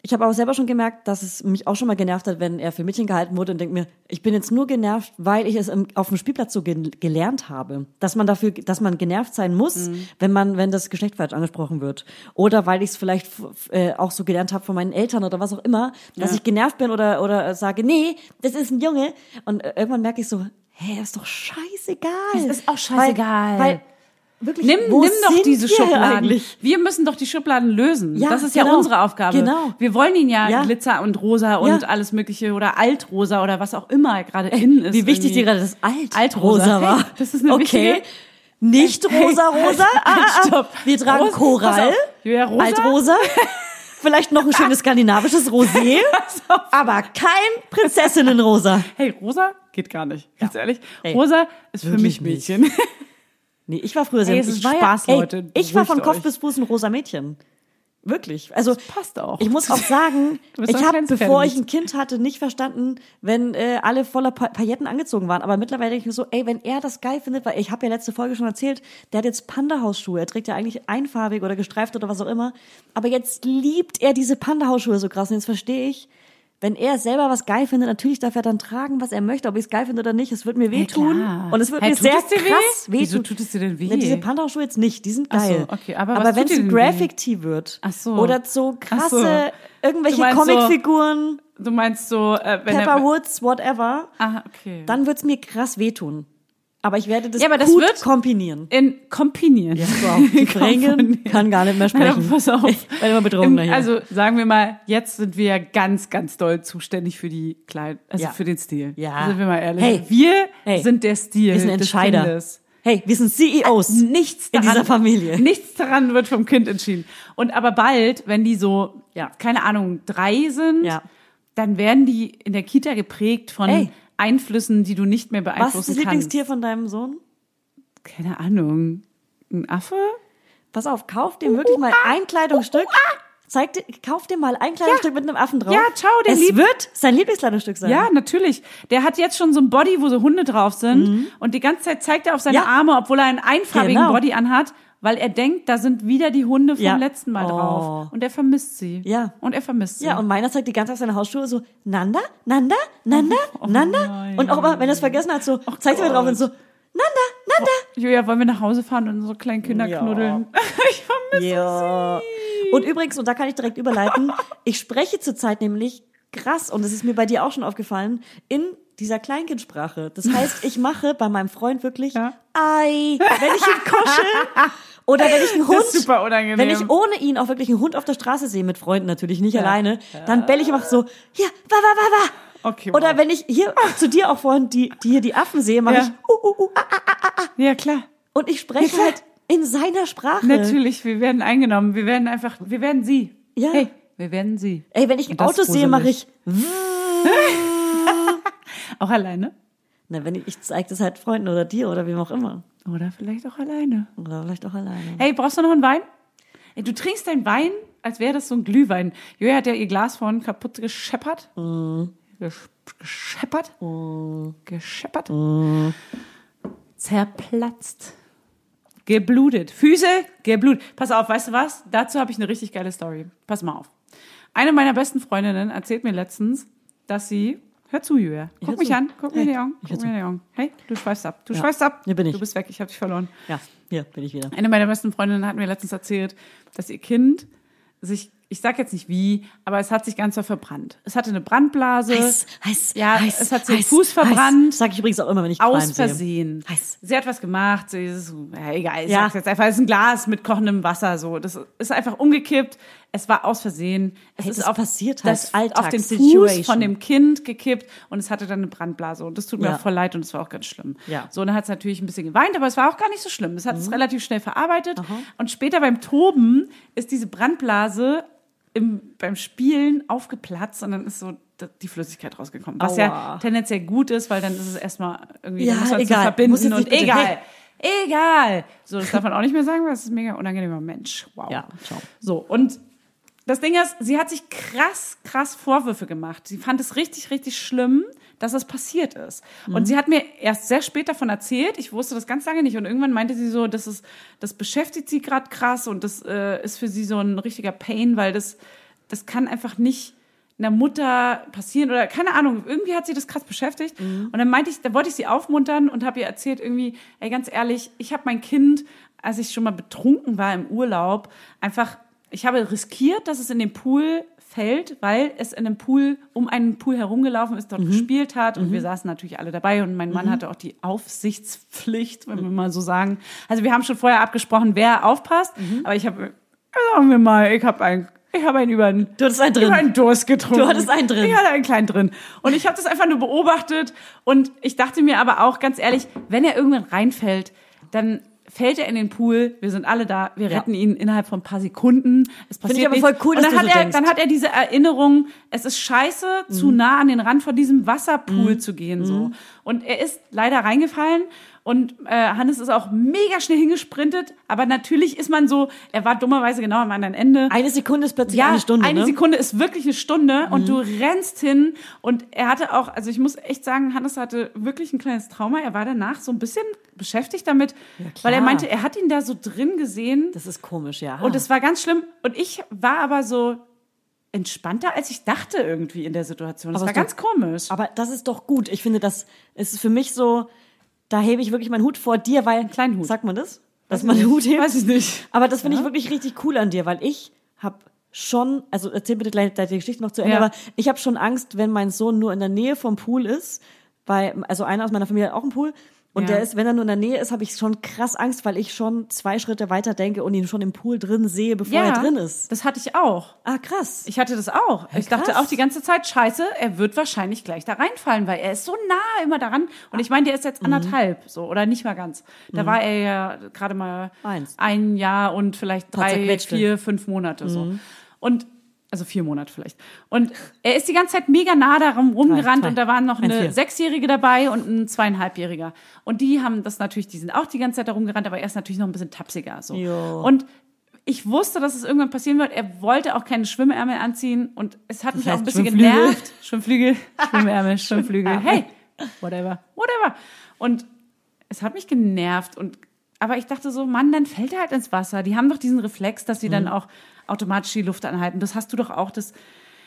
[SPEAKER 1] ich habe auch selber schon gemerkt, dass es mich auch schon mal genervt hat, wenn er für Mädchen gehalten wurde und denkt mir, ich bin jetzt nur genervt, weil ich es im, auf dem Spielplatz so gen- gelernt habe. Dass man dafür, dass man genervt sein muss,
[SPEAKER 2] Mhm.
[SPEAKER 1] wenn man, wenn das Geschlecht falsch angesprochen wird. Oder weil ich es vielleicht f- f- äh, auch so gelernt habe von meinen Eltern oder was auch immer, dass ich genervt bin oder, oder äh, sage, nee, das ist ein Junge. Und äh, irgendwann merke ich so, hä, ist doch scheißegal.
[SPEAKER 2] Es ist auch scheißegal.
[SPEAKER 1] Weil, weil wirklich,
[SPEAKER 2] Nimm,
[SPEAKER 1] wo
[SPEAKER 2] nimm doch
[SPEAKER 1] sind
[SPEAKER 2] diese
[SPEAKER 1] wir
[SPEAKER 2] Schubladen.
[SPEAKER 1] eigentlich?
[SPEAKER 2] Wir müssen doch die Schubladen lösen.
[SPEAKER 1] Ja,
[SPEAKER 2] das ist ja
[SPEAKER 1] genau.
[SPEAKER 2] unsere Aufgabe.
[SPEAKER 1] Genau.
[SPEAKER 2] Wir wollen ihn ja,
[SPEAKER 1] Ja.
[SPEAKER 2] Glitzer und Rosa und
[SPEAKER 1] Ja.
[SPEAKER 2] alles Mögliche oder Altrosa oder was auch immer gerade innen ist.
[SPEAKER 1] Wie wichtig
[SPEAKER 2] irgendwie.
[SPEAKER 1] dir gerade das Alt
[SPEAKER 2] Altrosa.
[SPEAKER 1] rosa war.
[SPEAKER 2] Hey, das ist eine
[SPEAKER 1] okay.
[SPEAKER 2] wichtige-
[SPEAKER 1] Nicht rosa rosa. ah, ah,
[SPEAKER 2] Stopp.
[SPEAKER 1] Wir tragen
[SPEAKER 2] Rosa-
[SPEAKER 1] Korall,
[SPEAKER 2] Pass auf. Ja, rosa.
[SPEAKER 1] Altrosa. Vielleicht noch ein schönes skandinavisches Rosé, aber kein Prinzessinnenrosa.
[SPEAKER 2] Hey, Rosa geht gar nicht. Ganz ehrlich.
[SPEAKER 1] Ey,
[SPEAKER 2] Rosa ist für mich
[SPEAKER 1] wirklich
[SPEAKER 2] Mädchen.
[SPEAKER 1] Nee, ich war früher sehr
[SPEAKER 2] Ey, es
[SPEAKER 1] ich
[SPEAKER 2] war ja-
[SPEAKER 1] Spaß,
[SPEAKER 2] ey,
[SPEAKER 1] Leute. ich war von
[SPEAKER 2] beruhigt
[SPEAKER 1] Kopf
[SPEAKER 2] euch.
[SPEAKER 1] bis Fuß ein rosa Mädchen. Wirklich. Also
[SPEAKER 2] passt auch.
[SPEAKER 1] Ich muss auch sagen,
[SPEAKER 2] Du bist
[SPEAKER 1] ich
[SPEAKER 2] doch ein
[SPEAKER 1] habe,
[SPEAKER 2] kleines
[SPEAKER 1] bevor
[SPEAKER 2] Pferdemädchen.
[SPEAKER 1] ich ein Kind hatte, nicht verstanden, wenn äh, alle voller pa Pailletten angezogen waren. Aber mittlerweile denke ich mir so, ey, wenn er das geil findet, weil ich habe ja letzte Folge schon erzählt, der hat jetzt Panda-Hausschuhe. Er trägt ja eigentlich einfarbig oder gestreift oder was auch immer. Aber jetzt liebt er diese Panda-Hausschuhe so krass. Und jetzt verstehe ich, wenn er selber was geil findet, natürlich darf er dann tragen, was er möchte. Ob ich es geil finde oder nicht, es wird mir wehtun.
[SPEAKER 2] klar.
[SPEAKER 1] und es wird
[SPEAKER 2] Hä,
[SPEAKER 1] mir
[SPEAKER 2] tut
[SPEAKER 1] sehr
[SPEAKER 2] es dir weh?
[SPEAKER 1] krass wehtun.
[SPEAKER 2] Wieso tut es dir denn weh?
[SPEAKER 1] Na, diese Panda-Hausschuhe jetzt nicht, die sind
[SPEAKER 2] Ach so,
[SPEAKER 1] geil.
[SPEAKER 2] okay, aber was
[SPEAKER 1] aber
[SPEAKER 2] tut
[SPEAKER 1] wenn
[SPEAKER 2] dir
[SPEAKER 1] es ein
[SPEAKER 2] denn weh?
[SPEAKER 1] Graphic-Tee wird
[SPEAKER 2] Ach so.
[SPEAKER 1] oder so
[SPEAKER 2] Ach so.
[SPEAKER 1] krasse irgendwelche
[SPEAKER 2] Du meinst so-
[SPEAKER 1] Comicfiguren,
[SPEAKER 2] Du meinst so, äh, wenn
[SPEAKER 1] Pepper
[SPEAKER 2] er.
[SPEAKER 1] Woods, whatever,
[SPEAKER 2] Ah, okay.
[SPEAKER 1] dann wird's mir krass wehtun. Aber ich werde das,
[SPEAKER 2] Ja, aber das
[SPEAKER 1] gut
[SPEAKER 2] wird-
[SPEAKER 1] kombinieren.
[SPEAKER 2] in Kompinien. Ja,
[SPEAKER 1] Die Drängen kann gar nicht mehr sprechen.
[SPEAKER 2] Pass auf.
[SPEAKER 1] Ich werde immer betrunkener hier.
[SPEAKER 2] Also sagen wir mal, jetzt sind wir ja ganz, ganz doll zuständig für die Kleid, also
[SPEAKER 1] Ja.
[SPEAKER 2] für den Stil.
[SPEAKER 1] Ja.
[SPEAKER 2] Sind wir mal ehrlich.
[SPEAKER 1] Hey.
[SPEAKER 2] Wir
[SPEAKER 1] Hey.
[SPEAKER 2] sind der Stil.
[SPEAKER 1] wir sind
[SPEAKER 2] des
[SPEAKER 1] Entscheider.
[SPEAKER 2] Kindes.
[SPEAKER 1] Hey, wir sind CEOs.
[SPEAKER 2] Nichts
[SPEAKER 1] In
[SPEAKER 2] daran,
[SPEAKER 1] dieser Familie.
[SPEAKER 2] Nichts daran wird vom Kind entschieden. Und aber bald, wenn die so,
[SPEAKER 1] Ja.
[SPEAKER 2] keine Ahnung, drei sind,
[SPEAKER 1] Ja.
[SPEAKER 2] dann werden die in der Kita geprägt von
[SPEAKER 1] Ey.
[SPEAKER 2] Einflüssen, die du nicht mehr beeinflussen
[SPEAKER 1] Was ist das
[SPEAKER 2] kannst.
[SPEAKER 1] Lieblingstier von deinem Sohn?
[SPEAKER 2] Keine Ahnung. Ein Affe?
[SPEAKER 1] Pass auf, kauf dir wirklich mal ein Kleidungsstück. Zeig dir, kauf dir mal ein Kleidungsstück mit einem Affen drauf.
[SPEAKER 2] Ja, ciao, der
[SPEAKER 1] Es
[SPEAKER 2] liebt-
[SPEAKER 1] wird sein Lieblingskleidungsstück sein.
[SPEAKER 2] Ja, natürlich. Der hat jetzt schon so ein Body, wo so Hunde drauf sind. Und die ganze Zeit zeigt er auf seine
[SPEAKER 1] Mhm. Ja.
[SPEAKER 2] Arme, obwohl er einen einfarbigen
[SPEAKER 1] Genau.
[SPEAKER 2] Body anhat, weil er denkt, da sind wieder die Hunde vom
[SPEAKER 1] Ja.
[SPEAKER 2] letzten Mal
[SPEAKER 1] Oh.
[SPEAKER 2] drauf. Und er vermisst sie.
[SPEAKER 1] Ja.
[SPEAKER 2] Und er vermisst sie.
[SPEAKER 1] Ja, und meiner zeigt die ganze Zeit auf seine Hausschuhe so, Nanda, Nanda, Nanda, Nanda.
[SPEAKER 2] Oh nein. Oh
[SPEAKER 1] Und auch immer, wenn er es vergessen hat, so, zeigt er mir drauf und so,
[SPEAKER 2] Julia, wollen wir nach Hause fahren und unsere kleinen Kinder knuddeln? ich vermisse
[SPEAKER 1] ja. Und übrigens, und da kann ich direkt überleiten, ich spreche zurzeit nämlich krass, und das ist mir bei dir auch schon aufgefallen, in dieser Kleinkindsprache. Das heißt, ich mache bei meinem Freund wirklich
[SPEAKER 2] Ja.
[SPEAKER 1] Ei, wenn ich ihn kuschel oder wenn ich einen Hund,
[SPEAKER 2] Das ist super unangenehm.
[SPEAKER 1] wenn ich um- ohne ihn auch wirklich einen Hund auf der Straße sehe, mit Freunden natürlich, nicht alleine, dann bell ich einfach so, hier, wa, wa, wa, wa.
[SPEAKER 2] Okay,
[SPEAKER 1] Oder
[SPEAKER 2] wow.
[SPEAKER 1] wenn ich hier zu dir auch vorhin die, die hier die Affen sehe, mache
[SPEAKER 2] Ja.
[SPEAKER 1] ich uh, uh, uh, ah, ah.
[SPEAKER 2] Ja, klar.
[SPEAKER 1] und ich spreche
[SPEAKER 2] Ja.
[SPEAKER 1] halt in seiner Sprache.
[SPEAKER 2] Natürlich, wir werden eingenommen. Wir werden einfach, wir werden sie.
[SPEAKER 1] Ja.
[SPEAKER 2] Hey, wir werden sie.
[SPEAKER 1] Ey, wenn ich ein
[SPEAKER 2] Und das
[SPEAKER 1] Auto sehe,
[SPEAKER 2] gruselig.
[SPEAKER 1] mache ich.
[SPEAKER 2] Auch alleine?
[SPEAKER 1] Na, wenn ich, ich zeige das halt Freunden oder dir oder wem auch immer.
[SPEAKER 2] Oder vielleicht auch alleine.
[SPEAKER 1] Oder vielleicht auch alleine.
[SPEAKER 2] Hey, brauchst du noch einen Wein? Ey, du trinkst deinen Wein, als wäre das so ein Glühwein. Joja hat ja ihr Glas vorhin kaputt gescheppert.
[SPEAKER 1] Mm.
[SPEAKER 2] Gesch- Gescheppert. Gescheppert.
[SPEAKER 1] Mm.
[SPEAKER 2] Zerplatzt. Geblutet. Füße geblutet. Pass auf, weißt du was? Dazu habe ich eine richtig geile Story. Pass mal auf. Eine meiner besten Freundinnen erzählt mir letztens, dass sie. Hör zu, Julia.
[SPEAKER 1] hör
[SPEAKER 2] Guck mich
[SPEAKER 1] zu.
[SPEAKER 2] an. Guck mir
[SPEAKER 1] Hey,
[SPEAKER 2] in die Augen.
[SPEAKER 1] ich hör
[SPEAKER 2] Guck
[SPEAKER 1] zu.
[SPEAKER 2] mir in die Augen. Hey, du schweifst ab. Du
[SPEAKER 1] Ja,
[SPEAKER 2] schweifst ab.
[SPEAKER 1] hier bin ich.
[SPEAKER 2] Du bist weg. Ich habe dich verloren.
[SPEAKER 1] Ja, hier bin ich wieder.
[SPEAKER 2] Eine meiner besten Freundinnen hat mir letztens erzählt, dass ihr Kind sich, ich sag jetzt nicht wie, aber es hat sich ganz doll verbrannt. Es hatte eine Brandblase.
[SPEAKER 1] Heiß, heiß,
[SPEAKER 2] Äh, Ja,
[SPEAKER 1] heiß,
[SPEAKER 2] es hat sie den
[SPEAKER 1] heiß,
[SPEAKER 2] Fuß verbrannt.
[SPEAKER 1] Heiß. Sag ich übrigens auch immer, wenn ich Qualm
[SPEAKER 2] Aus
[SPEAKER 1] sehe.
[SPEAKER 2] Versehen.
[SPEAKER 1] Heiß.
[SPEAKER 2] Sie hat was gemacht. Sie ist, ja, egal, ich
[SPEAKER 1] Ja.
[SPEAKER 2] sag's jetzt einfach. Es ist ein Glas mit kochendem Wasser. So, das ist einfach umgekippt. Es war aus Versehen. Es
[SPEAKER 1] Hey,
[SPEAKER 2] ist
[SPEAKER 1] das
[SPEAKER 2] auf
[SPEAKER 1] passiert halt.
[SPEAKER 2] das, auf den Fuß
[SPEAKER 1] Alltagssituation.
[SPEAKER 2] von dem Kind gekippt und es hatte dann eine Brandblase. Und das tut mir
[SPEAKER 1] Ja.
[SPEAKER 2] auch voll leid und es war auch ganz schlimm.
[SPEAKER 1] Ja. Mhm.
[SPEAKER 2] So, und dann hat es natürlich ein bisschen geweint, aber es war auch gar nicht so schlimm. Es hat es relativ schnell verarbeitet. Und später beim Toben ist diese Brandblase im, beim Spielen aufgeplatzt und dann ist so d- die Flüssigkeit rausgekommen. Was ja
[SPEAKER 1] Aua.
[SPEAKER 2] tendenziell gut ist, weil dann ist es erstmal irgendwie
[SPEAKER 1] Ja,
[SPEAKER 2] dann muss man's so
[SPEAKER 1] egal.
[SPEAKER 2] verbinden
[SPEAKER 1] Muss jetzt
[SPEAKER 2] und
[SPEAKER 1] nicht bitte
[SPEAKER 2] egal.
[SPEAKER 1] weg.
[SPEAKER 2] Egal. So, das darf man auch nicht mehr sagen, weil es ist ein mega unangenehmer Mensch. Wow.
[SPEAKER 1] Ja, ciao.
[SPEAKER 2] So, und das Ding ist, sie hat sich krass, krass Vorwürfe gemacht. Sie fand es richtig, richtig schlimm, dass das passiert ist.
[SPEAKER 1] Mhm.
[SPEAKER 2] Und sie hat mir erst sehr spät davon erzählt. Ich wusste das ganz lange nicht. Und irgendwann meinte sie so, das, ist, das beschäftigt sie gerade krass und das äh, ist für sie so ein richtiger Pain, weil das, das kann einfach nicht einer Mutter passieren oder keine Ahnung. Irgendwie hat sie das krass beschäftigt.
[SPEAKER 1] Mhm.
[SPEAKER 2] Und dann meinte ich, da wollte ich sie aufmuntern und habe ihr erzählt irgendwie, ey, ganz ehrlich, ich habe mein Kind, als ich schon mal betrunken war im Urlaub, einfach ich habe riskiert, dass es in den Pool fällt, weil es in einem Pool um einen Pool herumgelaufen ist,
[SPEAKER 1] Mhm.
[SPEAKER 2] dort gespielt hat und wir saßen natürlich alle dabei und mein Mann hatte auch die Aufsichtspflicht, wenn
[SPEAKER 1] Mhm.
[SPEAKER 2] wir mal so sagen. Also wir haben schon vorher abgesprochen, wer aufpasst,
[SPEAKER 1] Mhm.
[SPEAKER 2] aber ich habe sagen wir mal, ich habe ein ich habe einen über einen
[SPEAKER 1] Du hattest einen drin.
[SPEAKER 2] über einen Durst getrunken.
[SPEAKER 1] Du hattest einen drin.
[SPEAKER 2] Ich hatte einen kleinen drin. Und ich habe das einfach nur beobachtet. Und ich dachte mir aber auch, ganz ehrlich, wenn er irgendwann reinfällt, dann fällt er in den Pool. Wir sind alle da. Wir
[SPEAKER 1] Ja.
[SPEAKER 2] retten ihn innerhalb von ein paar Sekunden. Es passiert
[SPEAKER 1] ich aber
[SPEAKER 2] nichts.
[SPEAKER 1] voll cool,
[SPEAKER 2] Und
[SPEAKER 1] dass
[SPEAKER 2] dann
[SPEAKER 1] du
[SPEAKER 2] hat
[SPEAKER 1] so
[SPEAKER 2] er,
[SPEAKER 1] denkst. Mhm.
[SPEAKER 2] Dann hat er diese Erinnerung, es ist scheiße, zu nah an den Rand von diesem Wasserpool zu gehen. so. Und er ist leider reingefallen. Und äh, Hannes ist auch mega schnell hingesprintet, aber natürlich ist man so, er war dummerweise genau am anderen Ende
[SPEAKER 1] Eine Sekunde ist plötzlich eine Stunde.
[SPEAKER 2] eine
[SPEAKER 1] ne? Mhm.
[SPEAKER 2] Sekunde ist wirklich eine Stunde und du rennst hin und er hatte auch, also ich muss echt sagen, Hannes hatte wirklich ein kleines Trauma. Er war danach so ein bisschen beschäftigt damit, weil er meinte, er hat ihn da so drin gesehen
[SPEAKER 1] Das ist komisch, ja.
[SPEAKER 2] und es war ganz schlimm. Und ich war aber so entspannter, als ich dachte irgendwie in der Situation. Das
[SPEAKER 1] Aber
[SPEAKER 2] war
[SPEAKER 1] ist
[SPEAKER 2] ganz komisch.
[SPEAKER 1] Aber das ist doch gut. Ich finde, das ist für mich so, da hebe ich wirklich meinen Hut vor dir, weil.
[SPEAKER 2] kleinen Hut.
[SPEAKER 1] Sagt man das? Dass man den Hut hebt?
[SPEAKER 2] Weiß ich nicht.
[SPEAKER 1] Aber das finde ich wirklich richtig cool an dir, weil ich habe schon, also erzähl bitte gleich gleich die Geschichte noch zu Ende,
[SPEAKER 2] Ja.
[SPEAKER 1] aber ich habe schon Angst, wenn mein Sohn nur in der Nähe vom Pool ist, weil, also einer aus meiner Familie hat auch einen Pool. Und
[SPEAKER 2] Ja.
[SPEAKER 1] der ist, wenn er nur in der Nähe ist, habe ich schon krass Angst, weil ich schon zwei Schritte weiter denke und ihn schon im Pool drin sehe, bevor er drin ist.
[SPEAKER 2] das hatte ich auch.
[SPEAKER 1] Ah, krass.
[SPEAKER 2] Ich hatte das auch. ich dachte
[SPEAKER 1] krass.
[SPEAKER 2] auch die ganze Zeit, scheiße, er wird wahrscheinlich gleich da reinfallen, weil er ist so nah immer daran. Und ich meine, der ist
[SPEAKER 1] Mhm.
[SPEAKER 2] jetzt anderthalb, so, oder nicht mal ganz. Da war er ja gerade mal
[SPEAKER 1] Eins.
[SPEAKER 2] ein Jahr und vielleicht
[SPEAKER 1] Paar
[SPEAKER 2] drei,
[SPEAKER 1] zerquetschte.
[SPEAKER 2] vier, fünf Monate, so.
[SPEAKER 1] Mhm.
[SPEAKER 2] Und, also vier Monate vielleicht. Und er ist die ganze Zeit mega nah darum rumgerannt
[SPEAKER 1] zwei.
[SPEAKER 2] und da waren noch
[SPEAKER 1] Ein
[SPEAKER 2] eine
[SPEAKER 1] Vier.
[SPEAKER 2] Sechsjährige dabei und ein Zweieinhalbjähriger. Und die haben das natürlich, die sind auch die ganze Zeit da rumgerannt, aber er ist natürlich noch ein bisschen tapsiger, so.
[SPEAKER 1] Jo.
[SPEAKER 2] Und ich wusste, dass es irgendwann passieren wird. Er wollte auch keine Schwimmärmel anziehen und es hat mich auch ein
[SPEAKER 1] heißt
[SPEAKER 2] bisschen
[SPEAKER 1] Schwimmflügel.
[SPEAKER 2] genervt. Schwimmflügel, Schwimmärmel, Schwimmflügel. Hey, whatever, whatever. Und es hat mich genervt und aber ich dachte so, Mann, dann fällt er halt ins Wasser. Die haben doch diesen Reflex, dass sie dann
[SPEAKER 1] Mhm.
[SPEAKER 2] auch automatisch die Luft anhalten. Das hast du doch auch. Das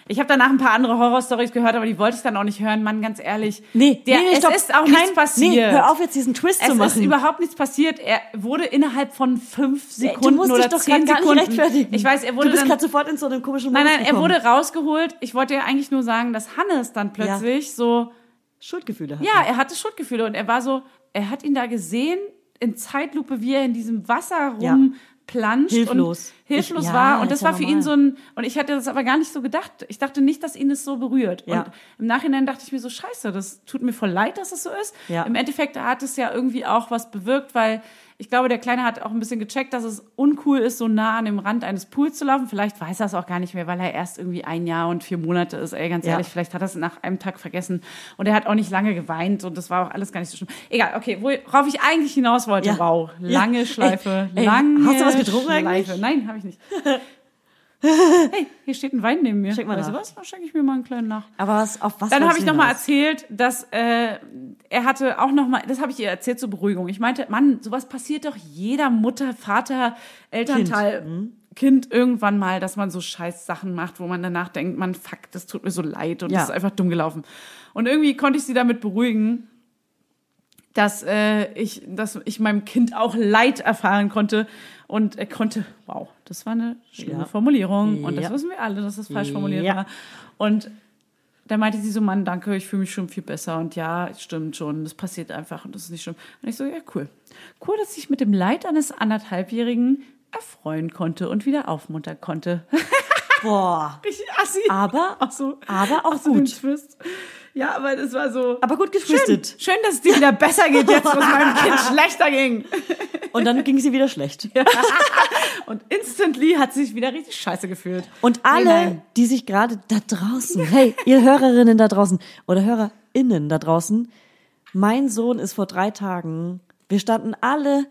[SPEAKER 2] ich habe danach ein paar andere Horrorstories gehört, aber die wollte ich dann auch nicht hören. Mann, ganz ehrlich.
[SPEAKER 1] Nee,
[SPEAKER 2] der,
[SPEAKER 1] nee, nee,
[SPEAKER 2] es
[SPEAKER 1] stopp.
[SPEAKER 2] ist auch
[SPEAKER 1] Kein-
[SPEAKER 2] nichts passiert.
[SPEAKER 1] Nee, hör auf, jetzt diesen Twist zu
[SPEAKER 2] Es ist
[SPEAKER 1] machen.
[SPEAKER 2] überhaupt nichts passiert. Er wurde innerhalb von fünf
[SPEAKER 1] Nee,
[SPEAKER 2] Sekunden
[SPEAKER 1] du musst
[SPEAKER 2] oder
[SPEAKER 1] dich doch
[SPEAKER 2] zehn
[SPEAKER 1] grad gar
[SPEAKER 2] Sekunden.
[SPEAKER 1] nicht rechtfertigen.
[SPEAKER 2] Ich weiß, er wurde
[SPEAKER 1] Du bist
[SPEAKER 2] dann,
[SPEAKER 1] gerade sofort in so einem komischen
[SPEAKER 2] nein,
[SPEAKER 1] Modus
[SPEAKER 2] nein, er
[SPEAKER 1] gekommen.
[SPEAKER 2] wurde rausgeholt. Ich wollte ja eigentlich nur sagen, dass Hannes dann plötzlich so,
[SPEAKER 1] Schuldgefühle halt. hat.
[SPEAKER 2] ja, er hatte Schuldgefühle und er war so, er hat ihn da gesehen in Zeitlupe, wie er in diesem Wasser
[SPEAKER 1] Ja.
[SPEAKER 2] rumplanscht
[SPEAKER 1] Hilflos.
[SPEAKER 2] und hilflos
[SPEAKER 1] Ich- ja,
[SPEAKER 2] war. Und das
[SPEAKER 1] ist ja
[SPEAKER 2] war für ihn
[SPEAKER 1] normal.
[SPEAKER 2] so ein, und ich hatte das aber gar nicht so gedacht. Ich dachte nicht, dass ihn das so berührt.
[SPEAKER 1] Ja.
[SPEAKER 2] Und im Nachhinein dachte ich mir so, scheiße, das tut mir voll leid, dass es so ist.
[SPEAKER 1] Ja.
[SPEAKER 2] Im Endeffekt hat es ja irgendwie auch was bewirkt, weil ich glaube, der Kleine hat auch ein bisschen gecheckt, dass es uncool ist, so nah an dem Rand eines Pools zu laufen. Vielleicht weiß er es auch gar nicht mehr, weil er erst irgendwie ein Jahr und vier Monate ist. Ey, ganz
[SPEAKER 1] Ja.
[SPEAKER 2] ehrlich, vielleicht hat er es nach einem Tag vergessen. Und er hat auch nicht lange geweint und das war auch alles gar nicht so schlimm. Egal, okay, worauf ich eigentlich hinaus wollte.
[SPEAKER 1] Ja.
[SPEAKER 2] Wow,
[SPEAKER 1] Ja.
[SPEAKER 2] lange
[SPEAKER 1] Ey,
[SPEAKER 2] Schleife.
[SPEAKER 1] ey,
[SPEAKER 2] lange
[SPEAKER 1] hast du was getrunken
[SPEAKER 2] Schleife.
[SPEAKER 1] eigentlich?
[SPEAKER 2] Nein, habe ich nicht. Hey, hier steht ein Wein neben mir.
[SPEAKER 1] Schenk mal
[SPEAKER 2] weißt du
[SPEAKER 1] nach.
[SPEAKER 2] was? Dann schenke ich mir mal einen kleinen nach.
[SPEAKER 1] Aber was, auf was
[SPEAKER 2] Dann
[SPEAKER 1] wolltest
[SPEAKER 2] habe ich
[SPEAKER 1] du
[SPEAKER 2] nochmal
[SPEAKER 1] hinaus?
[SPEAKER 2] erzählt, dass äh, er hatte auch nochmal, das habe ich ihr erzählt zur Beruhigung. Ich meinte, Mann, sowas passiert doch jeder Mutter, Vater, Elternteil, kind.
[SPEAKER 1] Hm?
[SPEAKER 2] irgendwann mal, dass man so scheiß Sachen macht, wo man danach denkt, man, fuck, das tut mir so leid und
[SPEAKER 1] Ja.
[SPEAKER 2] das ist einfach dumm gelaufen. Und irgendwie konnte ich sie damit beruhigen, dass, äh, ich, dass ich meinem Kind auch Leid erfahren konnte. Und er konnte, wow, das war eine schlimme
[SPEAKER 1] Ja.
[SPEAKER 2] Formulierung. Und das
[SPEAKER 1] Ja.
[SPEAKER 2] wissen wir alle, dass das falsch formuliert
[SPEAKER 1] Ja.
[SPEAKER 2] war. Und da meinte sie so, Mann, danke, ich fühle mich schon viel besser und ja, stimmt schon, das passiert einfach und das ist nicht schlimm. Und ich so, ja, cool. Cool, dass ich mit dem Leid eines anderthalbjährigen erfreuen konnte und wieder aufmuntern konnte.
[SPEAKER 1] Boah.
[SPEAKER 2] Richtig assi.
[SPEAKER 1] Aber-
[SPEAKER 2] auch so,
[SPEAKER 1] aber auch
[SPEAKER 2] so
[SPEAKER 1] gut.
[SPEAKER 2] den Twist. Ja, aber das war so.
[SPEAKER 1] Aber gut
[SPEAKER 2] schön,
[SPEAKER 1] geschwistet.
[SPEAKER 2] schön, dass es dir wieder besser geht jetzt, wo es meinem Kind schlechter ging.
[SPEAKER 1] Und dann ging sie wieder schlecht.
[SPEAKER 2] Und instantly hat sie sich wieder richtig scheiße gefühlt.
[SPEAKER 1] Und alle, die sich gerade da draußen, hey, ihr Hörerinnen da draußen oder HörerInnen da draußen, mein Sohn ist vor drei Tagen, wir standen alle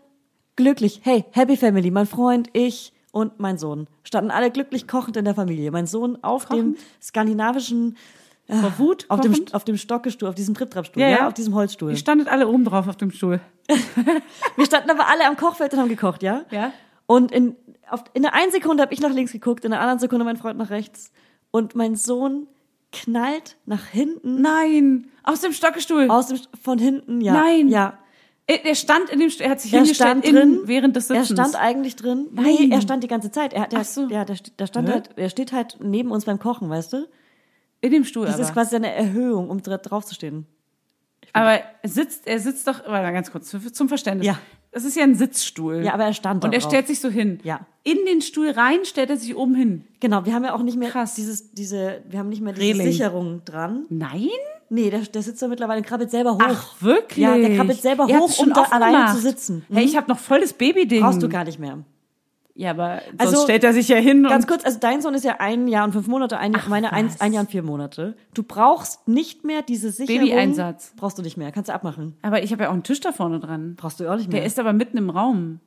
[SPEAKER 1] glücklich, hey, Happy Family, mein Freund, ich und mein Sohn, standen alle glücklich kochend in der Familie. Mein Sohn auf dem skandinavischen,
[SPEAKER 2] Vor Wut
[SPEAKER 1] auf dem,
[SPEAKER 2] kochend?
[SPEAKER 1] auf dem Stockestuhl, auf diesem Tripptrappstuhl, ja, auf diesem Holzstuhl.
[SPEAKER 2] Ihr standet alle oben drauf auf dem Stuhl.
[SPEAKER 1] Wir standen aber alle am Kochfeld und haben gekocht, ja?
[SPEAKER 2] Ja.
[SPEAKER 1] Und in, auf, in der einen Sekunde habe ich nach links geguckt, in der anderen Sekunde mein Freund nach rechts. Und mein Sohn knallt nach hinten.
[SPEAKER 2] Nein, aus dem Stockestuhl.
[SPEAKER 1] Aus dem, von hinten, ja.
[SPEAKER 2] Nein.
[SPEAKER 1] Ja.
[SPEAKER 2] Er er stand in dem, St- er hat sich
[SPEAKER 1] Er
[SPEAKER 2] hingestellt
[SPEAKER 1] stand
[SPEAKER 2] in,
[SPEAKER 1] drin.
[SPEAKER 2] während des
[SPEAKER 1] Er
[SPEAKER 2] Sitzens.
[SPEAKER 1] stand eigentlich drin.
[SPEAKER 2] Nein.
[SPEAKER 1] Nee, er stand die ganze Zeit. Er hat, der,
[SPEAKER 2] Ach so.
[SPEAKER 1] Ja, der, st- der stand halt, er steht halt neben uns beim Kochen, weißt du?
[SPEAKER 2] in dem Stuhl.
[SPEAKER 1] Das
[SPEAKER 2] aber.
[SPEAKER 1] ist quasi eine Erhöhung, um dra- draufzustehen.
[SPEAKER 2] Aber er sitzt, er sitzt doch, warte mal ganz kurz, zu- zum Verständnis.
[SPEAKER 1] Ja.
[SPEAKER 2] Das ist ja ein Sitzstuhl.
[SPEAKER 1] Ja, aber er stand da
[SPEAKER 2] Und er
[SPEAKER 1] drauf.
[SPEAKER 2] stellt sich so hin.
[SPEAKER 1] Ja.
[SPEAKER 2] In den Stuhl rein stellt er sich oben hin.
[SPEAKER 1] Genau, wir haben ja auch nicht mehr
[SPEAKER 2] Krass.
[SPEAKER 1] dieses, diese, wir haben nicht mehr diese
[SPEAKER 2] Reling.
[SPEAKER 1] Sicherung dran.
[SPEAKER 2] Nein?
[SPEAKER 1] Nee, der, der sitzt da mittlerweile und krabbelt selber hoch.
[SPEAKER 2] Ach, wirklich?
[SPEAKER 1] Ja, der krabbelt selber
[SPEAKER 2] Er hat's
[SPEAKER 1] hoch, um da
[SPEAKER 2] oft
[SPEAKER 1] alleine
[SPEAKER 2] gemacht.
[SPEAKER 1] zu sitzen. Hm?
[SPEAKER 2] Hey, ich habe noch voll das Babyding.
[SPEAKER 1] Brauchst du gar nicht mehr.
[SPEAKER 2] Ja, aber sonst
[SPEAKER 1] Also,
[SPEAKER 2] stellt er sich ja hin
[SPEAKER 1] Ganz
[SPEAKER 2] und
[SPEAKER 1] kurz, also dein Sohn ist ja ein Jahr und fünf Monate, ein, meine ein,
[SPEAKER 2] was.
[SPEAKER 1] ein Jahr und vier Monate. Du brauchst nicht mehr diese Sicherung.
[SPEAKER 2] Babyeinsatz.
[SPEAKER 1] Brauchst du nicht mehr, kannst du abmachen.
[SPEAKER 2] aber ich habe ja auch einen Tisch da vorne dran.
[SPEAKER 1] Brauchst du auch nicht mehr.
[SPEAKER 2] Der ist aber mitten im Raum.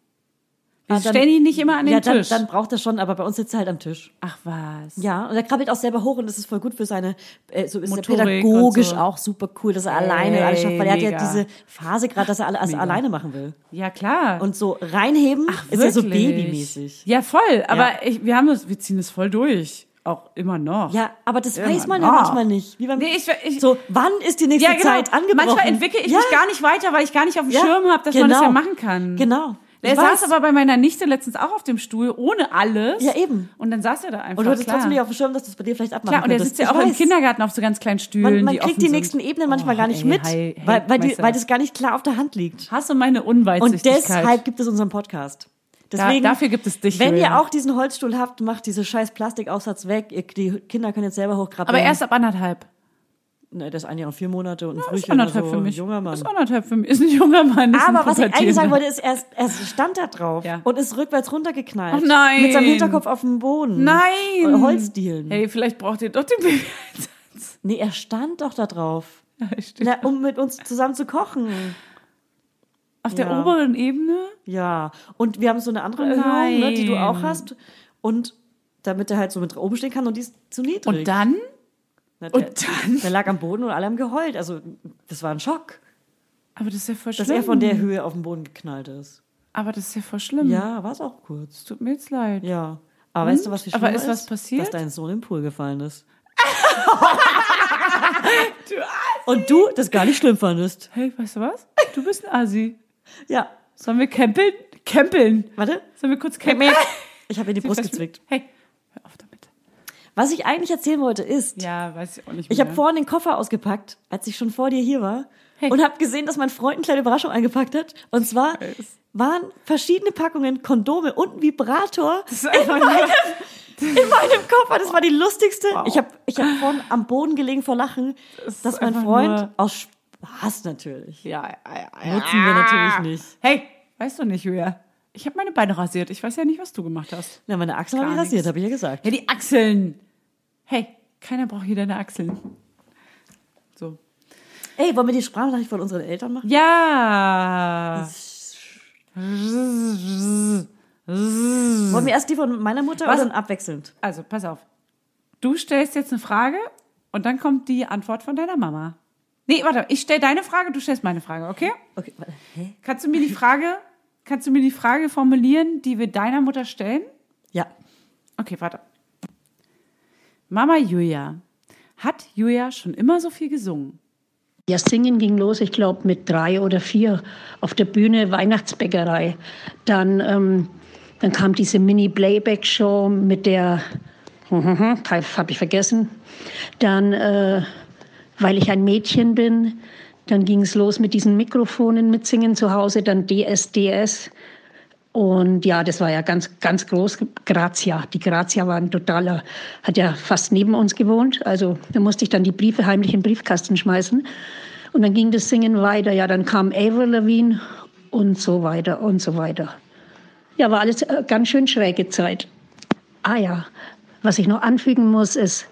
[SPEAKER 2] Wir
[SPEAKER 1] Ah, dann-
[SPEAKER 2] stellen ihn nicht immer an den
[SPEAKER 1] ja, dann,
[SPEAKER 2] Tisch.
[SPEAKER 1] dann braucht er schon, aber bei uns sitzt er halt am Tisch.
[SPEAKER 2] Ach was.
[SPEAKER 1] Ja, und er krabbelt auch selber hoch und das ist voll gut für seine, äh, so ist
[SPEAKER 2] Motorik
[SPEAKER 1] er pädagogisch
[SPEAKER 2] und so.
[SPEAKER 1] auch super cool, dass er alleine alles schafft, weil er hat ja
[SPEAKER 2] mega.
[SPEAKER 1] diese Phase gerade, dass er alles alleine machen will.
[SPEAKER 2] Ja, klar.
[SPEAKER 1] Und so reinheben ist ja so
[SPEAKER 2] Wirklich?
[SPEAKER 1] babymäßig.
[SPEAKER 2] Ja, voll. Aber Ich, wir haben das, wir ziehen das voll durch. Auch immer noch.
[SPEAKER 1] Ja, aber das
[SPEAKER 2] Ja,
[SPEAKER 1] weiß man ja
[SPEAKER 2] na.
[SPEAKER 1] manchmal nicht. Wie beim,
[SPEAKER 2] Nee, ich- ich-
[SPEAKER 1] so, wann ist die nächste
[SPEAKER 2] Ja, genau.
[SPEAKER 1] Zeit angebrochen?
[SPEAKER 2] Manchmal entwickle ich
[SPEAKER 1] ja,
[SPEAKER 2] mich gar nicht weiter, weil ich gar nicht auf dem
[SPEAKER 1] ja,
[SPEAKER 2] Schirm habe, dass man das ja machen kann.
[SPEAKER 1] Genau.
[SPEAKER 2] Er
[SPEAKER 1] Ich
[SPEAKER 2] saß
[SPEAKER 1] weiß.
[SPEAKER 2] aber bei meiner Nichte letztens auch auf dem Stuhl, ohne alles.
[SPEAKER 1] Ja, eben.
[SPEAKER 2] Und dann saß er da einfach.
[SPEAKER 1] und du hattest
[SPEAKER 2] klar.
[SPEAKER 1] trotzdem nicht auf dem Schirm, dass du es bei dir vielleicht abmachen
[SPEAKER 2] Klar, und er
[SPEAKER 1] könntest.
[SPEAKER 2] sitzt ja
[SPEAKER 1] Ich
[SPEAKER 2] auch im
[SPEAKER 1] weiß.
[SPEAKER 2] Kindergarten auf so ganz kleinen Stühlen.
[SPEAKER 1] Man, man
[SPEAKER 2] die
[SPEAKER 1] kriegt
[SPEAKER 2] offen
[SPEAKER 1] die
[SPEAKER 2] sind.
[SPEAKER 1] nächsten E- Ebenen manchmal
[SPEAKER 2] Oh,
[SPEAKER 1] gar nicht
[SPEAKER 2] ey,
[SPEAKER 1] mit,
[SPEAKER 2] hey, hey,
[SPEAKER 1] weil, weil, die,
[SPEAKER 2] weißt du.
[SPEAKER 1] weil das gar nicht klar auf der Hand liegt.
[SPEAKER 2] Hasse meine
[SPEAKER 1] Und
[SPEAKER 2] Unweitsichtigkeit.
[SPEAKER 1] deshalb gibt es unseren Podcast. Deswegen,
[SPEAKER 2] dafür gibt es dich,
[SPEAKER 1] Wenn ihr
[SPEAKER 2] Julian.
[SPEAKER 1] auch diesen Holzstuhl habt, macht diese scheiß Plastikaufsatz weg. Ihr, die Kinder können jetzt selber hochkrabbeln.
[SPEAKER 2] Aber erst ab anderthalb.
[SPEAKER 1] Ne, das ist ein Jahr und vier Monate und ein
[SPEAKER 2] Das ist
[SPEAKER 1] Frühchen.
[SPEAKER 2] anderthalb
[SPEAKER 1] also
[SPEAKER 2] für mich.
[SPEAKER 1] Junger Mann.
[SPEAKER 2] Ist anderthalb für mich. Ist ein junger Mann. ist ein
[SPEAKER 1] Aber was ich eigentlich sagen
[SPEAKER 2] Pubertierender.
[SPEAKER 1] wollte, ist, er, ist- er stand da draf
[SPEAKER 2] Ja.
[SPEAKER 1] und ist rückwärts runtergeknallt.
[SPEAKER 2] Ach nein.
[SPEAKER 1] Mit seinem Hinterkopf auf dem Boden.
[SPEAKER 2] Nein!
[SPEAKER 1] Und Holzdielen.
[SPEAKER 2] Hey, vielleicht braucht ihr doch den Babyeinsatz.
[SPEAKER 1] Nee, er stand doch da drauf.
[SPEAKER 2] Stimmt.
[SPEAKER 1] Na, um mit uns zusammen zu kochen.
[SPEAKER 2] Auf der
[SPEAKER 1] Ja.
[SPEAKER 2] oberen Ebene?
[SPEAKER 1] Ja. Und wir haben so eine andere Erhöhung, ne, die du auch hast. Und damit er halt so mit oben stehen kann und die ist zu niedrig.
[SPEAKER 2] Und dann?
[SPEAKER 1] Na, der,
[SPEAKER 2] Und dann?
[SPEAKER 1] der lag am Boden und alle haben geheult. Also, das war ein Schock,
[SPEAKER 2] Aber das ist ja voll schlimm.
[SPEAKER 1] dass er von der Höhe auf den Boden geknallt ist.
[SPEAKER 2] Aber das ist ja voll schlimm.
[SPEAKER 1] Ja, war es auch kurz.
[SPEAKER 2] Es tut mir jetzt leid.
[SPEAKER 1] Ja. Aber weißt du, was viel
[SPEAKER 2] Hm. Aber
[SPEAKER 1] schlimmer
[SPEAKER 2] ist was passiert?
[SPEAKER 1] Dass dein Sohn im Pool gefallen ist. Und du das gar nicht schlimm fandest.
[SPEAKER 2] Hey, weißt du was? Du bist ein Asi.
[SPEAKER 1] Ja.
[SPEAKER 2] Sollen wir campeln? Campeln.
[SPEAKER 1] Warte.
[SPEAKER 2] Sollen wir kurz campeln?
[SPEAKER 1] Ich habe in die Brust gezwickt.
[SPEAKER 2] Hey, hör auf damit.
[SPEAKER 1] Was ich eigentlich erzählen wollte ist,
[SPEAKER 2] Ja, weiß ich auch nicht mehr.
[SPEAKER 1] ich habe vorhin den Koffer ausgepackt, als ich schon vor dir hier war. Und habe gesehen, dass mein Freund eine kleine Überraschung eingepackt hat. Und zwar waren verschiedene Packungen Kondome und ein Vibrator
[SPEAKER 2] Das ist einfach nur...
[SPEAKER 1] in meinem Koffer. Das war die lustigste. Ich habe ich hab vorhin am Boden gelegen vor Lachen, dass mein
[SPEAKER 2] einfach
[SPEAKER 1] Freund
[SPEAKER 2] nur-
[SPEAKER 1] aus Spaß natürlich.
[SPEAKER 2] Ja, ja, ja.
[SPEAKER 1] Nutzen wir natürlich nicht.
[SPEAKER 2] Hey, weißt du nicht, Julia? Ich habe meine Beine rasiert. Ich weiß ja nicht, was du gemacht hast.
[SPEAKER 1] Na, meine Achseln habe ich
[SPEAKER 2] Gar
[SPEAKER 1] rasiert,
[SPEAKER 2] nichts.
[SPEAKER 1] habe ich ja gesagt.
[SPEAKER 2] Ja, die Achseln. Hey, keiner braucht hier deine Achseln. So.
[SPEAKER 1] Ey, wollen wir die Sprachnachricht von unseren Eltern machen?
[SPEAKER 2] Ja.
[SPEAKER 1] Wollen wir erst die von meiner Mutter
[SPEAKER 2] Was?
[SPEAKER 1] oder dann abwechselnd?
[SPEAKER 2] Also, pass auf. Du stellst jetzt eine Frage und dann kommt die Antwort von deiner Mama. Nee, warte, ich stell deine Frage, du stellst meine Frage, okay?
[SPEAKER 1] Okay, warte. Hä?
[SPEAKER 2] Kannst du mir die Frage, kannst du mir die Frage formulieren, die wir deiner Mutter stellen?
[SPEAKER 1] Ja.
[SPEAKER 2] Okay, warte. Mama Julia. Hat Julia schon immer so viel gesungen?
[SPEAKER 5] Ja, Singen ging los, ich glaube, mit drei oder vier auf der Bühne Weihnachtsbäckerei. Dann, ähm, dann kam diese Mini-Playback-Show mit der, habe ich vergessen. Dann, äh, weil ich ein Mädchen bin, dann ging es los mit diesen Mikrofonen mit Singen zu Hause, dann DSDS. Und ja, das war ja ganz, ganz groß. Grazia. Die Grazia war ein totaler, hat ja fast neben uns gewohnt. Also da musste ich dann die Briefe heimlich in den Briefkasten schmeißen. Und dann ging das Singen weiter. Ja, dann kam Avril Lavigne und so weiter und so weiter. Ja, war alles äh, ganz schön schräge Zeit. Ah ja, was ich noch anfügen muss, ist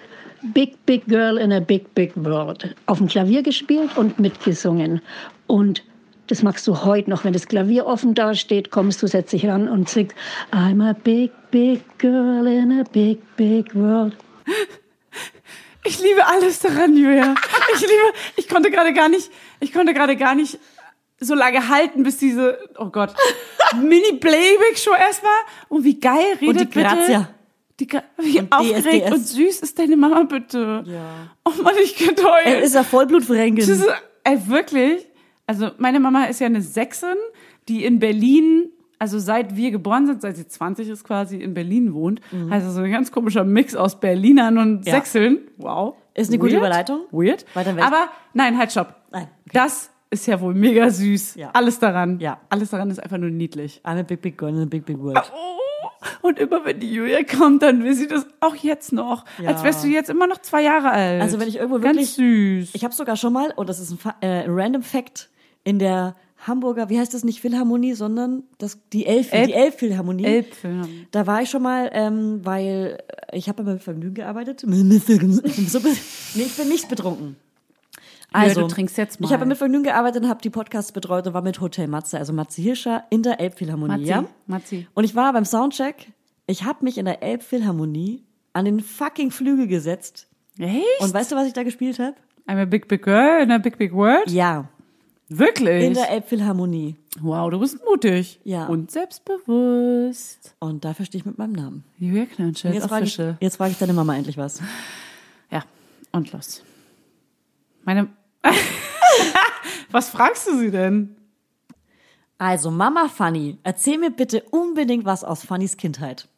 [SPEAKER 5] Big Big Girl in a Big Big World. Auf dem Klavier gespielt und mitgesungen. Und das machst du heute noch, wenn das Klavier offen dasteht, kommst du, setzt dich ran und singst I'm a big, big girl in a big, big world.
[SPEAKER 2] Ich liebe alles daran, Julia. Ich liebe, ich konnte gerade gar nicht, ich konnte gerade gar nicht so lange halten, bis diese, oh Gott, Mini-Playback-Show erstmal. Und wie geil redet
[SPEAKER 1] Und die
[SPEAKER 2] bitte.
[SPEAKER 1] Grazia.
[SPEAKER 2] Die Gra wie
[SPEAKER 1] Und
[SPEAKER 2] aufgeregt
[SPEAKER 1] DSDS.
[SPEAKER 2] und süß ist deine Mama bitte.
[SPEAKER 1] Ja. Äh,
[SPEAKER 2] Oh Mann, ich könnte
[SPEAKER 1] Er
[SPEAKER 2] heulen.
[SPEAKER 1] ist ja Vollblutverrenken.
[SPEAKER 2] Das ist, ey, wirklich. Also meine Mama ist ja eine Sächsin, die in Berlin, also seit wir geboren sind, seit sie 20 ist quasi, in Berlin wohnt. Also so ein ganz komischer Mix aus Berlinern und
[SPEAKER 1] Mhm. Ja.
[SPEAKER 2] Sächseln. Wow.
[SPEAKER 1] Ist eine gute Überleitung.
[SPEAKER 2] Weird.
[SPEAKER 1] Weiter weg.
[SPEAKER 2] Aber nein, halt, stopp.
[SPEAKER 1] Nein, okay.
[SPEAKER 2] Das ist ja wohl mega süß.
[SPEAKER 1] Ja.
[SPEAKER 2] Alles daran.
[SPEAKER 1] Ja.
[SPEAKER 2] Alles daran ist einfach nur niedlich.
[SPEAKER 1] I'm a big, big girl in a big, big world.
[SPEAKER 2] Oh, und immer wenn die Julia kommt, dann will sie das auch jetzt noch.
[SPEAKER 1] Ja.
[SPEAKER 2] Als wärst du jetzt immer noch zwei Jahre alt.
[SPEAKER 1] Also wenn ich irgendwo
[SPEAKER 2] Ganz süß.
[SPEAKER 1] Ich habe sogar schon mal, und das ist ein Fa äh, ein random Fact, in der Hamburger, wie heißt das nicht Philharmonie, sondern das, die Elf,
[SPEAKER 2] Elb-
[SPEAKER 1] die Elbphilharmonie.
[SPEAKER 2] Elbphilharmonie.
[SPEAKER 1] Da war ich schon mal, ähm, weil ich habe immer mit Vergnügen gearbeitet. So be- nee, ich bin nicht betrunken. Also,
[SPEAKER 2] du trinkst jetzt mal.
[SPEAKER 1] Ich habe mit Vergnügen gearbeitet und habe die Podcasts betreut und war mit Hotel Matze, also Matze Hirscher, in der Elbphilharmonie.
[SPEAKER 2] Matzi,
[SPEAKER 1] ja?
[SPEAKER 2] Matzi.
[SPEAKER 1] Und ich war beim Soundcheck, ich habe mich in der Elbphilharmonie an den fucking Flügel gesetzt.
[SPEAKER 2] Echt?
[SPEAKER 1] Und weißt du, was ich da gespielt habe?
[SPEAKER 2] I'm a big, big girl in a big, big world.
[SPEAKER 1] Ja,
[SPEAKER 2] Wirklich?
[SPEAKER 1] in der Elbphilharmonie.
[SPEAKER 2] wow, du bist mutig.
[SPEAKER 1] Ja.
[SPEAKER 2] Und selbstbewusst.
[SPEAKER 1] Und dafür stehe ich mit meinem Namen.
[SPEAKER 2] Julia Knirnschild,
[SPEAKER 1] Jetzt frage, ich,
[SPEAKER 2] Official.
[SPEAKER 1] jetzt frage ich deine Mama endlich was.
[SPEAKER 2] Ja, und los. Meine. Was fragst du sie denn?
[SPEAKER 1] Also, Mama Fanny, erzähl mir bitte unbedingt was aus Fannys Kindheit.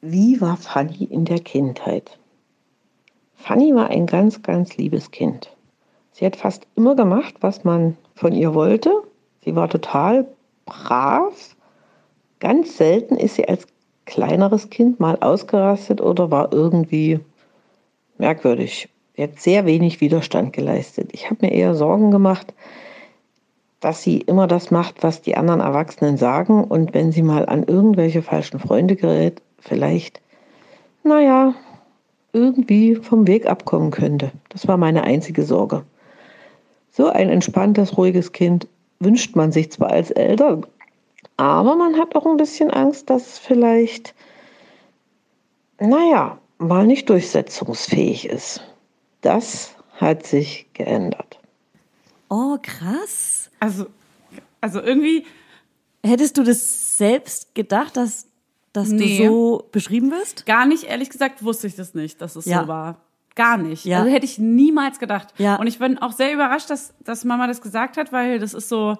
[SPEAKER 6] Wie war Fanny in der Kindheit? Fanny war ein ganz, ganz liebes Kind. Sie hat fast immer gemacht, was man von ihr wollte. Sie war total brav. Ganz selten ist sie als kleineres Kind mal ausgerastet oder war irgendwie merkwürdig. Sie hat sehr wenig Widerstand geleistet. Ich habe mir eher Sorgen gemacht, dass sie immer das macht, was die anderen Erwachsenen sagen und wenn sie mal an irgendwelche falschen Freunde gerät, vielleicht, naja, irgendwie vom Weg abkommen könnte. Das war meine einzige Sorge. So ein entspanntes, ruhiges Kind wünscht man sich zwar als Eltern, aber man hat auch ein bisschen Angst, dass es vielleicht, naja, mal nicht durchsetzungsfähig ist. Das hat sich geändert.
[SPEAKER 1] Oh, krass.
[SPEAKER 2] Also, also irgendwie,
[SPEAKER 1] Hättest du das selbst gedacht, dass, dass
[SPEAKER 2] Nee.
[SPEAKER 1] du so beschrieben wirst?
[SPEAKER 2] Gar nicht, ehrlich gesagt, wusste ich das nicht, dass es
[SPEAKER 1] Ja.
[SPEAKER 2] so war. Gar nicht.
[SPEAKER 1] Ja.
[SPEAKER 2] Also hätte ich niemals gedacht.
[SPEAKER 1] Ja.
[SPEAKER 2] Und ich bin auch sehr überrascht, dass, dass Mama das gesagt hat, weil das ist so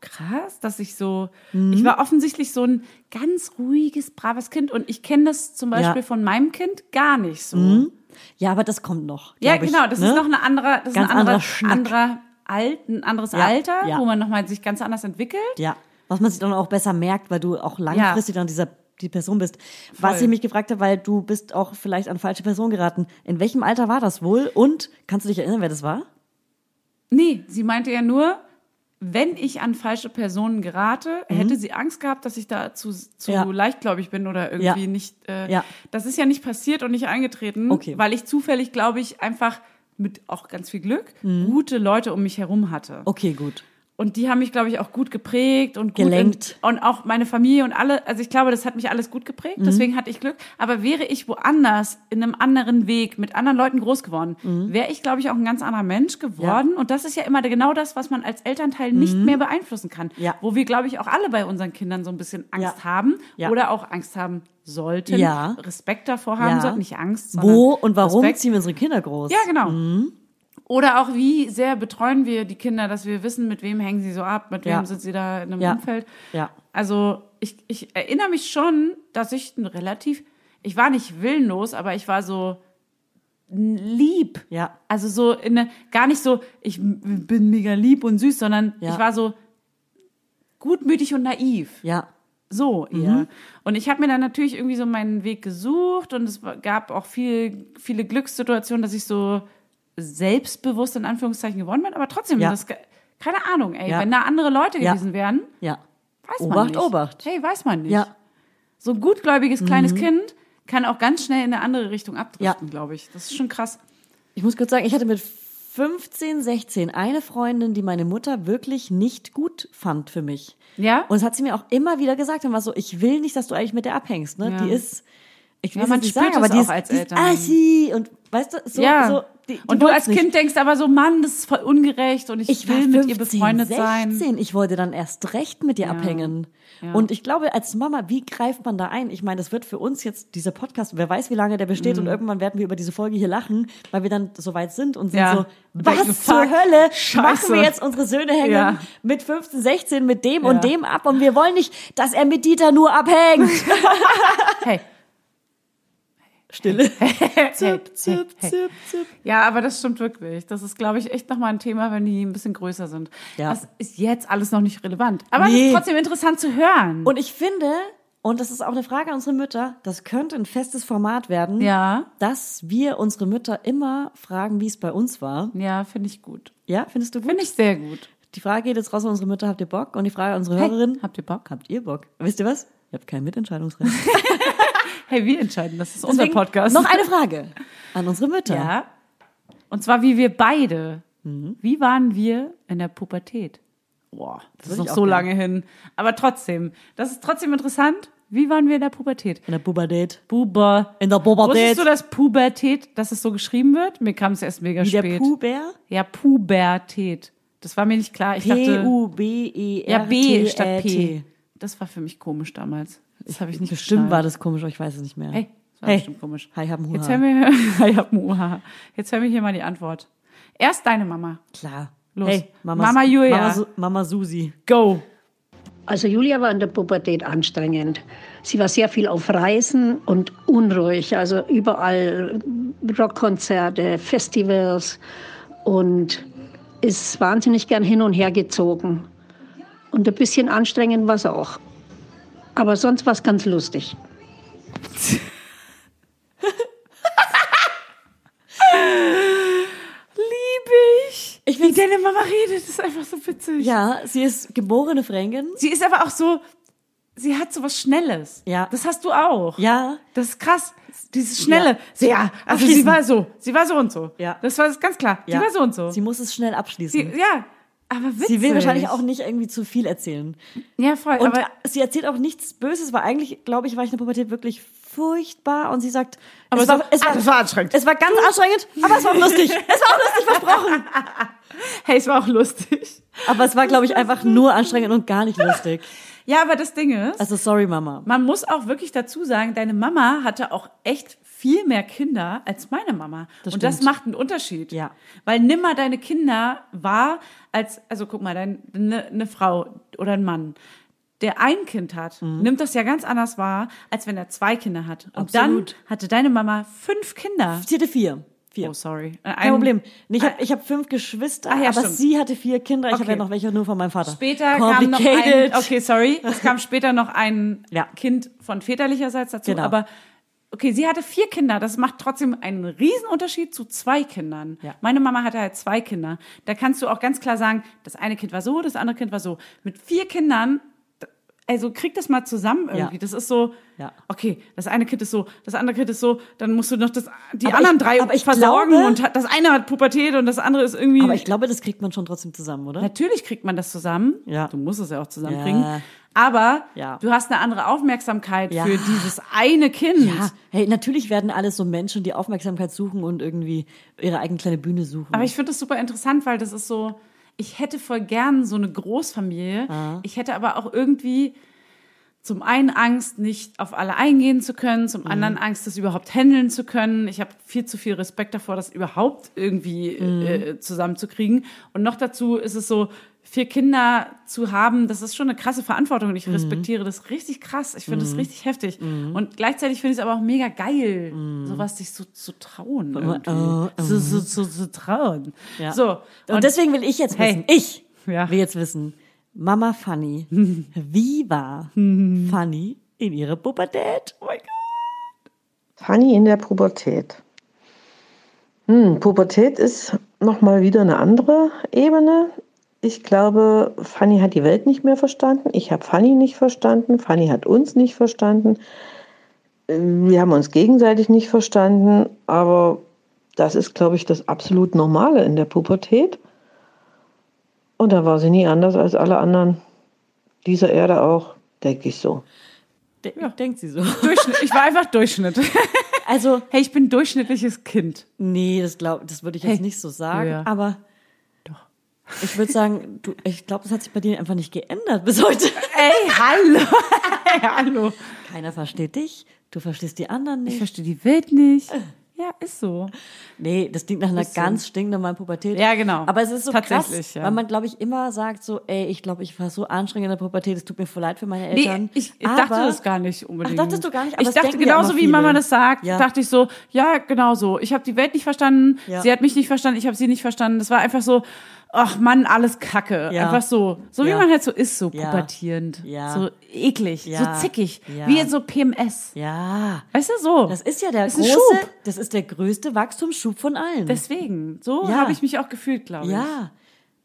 [SPEAKER 2] krass, dass ich so. Ich
[SPEAKER 1] Mhm.
[SPEAKER 2] war offensichtlich so ein ganz ruhiges, braves Kind und ich kenne das zum Beispiel von meinem Kind gar nicht so.
[SPEAKER 1] Ja, aber das kommt noch.
[SPEAKER 2] Ja,
[SPEAKER 1] Mhm, glaub ich,
[SPEAKER 2] genau. Das
[SPEAKER 1] ne?
[SPEAKER 2] ist noch eine andere, das ist ein
[SPEAKER 1] Ganz
[SPEAKER 2] anderer,
[SPEAKER 1] anderer Schnack.
[SPEAKER 2] anderer Alt, ein anderes
[SPEAKER 1] Ja,
[SPEAKER 2] Alter,
[SPEAKER 1] ja.
[SPEAKER 2] wo man nochmal sich ganz anders entwickelt.
[SPEAKER 1] Ja, was man sich dann auch besser merkt, weil du auch langfristig dann dieser die Person bist. Was
[SPEAKER 2] Voll.
[SPEAKER 1] ich mich gefragt habe, weil du bist auch vielleicht an falsche Person geraten. In welchem Alter war das wohl? Und kannst du dich erinnern, wer das war?
[SPEAKER 2] Nee, sie meinte ja nur, wenn ich an falsche Personen gerate, hätte sie Angst gehabt, dass ich da zu, zu
[SPEAKER 1] Mhm. Ja.
[SPEAKER 2] leichtgläubig bin oder irgendwie
[SPEAKER 1] Ja.
[SPEAKER 2] nicht. Äh,
[SPEAKER 1] Ja.
[SPEAKER 2] Das ist ja nicht passiert und nicht eingetreten,
[SPEAKER 1] Okay.
[SPEAKER 2] weil ich zufällig, glaube ich, einfach mit auch ganz viel Glück
[SPEAKER 1] Mhm.
[SPEAKER 2] gute Leute um mich herum hatte.
[SPEAKER 1] Okay, gut.
[SPEAKER 2] Und die haben mich, glaube ich, auch gut geprägt und gut
[SPEAKER 1] Gelenkt.
[SPEAKER 2] In, und auch meine Familie und alle. Also ich glaube, das hat mich alles gut geprägt.
[SPEAKER 1] Mhm.
[SPEAKER 2] Deswegen hatte ich Glück. Aber wäre ich woanders in einem anderen Weg mit anderen Leuten groß geworden,
[SPEAKER 1] Mhm.
[SPEAKER 2] wäre ich, glaube ich, auch ein ganz anderer Mensch geworden. Und das ist ja immer genau das, was man als Elternteil nicht mehr beeinflussen kann.
[SPEAKER 1] Mhm. Ja.
[SPEAKER 2] Wo wir, glaube ich, auch alle bei unseren Kindern so ein bisschen Angst
[SPEAKER 1] Ja.
[SPEAKER 2] haben
[SPEAKER 1] Ja.
[SPEAKER 2] oder auch Angst haben sollten,
[SPEAKER 1] Ja.
[SPEAKER 2] Respekt davor haben
[SPEAKER 1] Ja.
[SPEAKER 2] sollten, nicht Angst. sondern
[SPEAKER 1] Wo und warum
[SPEAKER 2] Respekt.
[SPEAKER 1] ziehen wir unsere Kinder groß?
[SPEAKER 2] Ja, genau.
[SPEAKER 1] Mhm.
[SPEAKER 2] Oder auch, wie sehr betreuen wir die Kinder, dass wir wissen, mit wem hängen sie so ab, mit
[SPEAKER 1] Ja.
[SPEAKER 2] wem sind sie da in einem
[SPEAKER 1] Ja.
[SPEAKER 2] Umfeld.
[SPEAKER 1] Ja.
[SPEAKER 2] Also ich, ich erinnere mich schon, dass ich ein relativ, ich war nicht willenlos, aber ich war so n- lieb.
[SPEAKER 1] Ja.
[SPEAKER 2] Also so in eine, gar nicht so, ich m- bin mega lieb und süß, sondern
[SPEAKER 1] Ja.
[SPEAKER 2] ich war so gutmütig und naiv.
[SPEAKER 1] Ja.
[SPEAKER 2] So eher.
[SPEAKER 1] Mhm.
[SPEAKER 2] Und ich habe mir dann natürlich irgendwie so meinen Weg gesucht und es war- gab auch viel, viele Glückssituationen, dass ich so selbstbewusst in Anführungszeichen gewonnen bin, aber trotzdem,
[SPEAKER 1] Ja.
[SPEAKER 2] das, ge- keine Ahnung, ey,
[SPEAKER 1] Ja.
[SPEAKER 2] wenn da andere Leute
[SPEAKER 1] Ja.
[SPEAKER 2] gewesen wären,
[SPEAKER 1] Ja.
[SPEAKER 2] weiß man
[SPEAKER 1] Obacht,
[SPEAKER 2] nicht.
[SPEAKER 1] Obacht.
[SPEAKER 2] Hey, weiß man nicht.
[SPEAKER 1] Ja. Mhm.
[SPEAKER 2] So ein gutgläubiges kleines Kind kann auch ganz schnell in eine andere Richtung abdriften, glaube ich. Das ist schon krass.
[SPEAKER 1] Ich muss kurz sagen, ich hatte mit 15, 16 eine Freundin, die meine Mutter wirklich nicht gut fand für mich.
[SPEAKER 2] Ja?
[SPEAKER 1] Und das hat sie mir auch immer wieder gesagt und war so, ich will nicht, dass du eigentlich mit der abhängst. Ne?
[SPEAKER 2] Ja.
[SPEAKER 1] Die ist, ich will
[SPEAKER 2] Ja, man
[SPEAKER 1] jetzt nicht
[SPEAKER 2] spürt
[SPEAKER 1] sagen, aber
[SPEAKER 2] es
[SPEAKER 1] die
[SPEAKER 2] auch
[SPEAKER 1] ist,
[SPEAKER 2] als
[SPEAKER 1] die ist
[SPEAKER 2] Eltern.
[SPEAKER 1] assi und weißt du, so,
[SPEAKER 2] ja.
[SPEAKER 1] so die, die
[SPEAKER 2] und du
[SPEAKER 1] wollt's
[SPEAKER 2] als
[SPEAKER 1] nicht.
[SPEAKER 2] Kind denkst aber so, Mann, das ist voll ungerecht und ich,
[SPEAKER 1] ich
[SPEAKER 2] will
[SPEAKER 1] war 15,
[SPEAKER 2] mit ihr befreundet sein.
[SPEAKER 1] 16. Ich wollte dann erst recht mit dir abhängen. Und ich glaube, als Mama, wie greift man da ein? Ich meine, das wird für uns jetzt dieser Podcast, wer weiß, wie lange der besteht
[SPEAKER 2] Mhm.
[SPEAKER 1] und irgendwann werden wir über diese Folge hier lachen, weil wir dann so weit sind und sind
[SPEAKER 2] Ja.
[SPEAKER 1] so,
[SPEAKER 2] Und
[SPEAKER 1] was
[SPEAKER 2] denken,
[SPEAKER 1] zur
[SPEAKER 2] fuck,
[SPEAKER 1] Hölle
[SPEAKER 2] scheiße."
[SPEAKER 1] machen wir jetzt unsere Söhne hängen
[SPEAKER 2] Ja.
[SPEAKER 1] mit 15, 16 mit dem und
[SPEAKER 2] Ja.
[SPEAKER 1] dem ab und wir wollen nicht, dass er mit Dieter nur abhängt.
[SPEAKER 2] Hey,
[SPEAKER 1] Stille.
[SPEAKER 2] Zip, zip, zip, zip. Ja, aber das stimmt wirklich. Das ist, glaube ich, echt nochmal ein Thema, wenn die ein bisschen größer sind.
[SPEAKER 1] Ja.
[SPEAKER 2] Das ist jetzt alles noch nicht relevant. Aber es
[SPEAKER 1] Nee.
[SPEAKER 2] ist trotzdem interessant zu hören.
[SPEAKER 1] Und ich finde, und das ist auch eine Frage an unsere Mütter, das könnte ein festes Format werden,
[SPEAKER 2] Ja.
[SPEAKER 1] dass wir unsere Mütter immer fragen, wie es bei uns war.
[SPEAKER 2] ja, finde ich gut.
[SPEAKER 1] Ja, findest du gut?
[SPEAKER 2] Finde ich sehr gut.
[SPEAKER 1] Die Frage geht jetzt raus an unsere Mütter, habt ihr Bock? Und die Frage an unsere
[SPEAKER 2] Hey,
[SPEAKER 1] Hörerin,
[SPEAKER 2] habt ihr Bock?
[SPEAKER 1] habt ihr Bock? Wisst ihr was? Ihr habt kein Mitentscheidungsrecht.
[SPEAKER 2] Hey, wir entscheiden. Das ist
[SPEAKER 1] Deswegen
[SPEAKER 2] unser Podcast.
[SPEAKER 1] Noch eine Frage an unsere Mütter.
[SPEAKER 2] Ja. Und zwar, wie wir beide.
[SPEAKER 1] Mhm.
[SPEAKER 2] Wie waren wir in der Pubertät? Boah, das, ist
[SPEAKER 1] würde
[SPEAKER 2] noch
[SPEAKER 1] ich auch
[SPEAKER 2] so
[SPEAKER 1] gerne.
[SPEAKER 2] lange hin. Aber trotzdem, das ist trotzdem interessant. Wie waren wir in der Pubertät?
[SPEAKER 1] In der Pubertät.
[SPEAKER 2] Puber.
[SPEAKER 1] In der Pubertät.
[SPEAKER 2] Wusstest du, dass Pubertät, dass es so geschrieben wird? Mir kam es erst mega
[SPEAKER 1] Wie der
[SPEAKER 2] spät.
[SPEAKER 1] Puber?
[SPEAKER 2] ja, Pubertät. Das war mir nicht klar. Ich dachte,
[SPEAKER 1] P-U-B-E-R-T-Ä-T.
[SPEAKER 2] ja, B statt P. Das war für mich komisch damals. Das habe ich nicht
[SPEAKER 1] Bestimmt
[SPEAKER 2] geschnallt.
[SPEAKER 1] war das komisch, aber ich weiß es nicht mehr.
[SPEAKER 2] Hey, das war
[SPEAKER 1] Hey.
[SPEAKER 2] bestimmt komisch.
[SPEAKER 1] Hi, hab ein Huha.
[SPEAKER 2] Jetzt hör mir, hi, hab ein Uha. Jetzt hör mir hier mal die Antwort. Erst deine Mama.
[SPEAKER 1] Klar.
[SPEAKER 2] Los.
[SPEAKER 1] Hey, Mama,
[SPEAKER 2] Mama Julia.
[SPEAKER 1] Mama, Su- Mama Susi.
[SPEAKER 2] Go.
[SPEAKER 5] Also Julia war in der Pubertät anstrengend. Sie war sehr viel auf Reisen und unruhig, also überall Rockkonzerte, Festivals und ist wahnsinnig gern hin und her gezogen. Und ein bisschen anstrengend war es auch. Aber sonst war es ganz lustig.
[SPEAKER 2] Liebe ich.
[SPEAKER 1] Ich
[SPEAKER 2] Wie
[SPEAKER 1] find's-
[SPEAKER 2] deine Mama redet, ist einfach so witzig.
[SPEAKER 1] Ja, sie ist geborene Fränkin.
[SPEAKER 2] Sie ist aber auch so, sie hat so was Schnelles.
[SPEAKER 1] Ja.
[SPEAKER 2] Das hast du auch.
[SPEAKER 1] Ja.
[SPEAKER 2] Das ist krass. Dieses Schnelle. Ja. Sie, ja. Also sie
[SPEAKER 1] Abschließen.
[SPEAKER 2] war so. Sie war so und so.
[SPEAKER 1] Ja.
[SPEAKER 2] Das war ganz klar.
[SPEAKER 1] ja.
[SPEAKER 2] Sie war so und so.
[SPEAKER 1] Sie muss es schnell abschließen.
[SPEAKER 2] Sie- ja. Aber witzig.
[SPEAKER 1] Sie will wahrscheinlich auch nicht irgendwie zu viel erzählen.
[SPEAKER 2] Ja, voll.
[SPEAKER 1] Und
[SPEAKER 2] aber
[SPEAKER 1] sie erzählt auch nichts Böses, weil eigentlich, glaube ich, war ich in der Pubertät wirklich furchtbar. Und sie sagt,
[SPEAKER 2] Aber
[SPEAKER 1] es, war,
[SPEAKER 2] so-
[SPEAKER 1] es,
[SPEAKER 2] ah,
[SPEAKER 1] war,
[SPEAKER 2] das war anstrengend.
[SPEAKER 1] es war ganz anstrengend, aber es war auch lustig. Es war auch lustig versprochen.
[SPEAKER 2] hey, es war auch lustig.
[SPEAKER 1] Aber es war, glaube ich, einfach nur anstrengend und gar nicht lustig.
[SPEAKER 2] Ja, aber das Ding ist,
[SPEAKER 1] Also sorry, Mama.
[SPEAKER 2] Man muss auch wirklich dazu sagen, deine Mama hatte auch echt viel mehr Kinder als meine Mama.
[SPEAKER 1] Das
[SPEAKER 2] und das
[SPEAKER 1] stimmt.
[SPEAKER 2] macht einen Unterschied.
[SPEAKER 1] Ja.
[SPEAKER 2] Weil nimmer deine Kinder war als, also guck mal, dein, ne, eine Frau oder ein Mann, der ein Kind hat,
[SPEAKER 1] Mhm.
[SPEAKER 2] nimmt das ja ganz anders wahr, als wenn er zwei Kinder hat. Und
[SPEAKER 1] Absolut.
[SPEAKER 2] dann hatte deine Mama fünf Kinder.
[SPEAKER 1] Sie hatte vier. Vier.
[SPEAKER 2] Oh, sorry. Ein,
[SPEAKER 1] Kein Problem. Nee, ich habe ich hab fünf Geschwister,
[SPEAKER 2] Ah, ja,
[SPEAKER 1] aber
[SPEAKER 2] stimmt.
[SPEAKER 1] sie hatte vier Kinder. Ich
[SPEAKER 2] Okay.
[SPEAKER 1] habe ja noch welche nur von meinem Vater.
[SPEAKER 2] Später kam noch ein,
[SPEAKER 1] Complicated.
[SPEAKER 2] okay, sorry, es kam später noch ein
[SPEAKER 1] Ja.
[SPEAKER 2] Kind von väterlicherseits dazu,
[SPEAKER 1] Genau.
[SPEAKER 2] aber okay, sie hatte vier Kinder, das macht trotzdem einen Riesenunterschied zu zwei Kindern.
[SPEAKER 1] Ja.
[SPEAKER 2] Meine Mama hatte halt zwei Kinder. Da kannst du auch ganz klar sagen, das eine Kind war so, das andere Kind war so. Mit vier Kindern d- also krieg das mal zusammen irgendwie. Das ist so,
[SPEAKER 1] Ja.
[SPEAKER 2] okay, das eine Kind ist so, das andere Kind ist so, dann musst du noch das, die
[SPEAKER 1] Aber
[SPEAKER 2] anderen
[SPEAKER 1] ich-
[SPEAKER 2] drei
[SPEAKER 1] aber ich
[SPEAKER 2] versorgen
[SPEAKER 1] glaube-
[SPEAKER 2] und hat, das eine hat Pubertät und das andere ist irgendwie.
[SPEAKER 1] Aber ich glaube, das kriegt man schon trotzdem zusammen, oder?
[SPEAKER 2] Natürlich kriegt man das zusammen.
[SPEAKER 1] Ja.
[SPEAKER 2] Du musst es ja auch zusammenkriegen.
[SPEAKER 1] Ja.
[SPEAKER 2] Aber
[SPEAKER 1] Ja.
[SPEAKER 2] du hast eine andere Aufmerksamkeit
[SPEAKER 1] Ja.
[SPEAKER 2] für dieses eine Kind.
[SPEAKER 1] Ja, hey, natürlich werden alles so Menschen, die Aufmerksamkeit suchen und irgendwie ihre eigene kleine Bühne suchen.
[SPEAKER 2] Aber ich finde das super interessant, weil das ist so, ich hätte voll gern so eine Großfamilie. Ich hätte aber auch irgendwie zum einen Angst, nicht auf alle eingehen zu können,
[SPEAKER 1] Mhm.
[SPEAKER 2] zum anderen Angst, das überhaupt handeln zu können. Ich habe viel zu viel Respekt davor, das überhaupt irgendwie
[SPEAKER 1] Mhm.
[SPEAKER 2] äh, zusammenzukriegen. Und noch dazu ist es so, vier Kinder zu haben, das ist schon eine krasse Verantwortung und ich
[SPEAKER 1] Mhm.
[SPEAKER 2] respektiere das richtig krass. Ich finde das richtig heftig. Und gleichzeitig finde ich es aber auch mega geil, sowas sich so zu trauen. Irgendwie.
[SPEAKER 1] Mhm. oh,
[SPEAKER 2] so, so, so zu trauen.
[SPEAKER 1] Ja.
[SPEAKER 2] So.
[SPEAKER 1] und, deswegen will ich jetzt
[SPEAKER 2] Hey.
[SPEAKER 1] wissen, ich
[SPEAKER 2] Ja.
[SPEAKER 1] will jetzt wissen, Mama Fanny, wie war Fanny in ihrer Pubertät?
[SPEAKER 2] oh mein Gott.
[SPEAKER 6] Fanny in der Pubertät. Hm, Pubertät ist nochmal wieder eine andere Ebene. Ich glaube, Fanny hat die Welt nicht mehr verstanden. Ich habe Fanny nicht verstanden. Fanny hat uns nicht verstanden. Ähm, Wir haben uns gegenseitig nicht verstanden. Aber das ist, glaube ich, das absolut Normale in der Pubertät. Und da war sie nie anders als alle anderen dieser Erde auch, denke ich so.
[SPEAKER 1] De Denkt sie so.
[SPEAKER 2] Durchschnitt. Ich war einfach Durchschnitt.
[SPEAKER 1] Also,
[SPEAKER 2] Hey, ich bin durchschnittliches Kind.
[SPEAKER 1] nee, das, glaub, das würde ich jetzt
[SPEAKER 2] Hey.
[SPEAKER 1] nicht so sagen,
[SPEAKER 2] Ja.
[SPEAKER 1] aber doch. ich würde sagen, du, ich glaube, das hat sich bei dir einfach nicht geändert bis heute.
[SPEAKER 2] Ey, hallo. Hey, hallo.
[SPEAKER 1] Keiner versteht dich, du verstehst die anderen
[SPEAKER 2] Ich
[SPEAKER 1] nicht.
[SPEAKER 2] verstehe die Welt nicht. Ja, ist so.
[SPEAKER 1] Nee, das klingt nach einer ganz stinknormalen Pubertät.
[SPEAKER 2] Ja, genau.
[SPEAKER 1] Aber es ist so
[SPEAKER 2] Tatsächlich,
[SPEAKER 1] krass,
[SPEAKER 2] ja.
[SPEAKER 1] weil man, glaube ich, immer sagt so, ey, ich glaube, ich war so anstrengend in der Pubertät, es tut mir voll leid für meine Eltern.
[SPEAKER 2] Nee, ich, ich
[SPEAKER 1] aber,
[SPEAKER 2] dachte das gar nicht unbedingt.
[SPEAKER 1] Ach, dachtest du gar nicht? Aber
[SPEAKER 2] ich
[SPEAKER 1] das
[SPEAKER 2] dachte
[SPEAKER 1] denken ja
[SPEAKER 2] genauso,
[SPEAKER 1] immer
[SPEAKER 2] wie Mama
[SPEAKER 1] viele.
[SPEAKER 2] das sagt,
[SPEAKER 1] Ja.
[SPEAKER 2] dachte ich so, ja, genau so. Ich habe die Welt nicht verstanden,
[SPEAKER 1] Ja.
[SPEAKER 2] sie hat mich nicht verstanden, ich habe sie nicht verstanden. Das war einfach so, ach Mann, alles Kacke.
[SPEAKER 1] Ja.
[SPEAKER 2] Einfach so. So wie
[SPEAKER 1] Ja.
[SPEAKER 2] man halt so ist, so
[SPEAKER 1] Ja.
[SPEAKER 2] pubertierend.
[SPEAKER 1] Ja.
[SPEAKER 2] So eklig,
[SPEAKER 1] Ja.
[SPEAKER 2] so zickig.
[SPEAKER 1] Ja.
[SPEAKER 2] Wie so PMS.
[SPEAKER 1] Ja,
[SPEAKER 2] Weißt du, so.
[SPEAKER 1] das ist ja der
[SPEAKER 2] Das ist ein
[SPEAKER 1] große,
[SPEAKER 2] Schub.
[SPEAKER 1] das ist der größte Wachstumsschub von allen.
[SPEAKER 2] Deswegen, so
[SPEAKER 1] Ja.
[SPEAKER 2] habe ich mich auch gefühlt, glaube ich.
[SPEAKER 1] ja.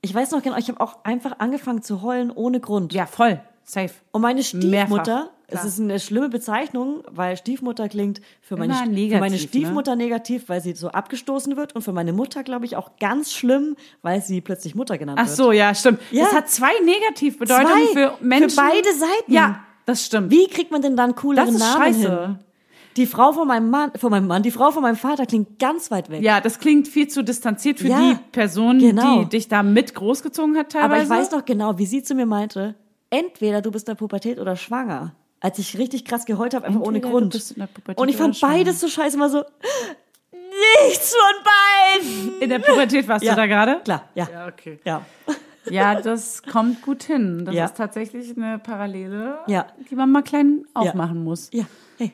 [SPEAKER 1] Ich weiß noch genau, ich habe auch einfach angefangen zu heulen ohne Grund.
[SPEAKER 2] Ja, voll. Safe.
[SPEAKER 1] Und meine
[SPEAKER 2] Mehrfach,
[SPEAKER 1] Stiefmutter,
[SPEAKER 2] klar.
[SPEAKER 1] es ist eine schlimme Bezeichnung, weil Stiefmutter klingt für meine,
[SPEAKER 2] Immer
[SPEAKER 1] Sti-
[SPEAKER 2] negativ,
[SPEAKER 1] für meine
[SPEAKER 2] ne?
[SPEAKER 1] Stiefmutter negativ, weil sie so abgestoßen wird und für meine Mutter, glaube ich, auch ganz schlimm, weil sie plötzlich Mutter genannt
[SPEAKER 2] Ach
[SPEAKER 1] wird.
[SPEAKER 2] so, ja, stimmt.
[SPEAKER 1] Ja.
[SPEAKER 2] Das hat zwei Negativbedeutungen
[SPEAKER 1] Zwei.
[SPEAKER 2] für
[SPEAKER 1] Für
[SPEAKER 2] Menschen.
[SPEAKER 1] beide Seiten.
[SPEAKER 2] Ja, das stimmt.
[SPEAKER 1] Wie kriegt man denn dann
[SPEAKER 2] das
[SPEAKER 1] cooleren
[SPEAKER 2] ist
[SPEAKER 1] Namen
[SPEAKER 2] scheiße.
[SPEAKER 1] hin? Die Frau von meinem Mann, von meinem Mann, die Frau von meinem Vater klingt ganz weit weg.
[SPEAKER 2] Ja, das klingt viel zu distanziert für
[SPEAKER 1] Ja,
[SPEAKER 2] die Person,
[SPEAKER 1] genau.
[SPEAKER 2] die dich da mit großgezogen hat teilweise.
[SPEAKER 1] Aber ich weiß noch genau, wie sie zu mir meinte, entweder du bist in der Pubertät oder schwanger. Als ich richtig krass geheult habe, einfach ohne
[SPEAKER 2] Entweder du
[SPEAKER 1] Grund.
[SPEAKER 2] bist in der Pubertät
[SPEAKER 1] und ich fand
[SPEAKER 2] oder schwanger.
[SPEAKER 1] beides so scheiße, immer so, nichts von beiden.
[SPEAKER 2] In der Pubertät warst du da gerade?
[SPEAKER 1] Klar, ja.
[SPEAKER 2] Ja, okay.
[SPEAKER 1] Ja.
[SPEAKER 2] Ja, das kommt gut hin. Das
[SPEAKER 1] Ja.
[SPEAKER 2] ist tatsächlich eine Parallele,
[SPEAKER 1] Ja.
[SPEAKER 2] die man mal klein aufmachen muss.
[SPEAKER 1] Ja. Hey.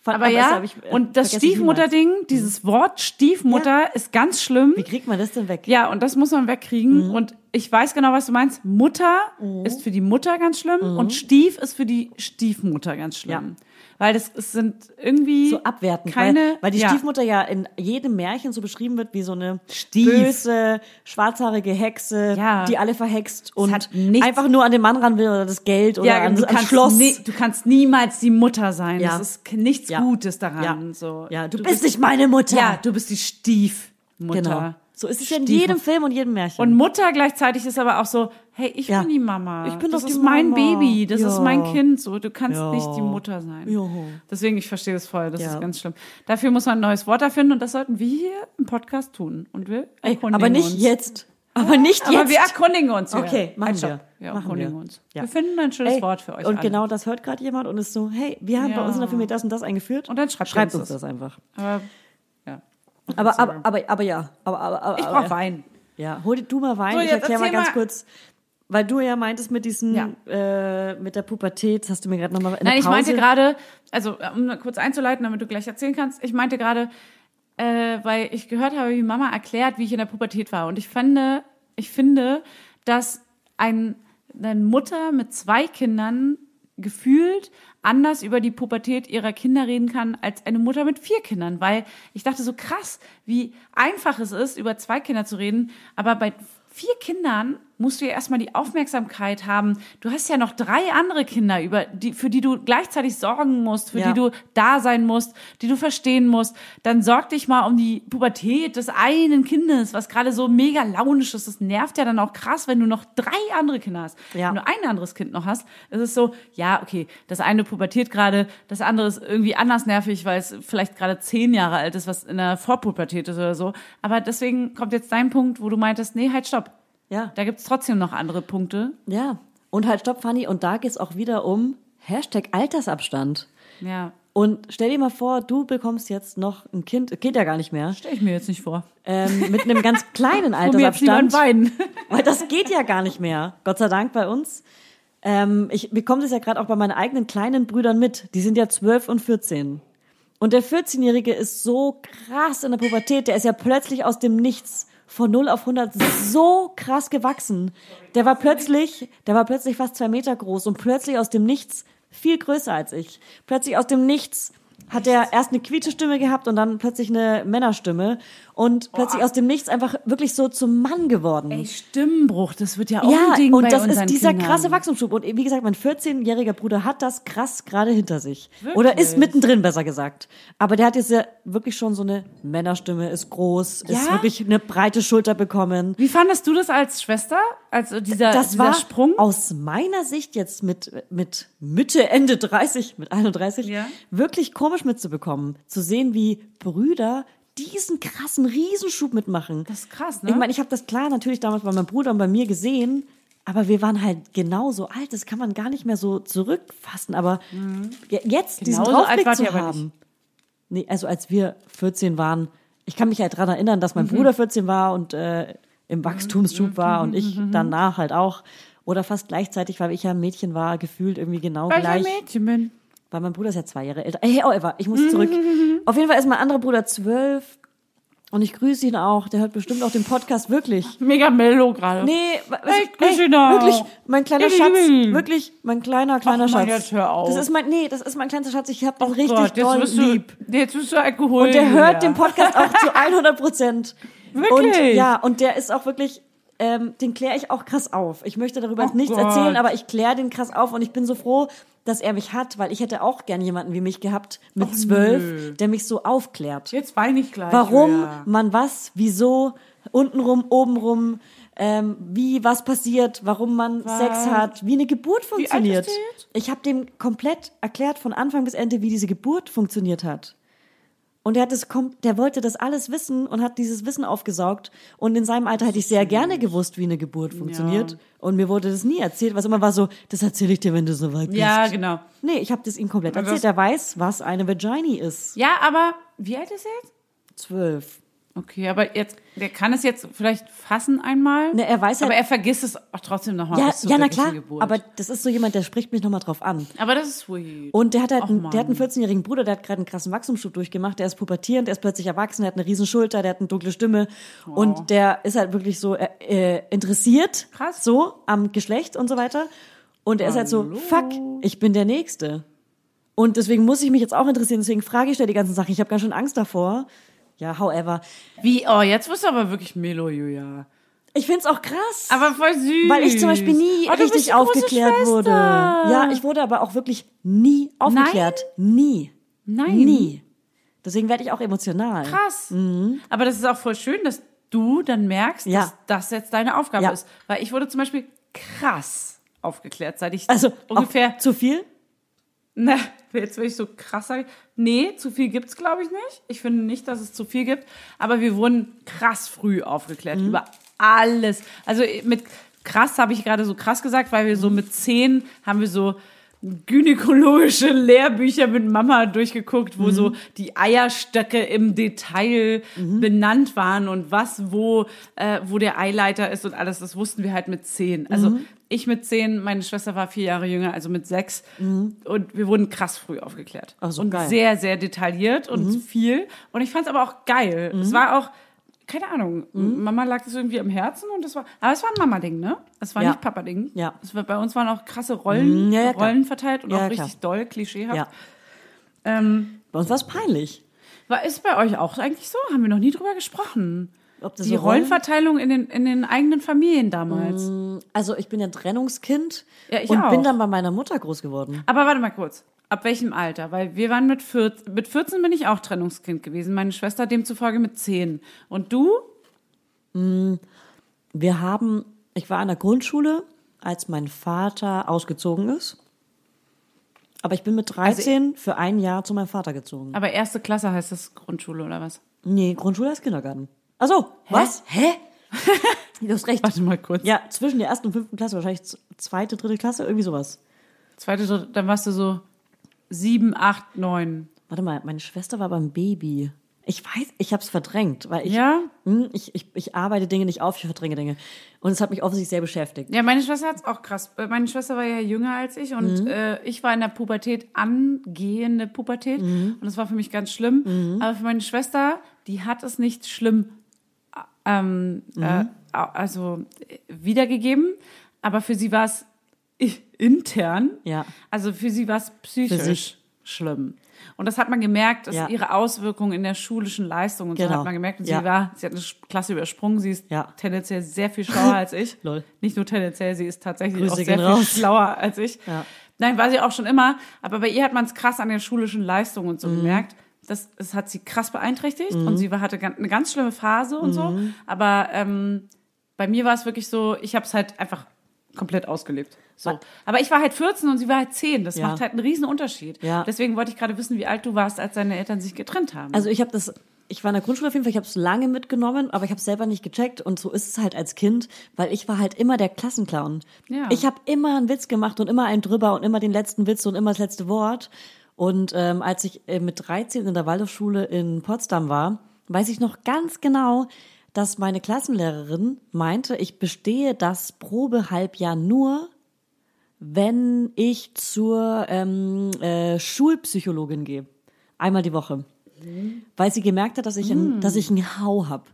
[SPEAKER 1] Fand-
[SPEAKER 2] Aber
[SPEAKER 1] das
[SPEAKER 2] ja,
[SPEAKER 1] hab ich, äh,
[SPEAKER 2] und das
[SPEAKER 1] vergesse ich
[SPEAKER 2] Stiefmutterding, dieses Wort Stiefmutter ist ganz schlimm.
[SPEAKER 1] niemals. Wie kriegt man das denn weg?
[SPEAKER 2] Ja, und das muss man
[SPEAKER 1] Mhm.
[SPEAKER 2] wegkriegen. Und ich weiß genau, was du meinst. Mutter ist für die Mutter ganz schlimm und Stief ist für die Stiefmutter ganz schlimm.
[SPEAKER 1] Mhm. Ja.
[SPEAKER 2] Weil das es sind irgendwie
[SPEAKER 1] So abwertend.
[SPEAKER 2] keine,
[SPEAKER 1] weil, weil die
[SPEAKER 2] ja.
[SPEAKER 1] Stiefmutter ja in jedem Märchen so beschrieben wird wie so eine
[SPEAKER 2] Stief.
[SPEAKER 1] böse, schwarzhaarige Hexe,
[SPEAKER 2] Ja.
[SPEAKER 1] die alle verhext und
[SPEAKER 2] hat nichts-
[SPEAKER 1] einfach nur an den Mann ran will oder das Geld oder
[SPEAKER 2] Ja, genau,
[SPEAKER 1] an,
[SPEAKER 2] du,
[SPEAKER 1] ans
[SPEAKER 2] kannst
[SPEAKER 1] Schloss.
[SPEAKER 2] nie- du kannst niemals die Mutter sein.
[SPEAKER 1] Ja.
[SPEAKER 2] Das ist k- nichts
[SPEAKER 1] Ja.
[SPEAKER 2] Gutes daran.
[SPEAKER 1] Ja.
[SPEAKER 2] So.
[SPEAKER 1] Ja, du, bist nicht meine Mutter.
[SPEAKER 2] Ja, du bist die Stiefmutter.
[SPEAKER 1] genau. So ist es ja in
[SPEAKER 2] Stiefmutter.
[SPEAKER 1] jedem Film und jedem Märchen.
[SPEAKER 2] Und Mutter gleichzeitig ist aber auch so, hey, ich
[SPEAKER 1] Ja.
[SPEAKER 2] bin die Mama.
[SPEAKER 1] Ich bin
[SPEAKER 2] das
[SPEAKER 1] doch die
[SPEAKER 2] ist mein
[SPEAKER 1] Mama.
[SPEAKER 2] Baby, das ist
[SPEAKER 1] Ja.
[SPEAKER 2] mein Kind. So, du kannst
[SPEAKER 1] Ja.
[SPEAKER 2] nicht die Mutter sein.
[SPEAKER 1] Joho.
[SPEAKER 2] Deswegen, ich verstehe das voll. Das
[SPEAKER 1] Ja.
[SPEAKER 2] ist ganz schlimm. Dafür muss man ein neues Wort erfinden und das sollten wir hier im Podcast tun. Und wir
[SPEAKER 1] Ey,
[SPEAKER 2] erkundigen
[SPEAKER 1] aber nicht
[SPEAKER 2] uns.
[SPEAKER 1] jetzt. Aber nicht jetzt.
[SPEAKER 2] Aber wir erkundigen uns. wieder.
[SPEAKER 1] Okay, machen
[SPEAKER 2] Ein Job.
[SPEAKER 1] wir.
[SPEAKER 2] Wir
[SPEAKER 1] Machen
[SPEAKER 2] erkundigen
[SPEAKER 1] wir.
[SPEAKER 2] uns.
[SPEAKER 1] Ja.
[SPEAKER 2] Wir finden ein schönes
[SPEAKER 1] Ey,
[SPEAKER 2] Wort für euch
[SPEAKER 1] Und
[SPEAKER 2] alle.
[SPEAKER 1] genau das hört gerade jemand und ist so, hey, wir haben bei
[SPEAKER 2] Ja.
[SPEAKER 1] uns in der Familie das und das eingeführt.
[SPEAKER 2] Und dann schreibt ihr
[SPEAKER 1] schreibt
[SPEAKER 2] uns
[SPEAKER 1] uns das, einfach.
[SPEAKER 2] Aber, ja.
[SPEAKER 1] Aber, aber, aber, aber ja. Aber, aber, aber,
[SPEAKER 2] Ich
[SPEAKER 1] aber,
[SPEAKER 2] brauche Wein.
[SPEAKER 1] Ja, hol dir du mal Wein.
[SPEAKER 2] So,
[SPEAKER 1] ich
[SPEAKER 2] jetzt
[SPEAKER 1] erkläre mal
[SPEAKER 2] erzähl
[SPEAKER 1] ganz
[SPEAKER 2] mal.
[SPEAKER 1] kurz, weil du ja meintest mit diesem, äh, mit der Pubertät, das hast du mir gerade nochmal in
[SPEAKER 2] Nein,
[SPEAKER 1] der
[SPEAKER 2] ich
[SPEAKER 1] Pause.
[SPEAKER 2] meinte gerade, also um mal kurz einzuleiten, damit du gleich erzählen kannst, ich meinte gerade, äh, weil ich gehört habe, wie Mama erklärt, wie ich in der Pubertät war. Und ich finde, ich finde, dass ein, eine Mutter mit zwei Kindern gefühlt anders über die Pubertät ihrer Kinder reden kann als eine Mutter mit vier Kindern, weil ich dachte so krass, wie einfach es ist, über zwei Kinder zu reden, aber bei vier Kindern musst du ja erstmal die Aufmerksamkeit haben. Du hast ja noch drei andere Kinder, über die, für die du gleichzeitig sorgen musst, für
[SPEAKER 1] Ja.
[SPEAKER 2] die du da sein musst, die du verstehen musst. Dann sorg dich mal um die Pubertät des einen Kindes, was gerade so mega launisch ist. Das nervt ja dann auch krass, wenn du noch drei andere Kinder hast.
[SPEAKER 1] Ja.
[SPEAKER 2] Wenn du ein anderes Kind noch hast, ist es so, ja, okay, das eine pubertiert gerade, das andere ist irgendwie anders nervig, weil es vielleicht gerade zehn Jahre alt ist, was in der Vorpubertät ist oder so. Aber deswegen kommt jetzt dein Punkt, wo du meintest, nee, halt stopp.
[SPEAKER 1] Ja.
[SPEAKER 2] Da gibt's trotzdem noch andere Punkte.
[SPEAKER 1] Ja. Und halt, stopp, Fanny, und da geht's auch wieder um Hashtag Altersabstand.
[SPEAKER 2] Ja.
[SPEAKER 1] Und stell dir mal vor, du bekommst jetzt noch ein Kind, geht ja gar nicht mehr,
[SPEAKER 2] Stell ich mir jetzt nicht vor.
[SPEAKER 1] ähm, mit einem ganz kleinen
[SPEAKER 2] Wo mir jetzt
[SPEAKER 1] Altersabstand.
[SPEAKER 2] niemand weinen.
[SPEAKER 1] Weil das geht ja gar nicht mehr. Gott sei Dank bei uns. Ähm, ich bekomme das ja gerade auch bei meinen eigenen kleinen Brüdern mit. Die sind ja 12 und 14. Und der 14-Jährige ist so krass in der Pubertät. Der ist ja plötzlich aus dem Nichts von 0 auf 100 so krass gewachsen. Der war plötzlich, der war plötzlich fast zwei Meter groß und plötzlich aus dem Nichts viel größer als ich. Plötzlich aus dem Nichts hat er erst eine quietsche Stimme gehabt und dann plötzlich eine Männerstimme. und plötzlich aus dem Nichts einfach wirklich so zum Mann geworden.
[SPEAKER 2] Ey, Stimmbruch, das wird ja auch ein Ding
[SPEAKER 1] ja, und
[SPEAKER 2] bei
[SPEAKER 1] das
[SPEAKER 2] unseren
[SPEAKER 1] ist dieser
[SPEAKER 2] Kindern.
[SPEAKER 1] krasse Wachstumsschub. Und wie gesagt, mein 14-jähriger Bruder hat das krass gerade hinter sich. Oder ist mittendrin, besser gesagt. Aber der hat jetzt ja wirklich schon so eine Männerstimme, ist groß, ist
[SPEAKER 2] Ja?
[SPEAKER 1] wirklich eine breite Schulter bekommen.
[SPEAKER 2] Wie fandest du das als Schwester? Also dieser,
[SPEAKER 1] Das
[SPEAKER 2] dieser
[SPEAKER 1] war
[SPEAKER 2] Sprung?
[SPEAKER 1] aus meiner Sicht jetzt mit, mit Mitte, Ende 30, mit 31,
[SPEAKER 2] Ja.
[SPEAKER 1] wirklich komisch mitzubekommen. Zu sehen, wie Brüder diesen krassen Riesenschub mitmachen.
[SPEAKER 2] Das ist krass, ne?
[SPEAKER 1] Ich meine, ich habe das klar natürlich damals bei meinem Bruder und bei mir gesehen, aber wir waren halt genauso alt, das kann man gar nicht mehr so zurückfassen. Aber je- jetzt diesen
[SPEAKER 2] Mhm. Genauso alt
[SPEAKER 1] Draufblick
[SPEAKER 2] wart
[SPEAKER 1] zu
[SPEAKER 2] ihr aber
[SPEAKER 1] haben. Nee, also als wir 14 waren, ich kann mich halt dran erinnern, dass
[SPEAKER 2] Mhm.
[SPEAKER 1] mein Bruder 14 war und äh, im Wachstumsschub war und ich
[SPEAKER 2] Mhm.
[SPEAKER 1] danach halt auch. Oder fast gleichzeitig, weil ich ja ein Mädchen war, gefühlt irgendwie genau
[SPEAKER 2] Weil ich ein
[SPEAKER 1] gleich.
[SPEAKER 2] Mädchen bin.
[SPEAKER 1] Weil mein Bruder ist ja zwei Jahre älter. Hey, however, ich muss zurück. Auf jeden Fall ist mein anderer Bruder zwölf. Und ich grüße ihn auch. Der hört bestimmt auch den Podcast, wirklich.
[SPEAKER 2] Mega mellow gerade.
[SPEAKER 1] Nee, wa- was,
[SPEAKER 2] Ich grüße ihn auch.
[SPEAKER 1] wirklich, mein kleiner
[SPEAKER 2] Ich
[SPEAKER 1] Schatz,
[SPEAKER 2] liebe ihn.
[SPEAKER 1] wirklich, mein kleiner, kleiner
[SPEAKER 2] Ach, Mann,
[SPEAKER 1] Schatz.
[SPEAKER 2] jetzt hör auf.
[SPEAKER 1] Das ist mein, nee, das ist mein kleiner Schatz, ich hab den richtig
[SPEAKER 2] Oh Gott, jetzt
[SPEAKER 1] doll
[SPEAKER 2] wirst du,
[SPEAKER 1] lieb.
[SPEAKER 2] Jetzt wirst du Alkohol.
[SPEAKER 1] Und der hört den
[SPEAKER 2] Julia.
[SPEAKER 1] Podcast auch zu 100 Prozent. Und,
[SPEAKER 2] Wirklich?
[SPEAKER 1] ja, und der ist auch wirklich, ähm, den kläre ich auch krass auf. Ich möchte darüber
[SPEAKER 2] Oh
[SPEAKER 1] nichts
[SPEAKER 2] Gott.
[SPEAKER 1] erzählen, aber ich kläre den krass auf und ich bin so froh, dass er mich hat, weil ich hätte auch gern jemanden wie mich gehabt mit zwölf, der mich so aufklärt.
[SPEAKER 2] Jetzt weine ich gleich.
[SPEAKER 1] Warum
[SPEAKER 2] Julia.
[SPEAKER 1] man was, wieso, untenrum, obenrum, ähm, wie was passiert, warum man Sex hat, wie eine Geburt
[SPEAKER 2] ist
[SPEAKER 1] funktioniert.
[SPEAKER 2] der
[SPEAKER 1] ich habe dem komplett erklärt von Anfang bis Ende, wie diese Geburt funktioniert hat. Und er hat es kom- der wollte das alles wissen und hat dieses Wissen aufgesaugt. Und in seinem Alter hätte ich sehr gerne gewusst, wie eine Geburt funktioniert. Und mir wurde das nie erzählt, was immer war so, das erzähle ich dir, wenn du so weit bist.
[SPEAKER 2] Ja, genau.
[SPEAKER 1] Nee, ich habe das ihm komplett
[SPEAKER 2] das-
[SPEAKER 1] erzählt. Er weiß, was eine Vagina ist.
[SPEAKER 2] Ja, aber wie alt ist er jetzt?
[SPEAKER 1] Zwölf.
[SPEAKER 2] Okay, aber jetzt, der kann es jetzt vielleicht fassen einmal.
[SPEAKER 1] Ne, er weiß halt-
[SPEAKER 2] aber er vergisst es auch trotzdem nochmal.
[SPEAKER 1] Ja,
[SPEAKER 2] bis zur
[SPEAKER 1] ja na
[SPEAKER 2] wirklichen
[SPEAKER 1] klar.
[SPEAKER 2] Geburt.
[SPEAKER 1] Aber das ist so jemand, der spricht mich nochmal drauf an.
[SPEAKER 2] aber das ist sweet.
[SPEAKER 1] Und der hat halt,
[SPEAKER 2] Och,
[SPEAKER 1] einen, der hat einen
[SPEAKER 2] Mann.
[SPEAKER 1] 14-jährigen Bruder, der hat gerade einen krassen Wachstumsschub durchgemacht, der ist pubertierend, der ist plötzlich erwachsen, der hat eine riesen Schulter, der hat eine dunkle Stimme und der ist halt wirklich so äh, äh, interessiert,
[SPEAKER 2] Krass.
[SPEAKER 1] so am Geschlecht und so weiter. Und er ist halt so, fuck, ich bin der Nächste. Und deswegen muss ich mich jetzt auch interessieren, deswegen frage ich da die ganzen Sachen. Ich habe ganz schön Angst davor. Ja, however.
[SPEAKER 2] Wie, oh, jetzt wirst du aber wirklich Melo, Julia.
[SPEAKER 1] Ich find's auch krass.
[SPEAKER 2] Aber voll süß.
[SPEAKER 1] Weil ich zum Beispiel nie
[SPEAKER 2] Oh, du bist die
[SPEAKER 1] richtig
[SPEAKER 2] große
[SPEAKER 1] aufgeklärt
[SPEAKER 2] Schwester.
[SPEAKER 1] wurde. Ja, ich wurde aber auch wirklich nie aufgeklärt. Nie.
[SPEAKER 2] Nein.
[SPEAKER 1] Nie. Deswegen werde ich auch emotional.
[SPEAKER 2] Mhm. Krass. Aber das ist auch voll schön, dass du dann merkst,
[SPEAKER 1] Ja.
[SPEAKER 2] dass das jetzt deine Aufgabe
[SPEAKER 1] Ja.
[SPEAKER 2] ist. Weil ich wurde zum Beispiel krass aufgeklärt, seit ich
[SPEAKER 1] Also
[SPEAKER 2] ungefähr
[SPEAKER 1] Auch zu viel?
[SPEAKER 2] Na, Ne, jetzt will ich so krass sagen. Nee, zu viel gibt's, glaube ich, nicht. Ich finde nicht, dass es zu viel gibt. Aber wir wurden krass früh aufgeklärt über alles. Also mit krass habe ich gerade so krass gesagt, weil wir so mit zehn haben wir so gynäkologische Lehrbücher mit Mama durchgeguckt, wo so die Eierstöcke im Detail benannt waren und was wo, äh, wo der Eileiter ist und alles. Das wussten wir halt mit zehn. Also ich mit zehn, meine Schwester war vier Jahre jünger, also mit sechs. Und wir wurden krass früh aufgeklärt.
[SPEAKER 1] Mhm. Ach so,
[SPEAKER 2] und
[SPEAKER 1] geil. Mhm.
[SPEAKER 2] sehr, sehr detailliert und viel. Und ich fand es aber auch geil. Es war auch, keine Ahnung,
[SPEAKER 1] Mhm.
[SPEAKER 2] Mama lag das irgendwie am Herzen und es war, aber es war ein Mama-Ding, ne? Es war
[SPEAKER 1] Ja.
[SPEAKER 2] nicht Papa-Ding.
[SPEAKER 1] Ja.
[SPEAKER 2] Es war, bei uns waren auch krasse Rollen,
[SPEAKER 1] Mhm, ja, ja, klar.
[SPEAKER 2] Rollen verteilt und
[SPEAKER 1] Ja,
[SPEAKER 2] auch
[SPEAKER 1] ja,
[SPEAKER 2] richtig doll, klischeehaft.
[SPEAKER 1] Ja.
[SPEAKER 2] Ähm,
[SPEAKER 1] Bei uns war es peinlich.
[SPEAKER 2] war, ist bei euch auch eigentlich so? Haben wir noch nie drüber gesprochen.
[SPEAKER 1] Ob das
[SPEAKER 2] Die
[SPEAKER 1] so Rollen-
[SPEAKER 2] Rollenverteilung in den, in den eigenen Familien damals.
[SPEAKER 1] Also ich bin ja ein Trennungskind
[SPEAKER 2] Ja, ich
[SPEAKER 1] und
[SPEAKER 2] auch.
[SPEAKER 1] bin dann bei meiner Mutter groß geworden.
[SPEAKER 2] Aber warte mal kurz. Ab welchem Alter? Weil wir waren mit 14, mit 14 bin ich auch Trennungskind gewesen. Meine Schwester demzufolge mit 10. Und du?
[SPEAKER 1] Wir haben, ich war in der Grundschule, als mein Vater ausgezogen ist. Aber ich bin mit
[SPEAKER 2] Also
[SPEAKER 1] 13 für ein Jahr zu meinem Vater gezogen.
[SPEAKER 2] Aber erste Klasse heißt das Grundschule oder was?
[SPEAKER 1] Nee, Grundschule ist Kindergarten. Ach so, was? Hä? du hast recht.
[SPEAKER 2] Warte mal kurz.
[SPEAKER 1] Ja, zwischen der ersten und fünften Klasse, wahrscheinlich z- zweite, dritte Klasse, irgendwie sowas.
[SPEAKER 2] Zweite, dritte, dann warst du so 7, 8, 9.
[SPEAKER 1] Warte mal, meine Schwester war beim Baby. Ich weiß, ich hab's verdrängt, weil ich,
[SPEAKER 2] Ja?
[SPEAKER 1] Hm, ich, ich, ich arbeite Dinge nicht auf, ich verdränge Dinge. Und es hat mich offensichtlich sehr beschäftigt.
[SPEAKER 2] Ja, meine Schwester hat's auch krass. Äh, Meine Schwester war ja jünger als ich und
[SPEAKER 1] Mhm.
[SPEAKER 2] äh, ich war in der Pubertät, angehende Pubertät.
[SPEAKER 1] Mhm.
[SPEAKER 2] Und das war für mich ganz schlimm. Aber für meine Schwester, die hat es nicht schlimm ähm,
[SPEAKER 1] Mhm.
[SPEAKER 2] äh, au- also äh, wiedergegeben, aber für sie war es i- intern.
[SPEAKER 1] Ja.
[SPEAKER 2] Also für sie war es
[SPEAKER 1] Für sich.
[SPEAKER 2] psychisch schlimm. Und das hat man gemerkt, dass
[SPEAKER 1] Ja.
[SPEAKER 2] ihre Auswirkungen in der schulischen Leistung und so
[SPEAKER 1] Genau.
[SPEAKER 2] hat man gemerkt. Und
[SPEAKER 1] Ja.
[SPEAKER 2] sie war, sie hat eine Sch- Klasse übersprungen, sie ist
[SPEAKER 1] Ja.
[SPEAKER 2] tendenziell sehr viel schlauer als ich.
[SPEAKER 1] Lol.
[SPEAKER 2] Nicht nur tendenziell, sie ist tatsächlich
[SPEAKER 1] Grüße
[SPEAKER 2] auch sehr
[SPEAKER 1] gehen
[SPEAKER 2] viel
[SPEAKER 1] raus.
[SPEAKER 2] schlauer als ich.
[SPEAKER 1] Ja.
[SPEAKER 2] Nein, war sie auch schon immer, aber bei ihr hat man es krass an den schulischen Leistungen und so
[SPEAKER 1] Mhm.
[SPEAKER 2] gemerkt. Das, das hat sie krass beeinträchtigt und sie war, hatte gan- eine ganz schlimme Phase und so.
[SPEAKER 1] Mhm.
[SPEAKER 2] Aber ähm, bei mir war es wirklich so, ich habe es halt einfach komplett ausgelebt. So. Aber ich war halt 14 und sie war halt 10. Das
[SPEAKER 1] Ja.
[SPEAKER 2] macht halt einen riesen Unterschied.
[SPEAKER 1] Ja.
[SPEAKER 2] Deswegen wollte ich gerade wissen, wie alt du warst, als deine Eltern sich getrennt haben.
[SPEAKER 1] Also ich habe das, ich war in der Grundschule auf jeden Fall, ich habe es lange mitgenommen, aber ich habe selber nicht gecheckt und so ist es halt als Kind, weil ich war halt immer der Klassenclown.
[SPEAKER 2] Ja.
[SPEAKER 1] Ich habe immer einen Witz gemacht und immer einen drüber und immer den letzten Witz und immer das letzte Wort. Und ähm, als ich äh, mit 13 in der Waldorfschule in Potsdam war, weiß ich noch ganz genau, dass meine Klassenlehrerin meinte, ich bestehe das Probehalbjahr nur, wenn ich zur ähm, äh, Schulpsychologin gehe. Einmal die Woche. Weil sie gemerkt hat, dass ich, einen, dass ich einen Hau hab.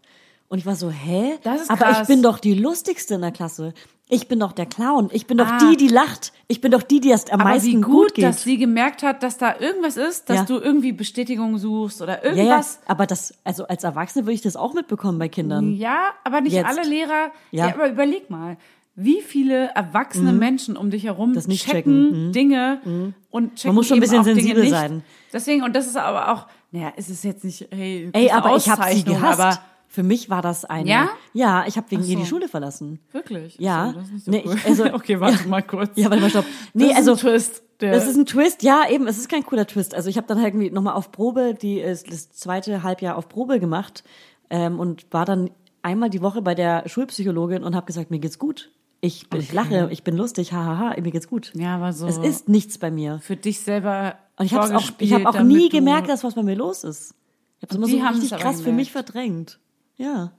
[SPEAKER 1] Und ich war so, hä?
[SPEAKER 2] Mm. Das ist
[SPEAKER 1] Aber
[SPEAKER 2] krass.
[SPEAKER 1] ich bin doch die Lustigste in der Klasse. Ich bin doch der Clown. Ich bin doch
[SPEAKER 2] Ah.
[SPEAKER 1] die, die lacht. Ich bin doch die, die es am
[SPEAKER 2] aber
[SPEAKER 1] meisten
[SPEAKER 2] wie gut,
[SPEAKER 1] gut geht.
[SPEAKER 2] dass sie gemerkt hat, dass da irgendwas ist, dass
[SPEAKER 1] Ja.
[SPEAKER 2] du irgendwie Bestätigung suchst oder
[SPEAKER 1] ja, ja,
[SPEAKER 2] irgendwas.
[SPEAKER 1] aber das, also als Erwachsene würde ich das auch mitbekommen bei Kindern.
[SPEAKER 2] Ja, aber nicht
[SPEAKER 1] Jetzt.
[SPEAKER 2] alle Lehrer.
[SPEAKER 1] Ja.
[SPEAKER 2] Ja.
[SPEAKER 1] Mhm.
[SPEAKER 2] aber überleg mal, wie viele erwachsene Menschen um dich herum
[SPEAKER 1] Das nicht
[SPEAKER 2] checken,
[SPEAKER 1] checken. Mhm.
[SPEAKER 2] Dinge und checken
[SPEAKER 1] Man muss schon ein
[SPEAKER 2] eben
[SPEAKER 1] bisschen
[SPEAKER 2] auch Dinge
[SPEAKER 1] sensibel
[SPEAKER 2] nicht.
[SPEAKER 1] sein.
[SPEAKER 2] Deswegen und das ist aber auch, naja, es ist jetzt nicht, hey,
[SPEAKER 1] Ey,
[SPEAKER 2] große
[SPEAKER 1] aber ich habe sie
[SPEAKER 2] Auszeichnung,
[SPEAKER 1] gehasst.
[SPEAKER 2] Aber
[SPEAKER 1] Für mich war das eine.
[SPEAKER 2] Ja?
[SPEAKER 1] Ja, ich habe wegen ihr
[SPEAKER 2] so.
[SPEAKER 1] die Schule verlassen.
[SPEAKER 2] wirklich.
[SPEAKER 1] Ja.
[SPEAKER 2] Achso, das ist nicht so
[SPEAKER 1] Nee,
[SPEAKER 2] cool.
[SPEAKER 1] ich- also-
[SPEAKER 2] okay, warte
[SPEAKER 1] Ja.
[SPEAKER 2] mal kurz.
[SPEAKER 1] Ja, warte mal, stopp. Nee,
[SPEAKER 2] das
[SPEAKER 1] also
[SPEAKER 2] ist ein Twist. Der,
[SPEAKER 1] Das ist ein Twist, ja, eben, es ist kein cooler Twist. Also ich habe dann halt irgendwie nochmal auf Probe, die ist das zweite Halbjahr auf Probe gemacht ähm, und war dann einmal die Woche bei der Schulpsychologin und habe gesagt, mir geht's gut. Ich, ich lache, ich bin lustig, hahaha, mir geht's gut.
[SPEAKER 2] ja, aber so
[SPEAKER 1] Es ist nichts bei mir.
[SPEAKER 2] für dich selber
[SPEAKER 1] Und ich habe auch, ich
[SPEAKER 2] vorgespielt,
[SPEAKER 1] hab auch
[SPEAKER 2] damit
[SPEAKER 1] nie
[SPEAKER 2] du-
[SPEAKER 1] gemerkt, dass was bei mir los ist. Ich habe es immer
[SPEAKER 2] die
[SPEAKER 1] so
[SPEAKER 2] haben's
[SPEAKER 1] richtig
[SPEAKER 2] aber
[SPEAKER 1] krass für mich
[SPEAKER 2] gemerkt.
[SPEAKER 1] verdrängt. Ja.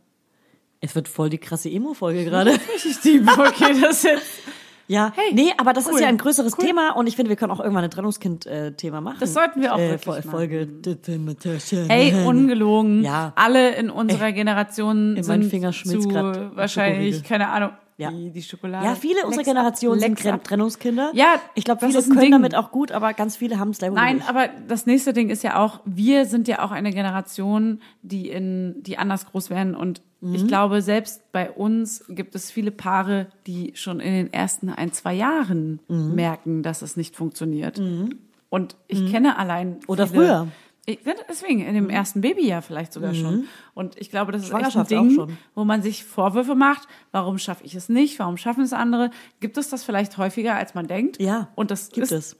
[SPEAKER 1] Es wird voll die krasse Emo-Folge gerade.
[SPEAKER 2] Richtig deep, okay, das ist jetzt,
[SPEAKER 1] Ja,
[SPEAKER 2] Hey,
[SPEAKER 1] nee, aber das
[SPEAKER 2] cool,
[SPEAKER 1] ist ja ein größeres
[SPEAKER 2] cool.
[SPEAKER 1] Thema und ich finde, wir können auch irgendwann ein Trennungskind-Thema machen.
[SPEAKER 2] Das sollten wir auch
[SPEAKER 1] äh,
[SPEAKER 2] wirklich
[SPEAKER 1] Fol-
[SPEAKER 2] machen.
[SPEAKER 1] Folge. machen.
[SPEAKER 2] Ey, ungelogen.
[SPEAKER 1] Ja.
[SPEAKER 2] Alle in unserer Generation
[SPEAKER 1] in meinen
[SPEAKER 2] sind
[SPEAKER 1] Finger schmilzt
[SPEAKER 2] zu
[SPEAKER 1] grad ein
[SPEAKER 2] wahrscheinlich,
[SPEAKER 1] Schokoriegel.
[SPEAKER 2] keine Ahnung,
[SPEAKER 1] Ja.
[SPEAKER 2] die, die Schokolade.
[SPEAKER 1] Ja, viele unserer
[SPEAKER 2] Leck's ab,
[SPEAKER 1] Generation sind
[SPEAKER 2] leck's
[SPEAKER 1] Tren-
[SPEAKER 2] ab.
[SPEAKER 1] Trennungskinder.
[SPEAKER 2] Ja,
[SPEAKER 1] ich glaube,
[SPEAKER 2] das
[SPEAKER 1] viele
[SPEAKER 2] ist ein
[SPEAKER 1] können
[SPEAKER 2] Ding.
[SPEAKER 1] damit auch gut, aber ganz viele haben es leider
[SPEAKER 2] Nein,
[SPEAKER 1] nicht.
[SPEAKER 2] aber das nächste Ding ist ja auch, wir sind ja auch eine Generation, die in, die anders groß werden und
[SPEAKER 1] Mhm.
[SPEAKER 2] ich glaube, selbst bei uns gibt es viele Paare, die schon in den ersten ein, zwei Jahren
[SPEAKER 1] Mhm.
[SPEAKER 2] merken, dass es nicht funktioniert. Und ich kenne allein
[SPEAKER 1] Oder
[SPEAKER 2] viele,
[SPEAKER 1] früher. Mhm.
[SPEAKER 2] Ich, deswegen, in dem ersten Babyjahr vielleicht sogar schon. Und ich glaube, das ist echt ein
[SPEAKER 1] Schwangerschaft auch
[SPEAKER 2] Ding,
[SPEAKER 1] schon.
[SPEAKER 2] wo man sich Vorwürfe macht, warum schaffe ich es nicht, warum schaffen es andere. Gibt es das vielleicht häufiger, als man denkt?
[SPEAKER 1] Ja,
[SPEAKER 2] Und das
[SPEAKER 1] gibt
[SPEAKER 2] ist
[SPEAKER 1] es.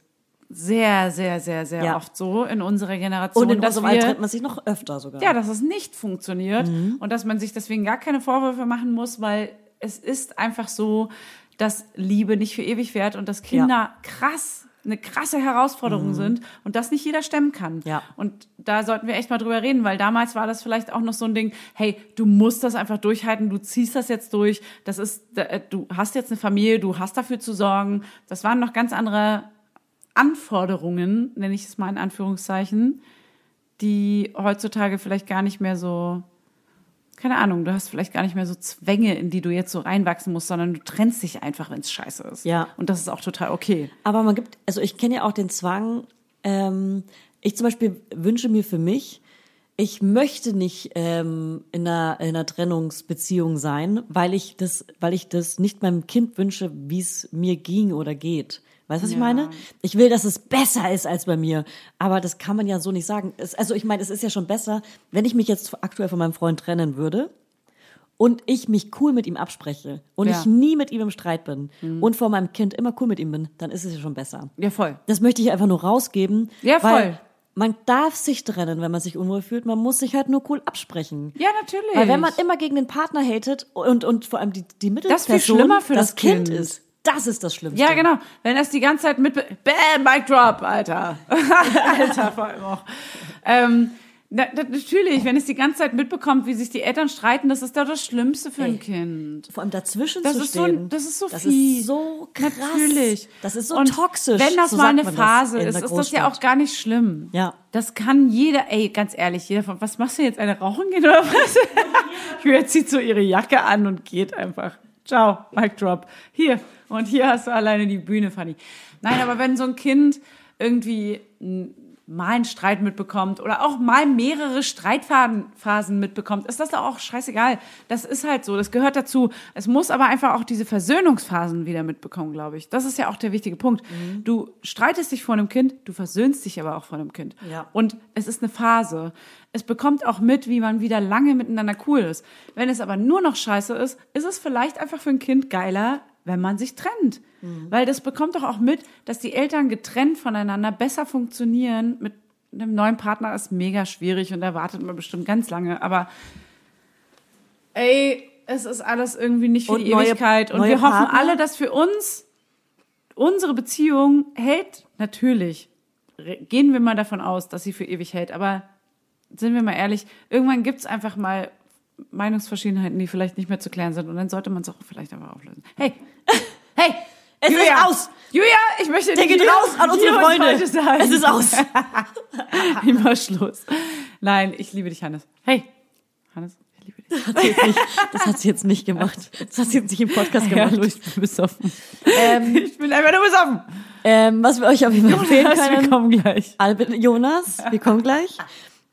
[SPEAKER 2] sehr, sehr, sehr, sehr
[SPEAKER 1] Ja.
[SPEAKER 2] oft so in unserer Generation,
[SPEAKER 1] Und in
[SPEAKER 2] dass
[SPEAKER 1] unserem Alter
[SPEAKER 2] wir,
[SPEAKER 1] trennt man sich noch öfter sogar. Mhm.
[SPEAKER 2] ja, dass es nicht funktioniert und dass man sich deswegen gar keine Vorwürfe machen muss, weil es ist einfach so, dass Liebe nicht für ewig währt und dass Kinder krass eine krasse Herausforderung sind und das nicht jeder stemmen kann.
[SPEAKER 1] Mhm. Ja.
[SPEAKER 2] Und da sollten wir echt mal drüber reden, weil damals war das vielleicht auch noch so ein Ding, hey, du musst das einfach durchhalten, du ziehst das jetzt durch, das ist, äh, du hast jetzt eine Familie, du hast dafür zu sorgen. Das waren noch ganz andere Anforderungen, nenne ich es mal in Anführungszeichen, die heutzutage vielleicht gar nicht mehr so, keine Ahnung, du hast vielleicht gar nicht mehr so Zwänge, in die du jetzt so reinwachsen musst, sondern du trennst dich einfach, wenn es scheiße ist.
[SPEAKER 1] Ja.
[SPEAKER 2] Und das ist auch total okay.
[SPEAKER 1] Aber man gibt, also ich kenne ja auch den Zwang, ähm, ich zum Beispiel wünsche mir für mich, ich möchte nicht ähm, in, einer, in einer Trennungsbeziehung sein, weil ich das, weil ich das nicht meinem Kind wünsche, wie es mir ging oder geht. Weißt du, was ich meine? Ich will, dass es besser ist als bei mir. Aber das kann man ja so nicht sagen. Es, also ich meine, es ist ja schon besser, wenn ich mich jetzt aktuell von meinem Freund trennen würde, und ich mich cool mit ihm abspreche und
[SPEAKER 2] Ja. Mhm.
[SPEAKER 1] ich nie mit ihm im Streit bin und vor meinem Kind immer cool mit ihm bin, dann ist es ja schon besser.
[SPEAKER 2] Ja, voll.
[SPEAKER 1] Das möchte ich einfach nur rausgeben.
[SPEAKER 2] Ja, voll.
[SPEAKER 1] Weil man darf sich trennen, wenn man sich unwohl fühlt. Man muss sich halt nur cool absprechen.
[SPEAKER 2] Ja, natürlich.
[SPEAKER 1] Weil wenn man immer gegen den Partner hatet und, und vor allem die, die Mittelperson,
[SPEAKER 2] viel schlimmer für das
[SPEAKER 1] Kind
[SPEAKER 2] Kind.
[SPEAKER 1] ist, das ist das Schlimmste.
[SPEAKER 2] ja, genau. Wenn das die ganze Zeit mit... Bam, Mic drop, Alter. Alter, vor allem auch. Ähm, na, na, natürlich, wenn es die ganze Zeit mitbekommt, wie sich die Eltern streiten, das ist doch das Schlimmste für ein Kind.
[SPEAKER 1] Vor allem dazwischen
[SPEAKER 2] Das
[SPEAKER 1] zu
[SPEAKER 2] ist so,
[SPEAKER 1] stehen.
[SPEAKER 2] das ist so
[SPEAKER 1] das
[SPEAKER 2] viel.
[SPEAKER 1] Ist so krass.
[SPEAKER 2] Natürlich.
[SPEAKER 1] Das ist so
[SPEAKER 2] Und
[SPEAKER 1] toxisch.
[SPEAKER 2] Wenn das
[SPEAKER 1] so
[SPEAKER 2] mal
[SPEAKER 1] sagt
[SPEAKER 2] eine
[SPEAKER 1] man
[SPEAKER 2] Phase
[SPEAKER 1] in
[SPEAKER 2] ist,
[SPEAKER 1] der
[SPEAKER 2] ist das ja
[SPEAKER 1] Großstadt.
[SPEAKER 2] auch gar nicht schlimm.
[SPEAKER 1] Ja.
[SPEAKER 2] Das kann jeder, ey, ganz ehrlich, jeder von, was machst du jetzt, eine rauchen gehen oder was? Julia zieht so ihre Jacke an und geht einfach. Ciao, Mic Drop. Hier. Und hier hast du alleine die Bühne, Fanny. Nein, aber wenn so ein Kind irgendwie mal einen Streit mitbekommt oder auch mal mehrere Streitphasen mitbekommt, ist das doch auch scheißegal. Das ist halt so, das gehört dazu. Es muss aber einfach auch diese Versöhnungsphasen wieder mitbekommen, glaube ich. Das ist ja auch der wichtige Punkt. Du streitest dich vor einem Kind, du versöhnst dich aber auch vor einem Kind.
[SPEAKER 1] Ja.
[SPEAKER 2] Und es ist eine Phase. Es bekommt auch mit, wie man wieder lange miteinander cool ist. Wenn es aber nur noch scheiße ist, ist es vielleicht einfach für ein Kind geiler, wenn man sich trennt.
[SPEAKER 1] Mhm.
[SPEAKER 2] Weil das bekommt doch auch mit, dass die Eltern getrennt voneinander besser funktionieren. Mit einem neuen Partner ist mega schwierig und da wartet man bestimmt ganz lange. Aber ey, es ist alles irgendwie nicht für
[SPEAKER 1] Und
[SPEAKER 2] die
[SPEAKER 1] neue-
[SPEAKER 2] Ewigkeit. Und
[SPEAKER 1] neue
[SPEAKER 2] wir hoffen
[SPEAKER 1] Partner?
[SPEAKER 2] alle, dass für uns unsere Beziehung hält. Natürlich re- gehen wir mal davon aus, dass sie für ewig hält. Aber sind wir mal ehrlich, irgendwann gibt es einfach mal Meinungsverschiedenheiten, die vielleicht nicht mehr zu klären sind. Und dann sollte man es auch vielleicht einfach auflösen. Hey, hey,
[SPEAKER 1] Es ist aus.
[SPEAKER 2] Julia, ich möchte
[SPEAKER 1] Der geht
[SPEAKER 2] dir-
[SPEAKER 1] raus an unsere
[SPEAKER 2] dir und
[SPEAKER 1] Freunde.
[SPEAKER 2] heute sagen.
[SPEAKER 1] Es ist aus.
[SPEAKER 2] Immer Schluss. Nein, ich liebe dich, Hannes. Hey, Hannes, ich liebe dich.
[SPEAKER 1] Das hat sie jetzt nicht gemacht. Das hat sie jetzt nicht im Podcast
[SPEAKER 2] Ja,
[SPEAKER 1] gemacht.
[SPEAKER 2] du, ich bin besoffen. ich bin einfach nur besoffen.
[SPEAKER 1] Ähm, was wir euch auf jeden Fall empfehlen
[SPEAKER 2] Jonas, wir
[SPEAKER 1] können,
[SPEAKER 2] kommen gleich.
[SPEAKER 1] Albin, Jonas, wir kommen gleich.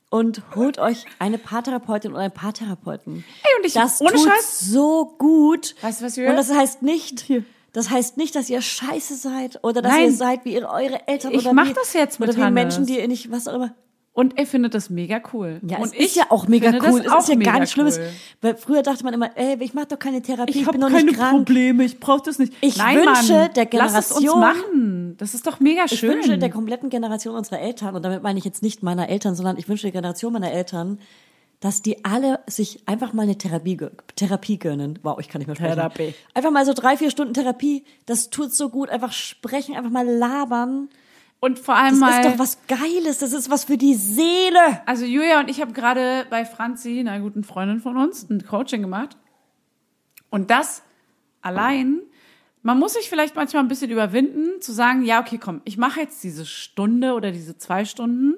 [SPEAKER 1] Und holt euch eine Paartherapeutin oder einen Paartherapeuten.
[SPEAKER 2] Ey, und ich-
[SPEAKER 1] das
[SPEAKER 2] ohne
[SPEAKER 1] tut
[SPEAKER 2] Scheiß.
[SPEAKER 1] so gut.
[SPEAKER 2] Weißt du, was wir-
[SPEAKER 1] Und das heißt nicht, das heißt nicht, dass ihr scheiße seid oder dass
[SPEAKER 2] Nein.
[SPEAKER 1] ihr seid wie ihre, eure Eltern
[SPEAKER 2] Ich
[SPEAKER 1] oder
[SPEAKER 2] mach
[SPEAKER 1] wie,
[SPEAKER 2] das jetzt mit
[SPEAKER 1] oder wie
[SPEAKER 2] Hannes.
[SPEAKER 1] Menschen, die ihr nicht, was auch immer.
[SPEAKER 2] Und er findet das mega cool.
[SPEAKER 1] Ja, es
[SPEAKER 2] und
[SPEAKER 1] ist ja auch mega
[SPEAKER 2] finde das
[SPEAKER 1] cool. Es
[SPEAKER 2] auch
[SPEAKER 1] ist ja
[SPEAKER 2] mega
[SPEAKER 1] gar nichts Schlimmes.
[SPEAKER 2] cool.
[SPEAKER 1] Weil früher dachte man immer, ey, ich mache doch keine Therapie, ich,
[SPEAKER 2] Ich
[SPEAKER 1] bin
[SPEAKER 2] habe
[SPEAKER 1] noch
[SPEAKER 2] keine
[SPEAKER 1] nicht krank.
[SPEAKER 2] Probleme, ich brauche das nicht.
[SPEAKER 1] Ich
[SPEAKER 2] Nein,
[SPEAKER 1] wünsche
[SPEAKER 2] Mann,
[SPEAKER 1] der
[SPEAKER 2] Lass es uns
[SPEAKER 1] Generation-
[SPEAKER 2] machen. Das ist doch mega
[SPEAKER 1] Ich
[SPEAKER 2] schön.
[SPEAKER 1] wünsche der kompletten Generation unserer Eltern, und damit meine ich jetzt nicht meiner Eltern, sondern ich wünsche der Generation meiner Eltern, dass die alle sich einfach mal eine Therapie, gö- Therapie gönnen. Wow, ich kann nicht mehr sprechen.
[SPEAKER 2] Therapie.
[SPEAKER 1] Einfach mal so drei, vier Stunden Therapie. Das tut so gut. Einfach sprechen, einfach mal labern.
[SPEAKER 2] und vor
[SPEAKER 1] Das
[SPEAKER 2] allem mal.
[SPEAKER 1] ist doch was Geiles. Das ist was für die Seele.
[SPEAKER 2] Also Julia und ich haben gerade bei Franzi, einer guten Freundin von uns, ein Coaching gemacht. Und das allein, man muss sich vielleicht manchmal ein bisschen überwinden, zu sagen, ja, okay, komm, ich mache jetzt diese Stunde oder diese zwei Stunden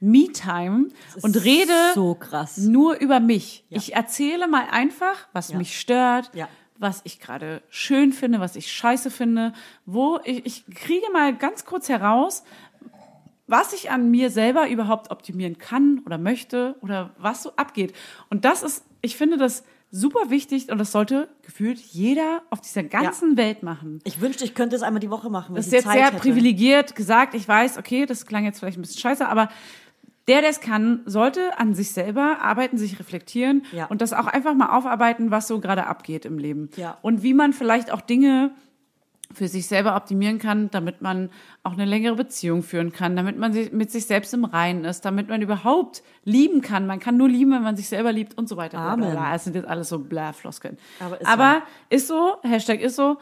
[SPEAKER 2] Me-Time und rede
[SPEAKER 1] so krass.
[SPEAKER 2] nur über mich. Ich erzähle mal einfach, was mich stört,
[SPEAKER 1] Ja.
[SPEAKER 2] was ich gerade schön finde, was ich scheiße finde, wo ich, ich kriege mal ganz kurz heraus, was ich an mir selber überhaupt optimieren kann oder möchte oder was so abgeht. Und das ist, ich finde das super wichtig und das sollte gefühlt jeder auf dieser ganzen Welt machen.
[SPEAKER 1] Ich wünschte, ich könnte es einmal die Woche machen. Wenn
[SPEAKER 2] Das ist
[SPEAKER 1] ich die
[SPEAKER 2] jetzt
[SPEAKER 1] Zeit
[SPEAKER 2] sehr
[SPEAKER 1] hätte.
[SPEAKER 2] privilegiert gesagt. Ich weiß, okay, das klang jetzt vielleicht ein bisschen scheiße, aber der, der es kann, sollte an sich selber arbeiten, sich reflektieren
[SPEAKER 1] Ja.
[SPEAKER 2] und das auch einfach mal aufarbeiten, was so gerade abgeht im Leben.
[SPEAKER 1] Ja.
[SPEAKER 2] Und wie man vielleicht auch Dinge für sich selber optimieren kann, damit man auch eine längere Beziehung führen kann, damit man sich mit sich selbst im Reinen ist, damit man überhaupt lieben kann. Man kann nur lieben, wenn man sich selber liebt und so weiter. Bla, bla,
[SPEAKER 1] Amen.
[SPEAKER 2] bla. Das sind jetzt alles so bla Floskeln.
[SPEAKER 1] Aber ist
[SPEAKER 2] Aber ist so, Hashtag ist so.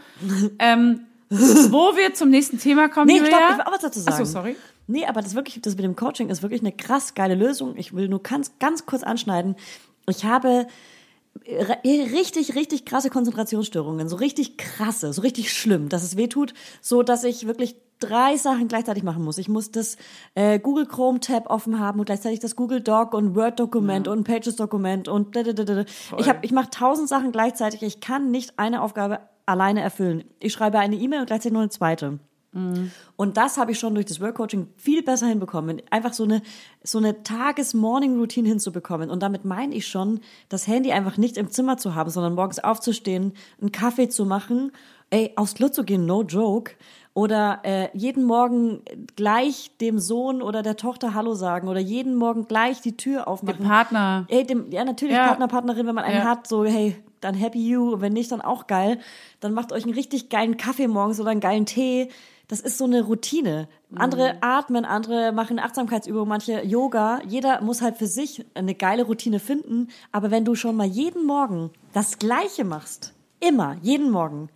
[SPEAKER 2] ähm, wo wir zum nächsten Thema kommen,
[SPEAKER 1] Nee,
[SPEAKER 2] Julia.
[SPEAKER 1] stopp, ich will auch was dazu
[SPEAKER 2] Ach
[SPEAKER 1] sagen.
[SPEAKER 2] so, sorry.
[SPEAKER 1] Nee, aber das wirklich, das mit dem Coaching ist wirklich eine krass geile Lösung. Ich will nur ganz, ganz kurz anschneiden. Ich habe re- richtig, richtig krasse Konzentrationsstörungen, so richtig krasse, so richtig schlimm, dass es weh tut, so dass ich wirklich drei Sachen gleichzeitig machen muss. Ich muss das äh, Google Chrome Tab offen haben und gleichzeitig das Google Doc und Word Dokument und Pages Dokument und da, da, da, da. ich habe ich mache tausend Sachen gleichzeitig. Ich kann nicht eine Aufgabe alleine erfüllen. Ich schreibe eine E-Mail und gleichzeitig nur eine zweite. Mhm. Und das habe ich schon durch das Workcoaching viel besser hinbekommen. Einfach so eine, so eine Tages-Morning-Routine hinzubekommen. Und damit meine ich schon, das Handy einfach nicht im Zimmer zu haben, sondern morgens aufzustehen, einen Kaffee zu machen, ey, aufs Klo zu gehen, no joke. Oder äh, jeden Morgen gleich dem Sohn oder der Tochter Hallo sagen oder jeden Morgen gleich die Tür aufmachen.
[SPEAKER 2] Partner.
[SPEAKER 1] Ey, dem, ja, natürlich
[SPEAKER 2] Ja.
[SPEAKER 1] Partner, Partnerin, wenn man einen
[SPEAKER 2] Ja.
[SPEAKER 1] hat, so, hey, dann happy you. Und wenn nicht, dann auch geil. Dann macht euch einen richtig geilen Kaffee morgens oder einen geilen Tee. Das ist so eine Routine. Andere atmen, andere machen Achtsamkeitsübungen, manche Yoga. Jeder muss halt für sich eine geile Routine finden. Aber wenn du schon mal jeden Morgen das Gleiche machst, immer, jeden Morgen,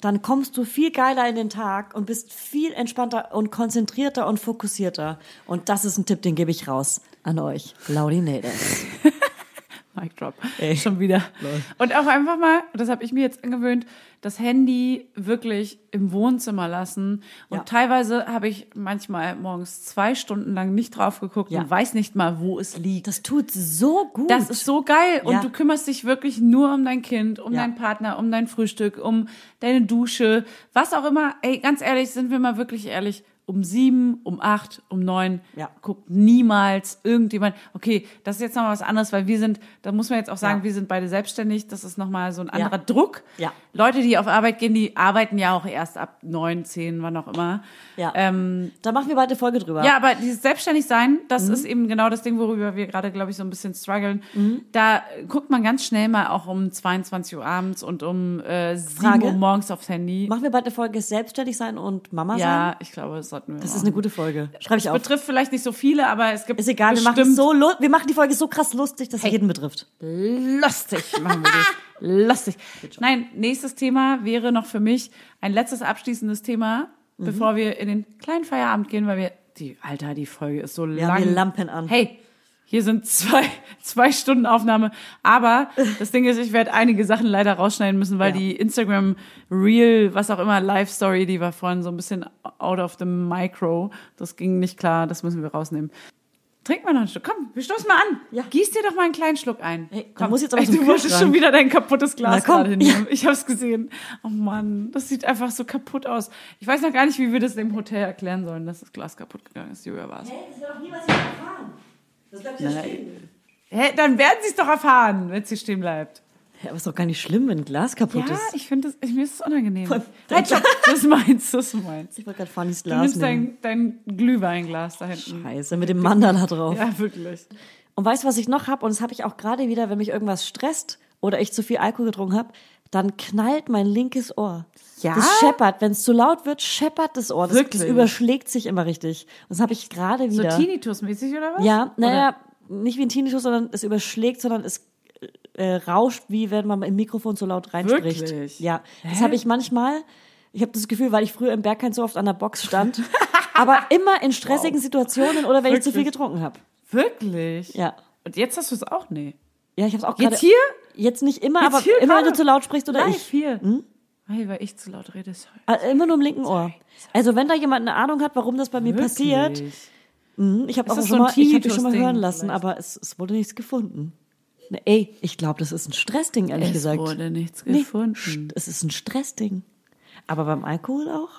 [SPEAKER 1] dann kommst du viel geiler in den Tag und bist viel entspannter und konzentrierter und fokussierter. Und das ist ein Tipp, den gebe ich raus an euch. Laudinators.
[SPEAKER 2] Mic drop. Schon wieder. Und auch einfach mal, das habe ich mir jetzt angewöhnt, das Handy wirklich im Wohnzimmer lassen. Und
[SPEAKER 1] Ja.
[SPEAKER 2] teilweise habe ich manchmal morgens zwei Stunden lang nicht drauf geguckt
[SPEAKER 1] Ja.
[SPEAKER 2] und weiß nicht mal, wo es liegt.
[SPEAKER 1] Das tut so gut.
[SPEAKER 2] Das ist so geil. Und
[SPEAKER 1] Ja.
[SPEAKER 2] du kümmerst dich wirklich nur um dein Kind, um
[SPEAKER 1] Ja.
[SPEAKER 2] deinen Partner, um dein Frühstück, um deine Dusche, was auch immer. Ey, ganz ehrlich, sind wir mal wirklich ehrlich. um sieben, um acht, um neun
[SPEAKER 1] Ja.
[SPEAKER 2] guckt niemals irgendjemand. Okay, das ist jetzt nochmal was anderes, weil wir sind, da muss man jetzt auch sagen,
[SPEAKER 1] Ja.
[SPEAKER 2] wir sind beide selbstständig. Das ist nochmal so ein anderer Druck.
[SPEAKER 1] Ja.
[SPEAKER 2] Leute, die auf Arbeit gehen, die arbeiten ja auch erst ab neun, zehn, wann auch immer.
[SPEAKER 1] Ja.
[SPEAKER 2] Ähm,
[SPEAKER 1] Da machen wir bald eine Folge drüber.
[SPEAKER 2] ja, aber dieses Selbstständigsein, das
[SPEAKER 1] Mhm.
[SPEAKER 2] ist eben genau das Ding, worüber wir gerade, glaube ich, so ein bisschen strugglen.
[SPEAKER 1] Mhm.
[SPEAKER 2] Da guckt man ganz schnell mal auch um 22 Uhr abends und um äh, 7
[SPEAKER 1] Frage?
[SPEAKER 2] Uhr morgens aufs Handy.
[SPEAKER 1] Machen wir bald eine Folge Selbstständig sein und Mama sein?
[SPEAKER 2] Ja, ich glaube, das sollten wir
[SPEAKER 1] Das ist
[SPEAKER 2] machen.
[SPEAKER 1] eine gute Folge. Schreibe ich
[SPEAKER 2] Das
[SPEAKER 1] auf.
[SPEAKER 2] betrifft vielleicht nicht so viele, aber es gibt
[SPEAKER 1] Ist egal, wir
[SPEAKER 2] bestimmt
[SPEAKER 1] machen, es so lu- wir machen die Folge so krass lustig, dass es jeden betrifft.
[SPEAKER 2] lustig machen wir das. Lustig. Nein, nächstes Thema wäre noch für mich ein letztes abschließendes Thema, bevor wir in den kleinen Feierabend gehen, weil wir die Alter, die Folge ist so
[SPEAKER 1] haben
[SPEAKER 2] lang.
[SPEAKER 1] die Lampen an.
[SPEAKER 2] Hey, hier sind zwei zwei Stunden Aufnahme, aber das Ding ist, ich werde einige Sachen leider rausschneiden müssen, weil
[SPEAKER 1] Ja.
[SPEAKER 2] die Instagram Reel, was auch immer Live Story, die war vorhin so ein bisschen out of the micro. Das ging nicht klar, das müssen wir rausnehmen. Trink mal noch einen Schluck. Komm, wir stoßen mal an.
[SPEAKER 1] Ja.
[SPEAKER 2] Gieß dir doch mal einen kleinen Schluck ein.
[SPEAKER 1] Hey, du
[SPEAKER 2] komm,
[SPEAKER 1] musst jetzt aber
[SPEAKER 2] Ey,
[SPEAKER 1] zum
[SPEAKER 2] du wolltest
[SPEAKER 1] Kühlschrank.
[SPEAKER 2] schon wieder dein kaputtes Glas
[SPEAKER 1] Na komm.
[SPEAKER 2] gerade hinnehmen. Ich hab's gesehen. Oh Mann, das sieht einfach so kaputt aus. Ich weiß noch gar nicht, wie wir das dem Hotel erklären sollen, dass das Glas kaputt gegangen ist. Julia war's.
[SPEAKER 1] Das wird doch niemals erfahren. Das bleibt ja stehen.
[SPEAKER 2] Hä, dann werden sie es doch erfahren, wenn sie stehen bleibt.
[SPEAKER 1] Ja, aber ist doch gar nicht schlimm, wenn ein Glas
[SPEAKER 2] Ja,
[SPEAKER 1] kaputt ist.
[SPEAKER 2] ich finde das, ich- mir ist es unangenehm.
[SPEAKER 1] Voll-
[SPEAKER 2] Halt, stopp. das ist meins, das ist meins.
[SPEAKER 1] Ich wollte gerade Fannys
[SPEAKER 2] Du
[SPEAKER 1] Glas
[SPEAKER 2] nimmst
[SPEAKER 1] nehmen.
[SPEAKER 2] dein, dein Glühweinglas da hinten.
[SPEAKER 1] Scheiße, mit dem Mandala drauf.
[SPEAKER 2] Ja, wirklich.
[SPEAKER 1] Und weißt du, was ich noch habe? Und das habe ich auch gerade wieder, wenn mich irgendwas stresst oder ich zu viel Alkohol getrunken habe, dann knallt mein linkes Ohr.
[SPEAKER 2] Ja?
[SPEAKER 1] Das scheppert. Wenn es zu laut wird, scheppert das Ohr. Das,
[SPEAKER 2] Wirklich?
[SPEAKER 1] das überschlägt sich immer richtig. Und das habe ich gerade
[SPEAKER 2] So
[SPEAKER 1] wieder.
[SPEAKER 2] Tinnitus-mäßig oder was?
[SPEAKER 1] ja, naja, nicht wie ein Tinnitus, sondern es überschlägt, sondern es äh, rauscht, wie wenn man im Mikrofon so laut reinspricht.
[SPEAKER 2] Wirklich?
[SPEAKER 1] Ja, das habe ich manchmal. Ich habe das Gefühl, weil ich früher im Bergheim so oft an der Box stand, aber immer in stressigen Situationen oder wenn ich zu viel
[SPEAKER 2] Wirklich?
[SPEAKER 1] getrunken habe.
[SPEAKER 2] Wirklich?
[SPEAKER 1] Ja.
[SPEAKER 2] Und jetzt hast du es auch? Nee.
[SPEAKER 1] Ja, ich habe es auch gerade.
[SPEAKER 2] Jetzt hier?
[SPEAKER 1] Jetzt nicht immer,
[SPEAKER 2] Jetzt
[SPEAKER 1] aber
[SPEAKER 2] hier
[SPEAKER 1] immer, wenn
[SPEAKER 2] gerade.
[SPEAKER 1] du zu laut sprichst oder
[SPEAKER 2] Live
[SPEAKER 1] ich.
[SPEAKER 2] hier. Hey, weil ich zu laut rede, sorry.
[SPEAKER 1] Äh, Immer nur im linken Ohr. Also wenn da jemand eine Ahnung hat, warum das bei mir passiert,
[SPEAKER 2] Wirklich?
[SPEAKER 1] hm, ich habe
[SPEAKER 2] Ist
[SPEAKER 1] auch
[SPEAKER 2] das
[SPEAKER 1] schon
[SPEAKER 2] so ein
[SPEAKER 1] mal, ich hab mich schon mal
[SPEAKER 2] Tinnitus-Ding
[SPEAKER 1] hören lassen,
[SPEAKER 2] vielleicht?
[SPEAKER 1] aber es, es wurde nichts gefunden. Ne, ey, ich glaube, das ist ein Stressding, ehrlich
[SPEAKER 2] Es
[SPEAKER 1] gesagt.
[SPEAKER 2] wurde nichts
[SPEAKER 1] Nee,
[SPEAKER 2] gefunden.
[SPEAKER 1] st- es ist ein Stressding. Aber beim Alkohol auch?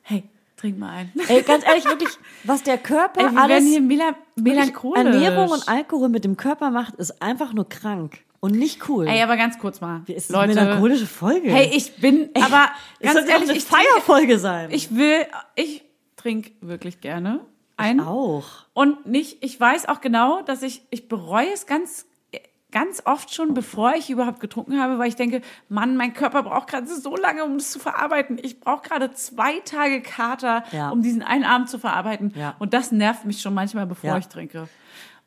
[SPEAKER 2] Hey, trink mal ein.
[SPEAKER 1] Ey, ganz ehrlich, wirklich, was der Körper
[SPEAKER 2] Ey, wir
[SPEAKER 1] alles
[SPEAKER 2] werden hier mela
[SPEAKER 1] wirklich
[SPEAKER 2] melancholisch.
[SPEAKER 1] Ernährung und Alkohol mit dem Körper macht, ist einfach nur krank und nicht cool.
[SPEAKER 2] Ey, aber ganz kurz mal.
[SPEAKER 1] es ist
[SPEAKER 2] Leute.
[SPEAKER 1] eine melancholische Folge.
[SPEAKER 2] Hey, ich bin,
[SPEAKER 1] Ey,
[SPEAKER 2] aber
[SPEAKER 1] es
[SPEAKER 2] ganz
[SPEAKER 1] sollte doch
[SPEAKER 2] ehrlich,
[SPEAKER 1] eine
[SPEAKER 2] ich trinke,
[SPEAKER 1] Feierfolge sein.
[SPEAKER 2] ich will, ich trinke wirklich gerne ein.
[SPEAKER 1] auch.
[SPEAKER 2] Und nicht, ich weiß auch genau, dass ich, ich bereue es ganz, ganz oft schon, bevor ich überhaupt getrunken habe, weil ich denke, Mann, mein Körper braucht gerade so lange, um es zu verarbeiten. Ich brauche gerade zwei Tage Kater,
[SPEAKER 1] Ja.
[SPEAKER 2] um diesen einen Abend zu verarbeiten.
[SPEAKER 1] Ja.
[SPEAKER 2] Und das nervt mich schon manchmal, bevor
[SPEAKER 1] Ja.
[SPEAKER 2] ich trinke.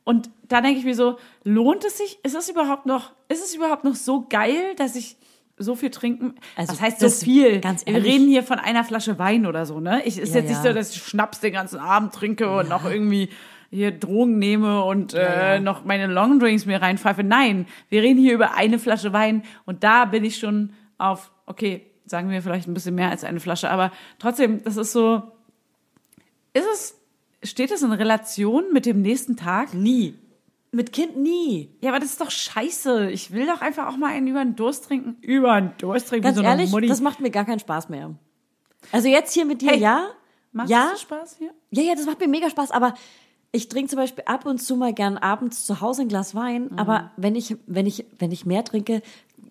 [SPEAKER 2] Und da denke ich mir so, lohnt es sich? Ist es überhaupt noch, ist es überhaupt noch so geil, dass ich so viel trinken?
[SPEAKER 1] Also
[SPEAKER 2] Was heißt so
[SPEAKER 1] das-
[SPEAKER 2] viel?
[SPEAKER 1] ganz
[SPEAKER 2] Wir
[SPEAKER 1] ehrlich.
[SPEAKER 2] reden hier von einer Flasche Wein oder so, ne? Ich, ist
[SPEAKER 1] Ja,
[SPEAKER 2] jetzt nicht
[SPEAKER 1] ja.
[SPEAKER 2] so, dass ich Schnaps den ganzen Abend trinke und noch irgendwie hier Drogen nehme und Äh, noch meine Longdrinks mir reinpfeife. Nein, wir reden hier über eine Flasche Wein und da bin ich schon auf, okay, sagen wir vielleicht ein bisschen mehr als eine Flasche, aber trotzdem, das ist so, ist es, steht es in Relation mit dem nächsten Tag?
[SPEAKER 1] Nie. Mit Kind nie.
[SPEAKER 2] Ja, aber das ist doch scheiße. Ich will doch einfach auch mal einen über den Durst trinken. Über den Durst trinken,
[SPEAKER 1] Ganz
[SPEAKER 2] wie so eine
[SPEAKER 1] ehrlich,
[SPEAKER 2] Mutti.
[SPEAKER 1] das macht mir gar keinen Spaß mehr. Also jetzt hier mit dir,
[SPEAKER 2] Hey,
[SPEAKER 1] ja.
[SPEAKER 2] Macht
[SPEAKER 1] ja,
[SPEAKER 2] das Spaß hier?
[SPEAKER 1] ja, ja, das macht mir mega Spaß, aber ich trinke zum Beispiel ab und zu mal gern abends zu Hause ein Glas Wein,
[SPEAKER 2] Mhm.
[SPEAKER 1] aber wenn ich, wenn ich, wenn ich mehr trinke,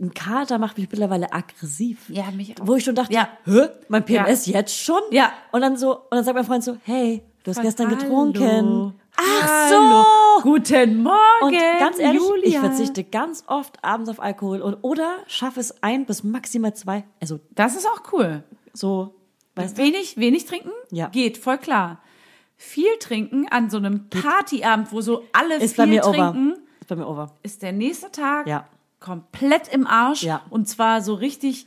[SPEAKER 1] ein Kater macht mich mittlerweile aggressiv.
[SPEAKER 2] Ja, mich auch.
[SPEAKER 1] Wo ich schon dachte,
[SPEAKER 2] Ja.
[SPEAKER 1] hä, mein PMS jetzt schon?
[SPEAKER 2] Ja.
[SPEAKER 1] Und dann so, und dann sagt mein Freund so, hey, du hast gestern
[SPEAKER 2] Hallo.
[SPEAKER 1] getrunken. Ach
[SPEAKER 2] Hallo.
[SPEAKER 1] so!
[SPEAKER 2] Guten Morgen,
[SPEAKER 1] Und ganz ehrlich,
[SPEAKER 2] Julia.
[SPEAKER 1] ich verzichte ganz oft abends auf Alkohol und oder schaffe es ein bis maximal zwei. Also
[SPEAKER 2] Das ist auch cool.
[SPEAKER 1] so, weißt du?
[SPEAKER 2] Wenig, wenig trinken?
[SPEAKER 1] Ja.
[SPEAKER 2] Geht, voll klar. Viel trinken an so einem Partyabend, wo so alle
[SPEAKER 1] Ist
[SPEAKER 2] viel
[SPEAKER 1] bei mir
[SPEAKER 2] trinken,
[SPEAKER 1] over. Ist bei mir over.
[SPEAKER 2] ist der nächste Tag
[SPEAKER 1] Ja.
[SPEAKER 2] komplett im Arsch.
[SPEAKER 1] Ja.
[SPEAKER 2] Und zwar so richtig,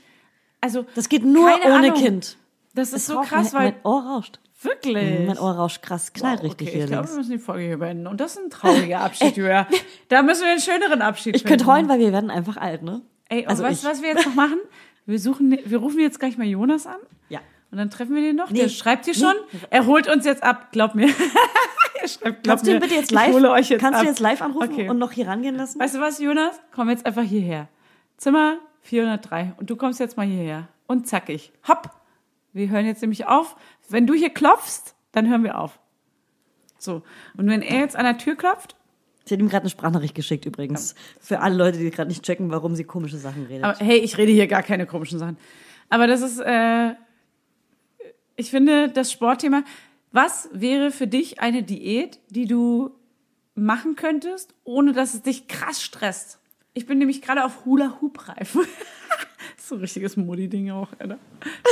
[SPEAKER 2] also.
[SPEAKER 1] Das geht nur
[SPEAKER 2] keine
[SPEAKER 1] ohne
[SPEAKER 2] Ahnung.
[SPEAKER 1] Kind.
[SPEAKER 2] Das ist
[SPEAKER 1] Es
[SPEAKER 2] so
[SPEAKER 1] raucht-
[SPEAKER 2] krass,
[SPEAKER 1] mein,
[SPEAKER 2] weil.
[SPEAKER 1] mein Ohr rauscht.
[SPEAKER 2] wirklich.
[SPEAKER 1] Mein Ohr rauscht krass, knallt richtig
[SPEAKER 2] okay,
[SPEAKER 1] hier
[SPEAKER 2] ich glaube,
[SPEAKER 1] links.
[SPEAKER 2] wir müssen die Folge hier beenden. Und das ist ein trauriger Abschied, Julia. Da müssen wir einen schöneren Abschied
[SPEAKER 1] Ich
[SPEAKER 2] finden.
[SPEAKER 1] könnte heulen, weil wir werden einfach alt, ne?
[SPEAKER 2] Ey, und
[SPEAKER 1] also
[SPEAKER 2] weißt du,
[SPEAKER 1] ich.
[SPEAKER 2] was wir jetzt noch machen? Wir suchen, wir rufen jetzt gleich mal Jonas an.
[SPEAKER 1] Ja.
[SPEAKER 2] Und dann treffen wir den noch.
[SPEAKER 1] Nee.
[SPEAKER 2] Der schreibt dir schon. Er holt uns jetzt ab, glaub mir. er schreibt, glaub
[SPEAKER 1] Kannst du
[SPEAKER 2] mir.
[SPEAKER 1] ihn bitte jetzt
[SPEAKER 2] Ich
[SPEAKER 1] live,
[SPEAKER 2] hole euch jetzt
[SPEAKER 1] kannst
[SPEAKER 2] ab.
[SPEAKER 1] du jetzt live anrufen
[SPEAKER 2] Okay.
[SPEAKER 1] und noch hier rangehen lassen?
[SPEAKER 2] Weißt du was, Jonas? Komm jetzt einfach hierher. Zimmer 403. Und du kommst jetzt mal hierher. Und zack ich. Hopp. Wir hören jetzt nämlich auf. Wenn du hier klopfst, dann hören wir auf. So. Und wenn er jetzt an der Tür klopft,
[SPEAKER 1] Sie hat ihm gerade eine Sprachnachricht geschickt übrigens. Für alle Leute, die gerade nicht checken, warum sie komische Sachen redet.
[SPEAKER 2] aber hey, ich rede hier gar keine komischen Sachen. Aber das ist, äh, ich finde, das Sportthema, was wäre für dich eine Diät, die du machen könntest, ohne dass es dich krass stresst? Ich bin nämlich gerade auf Hula-Hoop-Reif. Das ist so ein richtiges Modi-Ding auch, Alter.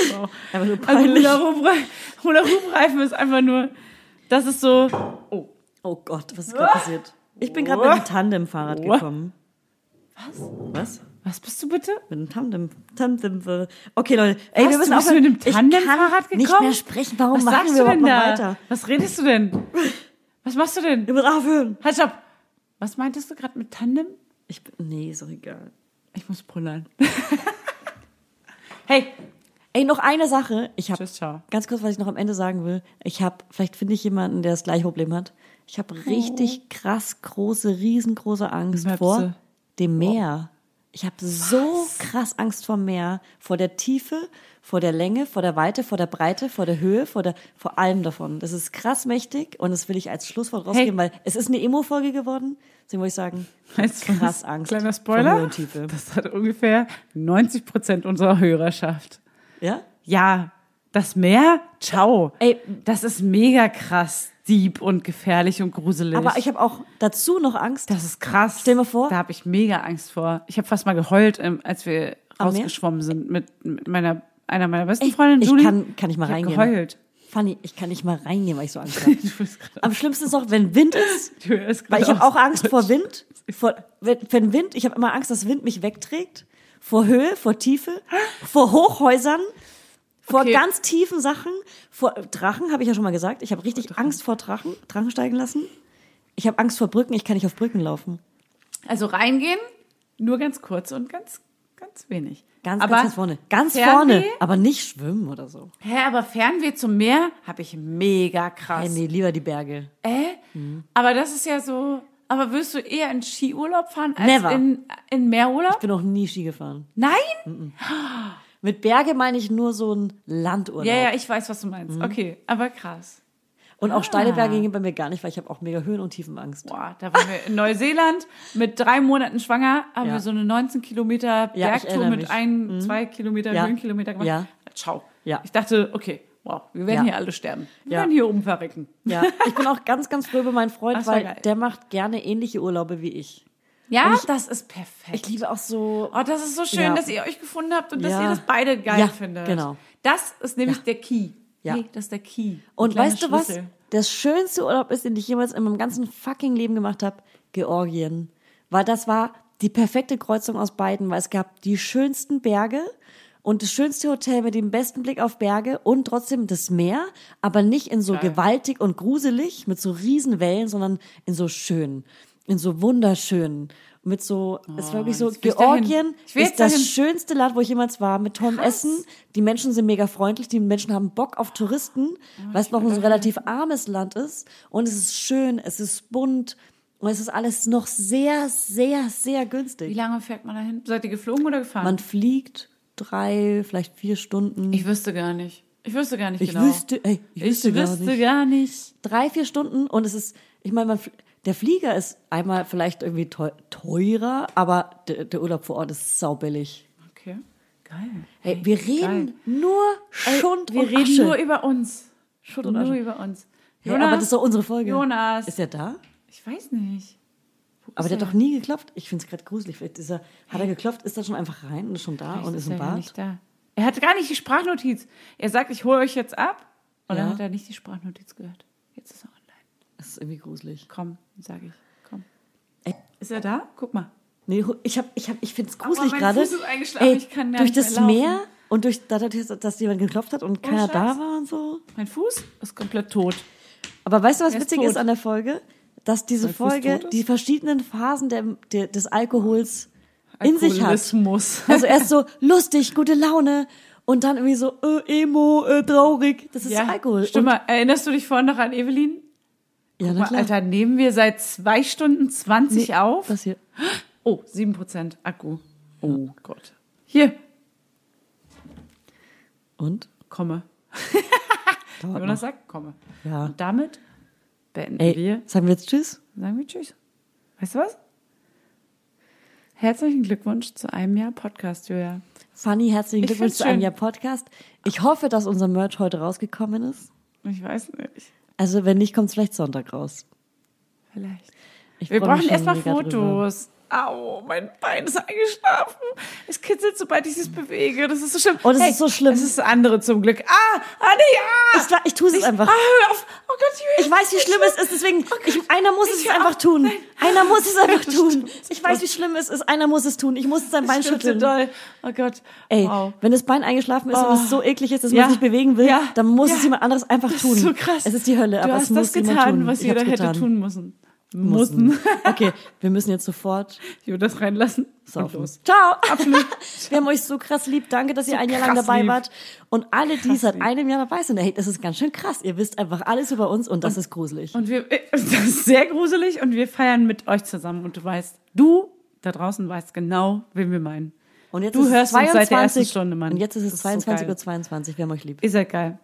[SPEAKER 2] Wow.
[SPEAKER 1] Aber so
[SPEAKER 2] Also
[SPEAKER 1] peinlich.
[SPEAKER 2] Hula-Hoop-Reif- Hula-Hoop-Reifen ist einfach nur, das ist so, oh,
[SPEAKER 1] oh Gott, was ist
[SPEAKER 2] Ah.
[SPEAKER 1] gerade passiert? Ich bin gerade mit einem Tandem-Fahrrad gekommen. Was? Was?
[SPEAKER 2] was bist du bitte?
[SPEAKER 1] Mit einem Tandem. Tandem. äh, Okay, Leute. Ey,
[SPEAKER 2] Was,
[SPEAKER 1] wir
[SPEAKER 2] du
[SPEAKER 1] müssen
[SPEAKER 2] bist
[SPEAKER 1] aufhören.
[SPEAKER 2] mit einem Tandem-Fahrrad
[SPEAKER 1] Ich kann nicht
[SPEAKER 2] gekommen?
[SPEAKER 1] mehr sprechen. Warum
[SPEAKER 2] Was
[SPEAKER 1] machen
[SPEAKER 2] sagst
[SPEAKER 1] wir
[SPEAKER 2] du
[SPEAKER 1] überhaupt
[SPEAKER 2] denn
[SPEAKER 1] noch
[SPEAKER 2] da?
[SPEAKER 1] weiter?
[SPEAKER 2] Was redest du denn? Was machst du denn?
[SPEAKER 1] Wir müssen aufhören.
[SPEAKER 2] Halt, stopp. Was meintest du gerade mit Tandem?
[SPEAKER 1] Ich bin, nee, ist doch egal.
[SPEAKER 2] Ich muss brüllern. hey,
[SPEAKER 1] Ey, noch eine Sache. Ich habe
[SPEAKER 2] Tschüss, ciao.
[SPEAKER 1] ganz kurz, was ich noch am Ende sagen will. Ich habe, vielleicht finde ich jemanden, der das gleiche Problem hat. Ich
[SPEAKER 2] Oh.
[SPEAKER 1] habe richtig krass große, riesengroße Angst
[SPEAKER 2] Möpse.
[SPEAKER 1] vor dem Meer. Ich habe so krass Angst vor Meer, vor der Tiefe, vor der Länge, vor der Weite, vor der Breite, vor der Höhe, vor der vor allem davon. Das ist krass mächtig und das will ich als Schlusswort rausgeben, weil es ist eine Emo-Folge geworden. Deswegen muss ich sagen, ich hab
[SPEAKER 2] weißt du was?
[SPEAKER 1] krass Angst. Vor
[SPEAKER 2] Kleiner Spoiler.
[SPEAKER 1] Höhe und Tiefe.
[SPEAKER 2] Das hat ungefähr 90 Prozent unserer Hörerschaft.
[SPEAKER 1] Ja?
[SPEAKER 2] Ja, das Meer, ciao.
[SPEAKER 1] Ey.
[SPEAKER 2] das ist mega krass, deep und gefährlich und gruselig.
[SPEAKER 1] Aber ich habe auch dazu noch Angst.
[SPEAKER 2] Das ist krass.
[SPEAKER 1] Stell dir mal vor-
[SPEAKER 2] Da habe ich mega Angst vor. Ich habe fast mal geheult, ähm, als wir
[SPEAKER 1] Am Meer?
[SPEAKER 2] rausgeschwommen sind mit, mit meiner, einer meiner besten
[SPEAKER 1] Ey,
[SPEAKER 2] Freundinnen,
[SPEAKER 1] ich
[SPEAKER 2] Julie.
[SPEAKER 1] kann- kann ich mal
[SPEAKER 2] ich hab
[SPEAKER 1] reingehen? ne?
[SPEAKER 2] geheult.
[SPEAKER 1] Funny, ich kann nicht mal reingehen, weil ich so Angst habe.
[SPEAKER 2] Du bist gerade-
[SPEAKER 1] Am schlimmsten ist noch, wenn Wind ist,
[SPEAKER 2] Du hörst
[SPEAKER 1] weil ich
[SPEAKER 2] gerade
[SPEAKER 1] habe auch
[SPEAKER 2] auf.
[SPEAKER 1] Angst vor Wind. Vor, wenn, wenn Wind, ich habe immer Angst, dass Wind mich wegträgt. Vor Höhe, vor Tiefe, vor Hochhäusern, vor
[SPEAKER 2] Okay.
[SPEAKER 1] ganz tiefen Sachen, vor Drachen, habe ich ja schon mal gesagt. Ich habe richtig Angst vor Drachen, Drachen steigen lassen. Ich habe Angst vor Brücken, ich kann nicht auf Brücken laufen.
[SPEAKER 2] Also reingehen, nur ganz kurz und ganz, ganz wenig.
[SPEAKER 1] Ganz,
[SPEAKER 2] aber,
[SPEAKER 1] ganz, ganz vorne. Ganz
[SPEAKER 2] Fernweh?
[SPEAKER 1] vorne, aber nicht schwimmen oder so.
[SPEAKER 2] Hä, aber Fernweh zum Meer habe ich mega
[SPEAKER 1] Ey,
[SPEAKER 2] krass.
[SPEAKER 1] nee, lieber die Berge.
[SPEAKER 2] Äh? Aber das ist ja so. Aber würdest du eher in Skiurlaub fahren als
[SPEAKER 1] Never.
[SPEAKER 2] in, in
[SPEAKER 1] Ich
[SPEAKER 2] Meerurlaub?
[SPEAKER 1] bin noch nie Ski gefahren.
[SPEAKER 2] Nein?
[SPEAKER 1] Mit Berge meine ich nur so ein Landurlaub.
[SPEAKER 2] Ja, ja, ich weiß, was du
[SPEAKER 1] Mm.
[SPEAKER 2] meinst. Okay, aber krass.
[SPEAKER 1] Und auch steile Berge gingen bei mir gar nicht, weil ich habe auch mega Höhen- und Tiefenangst.
[SPEAKER 2] Boah, da waren wir in Neuseeland mit drei Monaten schwanger, haben
[SPEAKER 1] Ja.
[SPEAKER 2] wir so eine 19 Kilometer
[SPEAKER 1] Ja, ich
[SPEAKER 2] Bergtour
[SPEAKER 1] erinnere
[SPEAKER 2] mit
[SPEAKER 1] mich. Mhm.
[SPEAKER 2] ein, zwei Kilometer
[SPEAKER 1] Ja.
[SPEAKER 2] Höhenkilometer gemacht.
[SPEAKER 1] Ja.
[SPEAKER 2] Ciao.
[SPEAKER 1] Ja.
[SPEAKER 2] Ich dachte, okay, wow, wir werden
[SPEAKER 1] Ja.
[SPEAKER 2] hier alle sterben. Wir
[SPEAKER 1] Ja.
[SPEAKER 2] werden hier oben verrecken.
[SPEAKER 1] Ja, ich bin auch ganz, ganz froh über meinen Freund,
[SPEAKER 2] Das war
[SPEAKER 1] weil
[SPEAKER 2] geil.
[SPEAKER 1] der macht gerne ähnliche Urlaube wie ich.
[SPEAKER 2] Ja, das ist perfekt.
[SPEAKER 1] Ich liebe auch so.
[SPEAKER 2] Oh, das ist so schön,
[SPEAKER 1] Ja.
[SPEAKER 2] dass ihr euch gefunden habt und dass
[SPEAKER 1] Ja.
[SPEAKER 2] ihr das beide geil
[SPEAKER 1] Ja,
[SPEAKER 2] findet.
[SPEAKER 1] genau.
[SPEAKER 2] Das ist nämlich der Key.
[SPEAKER 1] Ja.
[SPEAKER 2] Hey, das ist der Key. Ein
[SPEAKER 1] Und
[SPEAKER 2] kleiner
[SPEAKER 1] weißt du was?
[SPEAKER 2] Schlüssel.
[SPEAKER 1] Das schönste Urlaub ist, den ich jemals in meinem ganzen fucking Leben gemacht habe, Georgien. Weil das war die perfekte Kreuzung aus beiden, weil es gab die schönsten Berge und das schönste Hotel mit dem besten Blick auf Berge und trotzdem das Meer, aber nicht in so gewaltig und gruselig mit so riesen Wellen, sondern in so schön, in so wunderschön. Mit so, es ist wirklich so,
[SPEAKER 2] Oh, jetzt will ich dahin.
[SPEAKER 1] Georgien
[SPEAKER 2] Ich will
[SPEAKER 1] ist
[SPEAKER 2] jetzt
[SPEAKER 1] das
[SPEAKER 2] dahin.
[SPEAKER 1] schönste Land, wo ich jemals war, mit tollem Essen. Die Menschen sind mega freundlich, die Menschen haben Bock auf Touristen, weil es noch ein so relativ armes Land ist. Und es ist schön, es ist bunt und es ist alles noch sehr, sehr, sehr
[SPEAKER 2] Wie
[SPEAKER 1] günstig.
[SPEAKER 2] lange fährt man dahin? Seid ihr geflogen oder gefahren?
[SPEAKER 1] Man fliegt drei, vielleicht vier Stunden.
[SPEAKER 2] ich wüsste gar nicht. Ich wüsste gar nicht
[SPEAKER 1] Ich
[SPEAKER 2] genau.
[SPEAKER 1] wüsste- ey, ich wüsste gar
[SPEAKER 2] wüsste
[SPEAKER 1] nicht.
[SPEAKER 2] gar nicht.
[SPEAKER 1] drei, vier Stunden und es ist, ich meine, man, fl- der Flieger ist einmal vielleicht irgendwie teu- teurer, aber der, der Urlaub vor Ort ist saubillig.
[SPEAKER 2] Okay. Geil.
[SPEAKER 1] Hey, wir reden nur Schund
[SPEAKER 2] Äh, Wir
[SPEAKER 1] und
[SPEAKER 2] reden
[SPEAKER 1] Asche.
[SPEAKER 2] nur über uns.
[SPEAKER 1] Schutt und
[SPEAKER 2] Nur
[SPEAKER 1] Asche.
[SPEAKER 2] über uns.
[SPEAKER 1] Hä, aber das ist doch unsere Folge.
[SPEAKER 2] Jonas.
[SPEAKER 1] Ist er da?
[SPEAKER 2] ich weiß nicht. Wo
[SPEAKER 1] Aber
[SPEAKER 2] ist
[SPEAKER 1] der hat
[SPEAKER 2] er?
[SPEAKER 1] doch nie geklopft. Ich finde es gerade gruselig. Vielleicht ist er, hat er geklopft, ist er schon einfach rein und ist schon da
[SPEAKER 2] Vielleicht
[SPEAKER 1] und ist im
[SPEAKER 2] er ja
[SPEAKER 1] Bad.
[SPEAKER 2] Nicht da. Er hat gar nicht die Sprachnotiz. Er sagt, ich hole euch jetzt ab. Und dann
[SPEAKER 1] Ja.
[SPEAKER 2] hat er nicht die Sprachnotiz gehört. Jetzt ist er online.
[SPEAKER 1] Das ist irgendwie gruselig.
[SPEAKER 2] Komm, sage ich. Komm.
[SPEAKER 1] Ey.
[SPEAKER 2] Ist er da? Guck mal.
[SPEAKER 1] Nee, hu- ich, hab, ich, hab, ich finde es gruselig
[SPEAKER 2] mein
[SPEAKER 1] gerade.
[SPEAKER 2] Fuß ist eingeschlafen,
[SPEAKER 1] Ey,
[SPEAKER 2] ich kann gar
[SPEAKER 1] Durch das
[SPEAKER 2] nicht mehr laufen. Oh,
[SPEAKER 1] Meer und durch, dadurch, dass- dass jemand geklopft hat und keiner
[SPEAKER 2] Scheiß.
[SPEAKER 1] da war und so.
[SPEAKER 2] Mein Fuß ist komplett tot.
[SPEAKER 1] Aber weißt du, was
[SPEAKER 2] Er ist
[SPEAKER 1] witzig
[SPEAKER 2] tot.
[SPEAKER 1] ist an der Folge? Dass diese
[SPEAKER 2] Weil Fuß
[SPEAKER 1] Folge
[SPEAKER 2] tot ist?
[SPEAKER 1] die verschiedenen Phasen der, der, des Alkohols in sich hat.
[SPEAKER 2] Alkoholismus.
[SPEAKER 1] Also erst so lustig, gute Laune und dann irgendwie so äh, emo, äh, traurig. Das ist Alkohol.
[SPEAKER 2] Stimmt mal, erinnerst du dich vorhin noch an Evelyn?
[SPEAKER 1] Und, ja, na
[SPEAKER 2] Guck mal,
[SPEAKER 1] klar.
[SPEAKER 2] Alter, nehmen wir seit zwei Stunden 20 auf.
[SPEAKER 1] Das hier.
[SPEAKER 2] Oh, 7% Akku. Oh Gott. Hier,
[SPEAKER 1] Und?
[SPEAKER 2] komme.
[SPEAKER 1] Dauert
[SPEAKER 2] Jonas sagt, komme.
[SPEAKER 1] Ja.
[SPEAKER 2] Und damit beenden
[SPEAKER 1] Ey,
[SPEAKER 2] wir,
[SPEAKER 1] sagen wir jetzt Tschüss?
[SPEAKER 2] sagen wir Tschüss. Weißt du was? Herzlichen Glückwunsch zu einem Jahr Podcast, Julia.
[SPEAKER 1] Fanny, herzlichen
[SPEAKER 2] Ich
[SPEAKER 1] Glückwunsch
[SPEAKER 2] find's
[SPEAKER 1] zu einem
[SPEAKER 2] schön.
[SPEAKER 1] Jahr Podcast. Ich hoffe, dass unser Merch heute rausgekommen ist.
[SPEAKER 2] Ich weiß nicht.
[SPEAKER 1] Also, wenn nicht, kommt es vielleicht Sonntag raus.
[SPEAKER 2] Vielleicht.
[SPEAKER 1] Ich
[SPEAKER 2] Wir
[SPEAKER 1] freu mich
[SPEAKER 2] brauchen
[SPEAKER 1] schon
[SPEAKER 2] erstmal
[SPEAKER 1] mega
[SPEAKER 2] Fotos.
[SPEAKER 1] drüber.
[SPEAKER 2] Au, mein Bein ist eingeschlafen. Es kitzelt, sobald ich es bewege. Das ist so schlimm.
[SPEAKER 1] Oh, das ist so schlimm.
[SPEAKER 2] Es ist das andere zum Glück. Ah, ah, nee, ah.
[SPEAKER 1] Ich, ich tue es
[SPEAKER 2] Ah,
[SPEAKER 1] einfach.
[SPEAKER 2] hör auf. Oh Gott, Julia. Oh
[SPEAKER 1] Ich weiß, wie schlimm es ist, deswegen, ich, einer muss es
[SPEAKER 2] Ich hör
[SPEAKER 1] einfach
[SPEAKER 2] auf.
[SPEAKER 1] tun.
[SPEAKER 2] Nein.
[SPEAKER 1] Einer muss es einfach
[SPEAKER 2] Das
[SPEAKER 1] tun.
[SPEAKER 2] stimmt.
[SPEAKER 1] Ich weiß, wie schlimm es ist, einer muss es tun. Ich muss sein Bein
[SPEAKER 2] Das stimmt
[SPEAKER 1] schütteln.
[SPEAKER 2] So doll. Oh Gott.
[SPEAKER 1] Ey,
[SPEAKER 2] wow.
[SPEAKER 1] wenn das Bein eingeschlafen ist und
[SPEAKER 2] Oh.
[SPEAKER 1] es so eklig ist, dass
[SPEAKER 2] Ja.
[SPEAKER 1] man sich bewegen will,
[SPEAKER 2] Ja.
[SPEAKER 1] dann muss
[SPEAKER 2] Ja.
[SPEAKER 1] es jemand anderes einfach
[SPEAKER 2] Das
[SPEAKER 1] tun.
[SPEAKER 2] ist so krass.
[SPEAKER 1] Es ist die Hölle,
[SPEAKER 2] du
[SPEAKER 1] aber
[SPEAKER 2] hast
[SPEAKER 1] es muss
[SPEAKER 2] das
[SPEAKER 1] jemand
[SPEAKER 2] getan,
[SPEAKER 1] tun.
[SPEAKER 2] was
[SPEAKER 1] Ich hab's
[SPEAKER 2] jeder hätte
[SPEAKER 1] getan.
[SPEAKER 2] tun müssen. Müssen.
[SPEAKER 1] Okay, wir müssen jetzt sofort
[SPEAKER 2] Jo, das reinlassen. Und
[SPEAKER 1] saufen.
[SPEAKER 2] los.
[SPEAKER 1] Ciao. wir haben euch so krass lieb. Danke, dass ihr ein Jahr lang
[SPEAKER 2] krass
[SPEAKER 1] dabei
[SPEAKER 2] lieb.
[SPEAKER 1] wart. Und alle, die
[SPEAKER 2] Krass
[SPEAKER 1] seit
[SPEAKER 2] lieb.
[SPEAKER 1] einem Jahr dabei sind, hey, das ist ganz schön krass. Ihr wisst einfach alles über uns und das ist gruselig.
[SPEAKER 2] Und wir, äh, das ist sehr gruselig und wir feiern mit euch zusammen. Und du weißt, du da draußen weißt genau, wen wir meinen.
[SPEAKER 1] Und jetzt
[SPEAKER 2] Du
[SPEAKER 1] ist es
[SPEAKER 2] hörst uns seit der ersten
[SPEAKER 1] 22
[SPEAKER 2] Stunde, Mann.
[SPEAKER 1] Und jetzt ist es
[SPEAKER 2] Das ist so
[SPEAKER 1] 22.22
[SPEAKER 2] geil.
[SPEAKER 1] Uhr. 22. Wir haben euch lieb.
[SPEAKER 2] Ihr seid geil.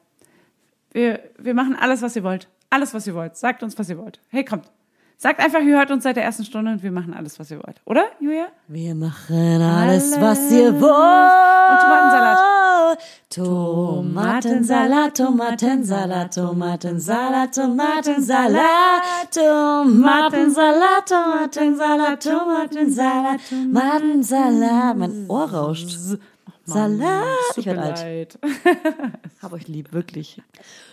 [SPEAKER 2] Wir, wir machen alles, was ihr wollt. Alles, was ihr wollt. Sagt uns, was ihr wollt. Hey, kommt. Sagt einfach, ihr hört uns seit der ersten Stunde und wir machen alles, was ihr wollt. Oder, Julia?
[SPEAKER 1] Wir machen alles, was ihr wollt. Und Tomatensalat. Tomatensalat, Tomatensalat, Tomatensalat, Tomatensalat, Tomatensalat, Tomatensalat, Tomatensalat, Tomatensalat. Mein Ohr rauscht. Salat. Ich
[SPEAKER 2] Tut
[SPEAKER 1] werde
[SPEAKER 2] mir
[SPEAKER 1] alt.
[SPEAKER 2] leid.
[SPEAKER 1] Hab euch lieb, wirklich.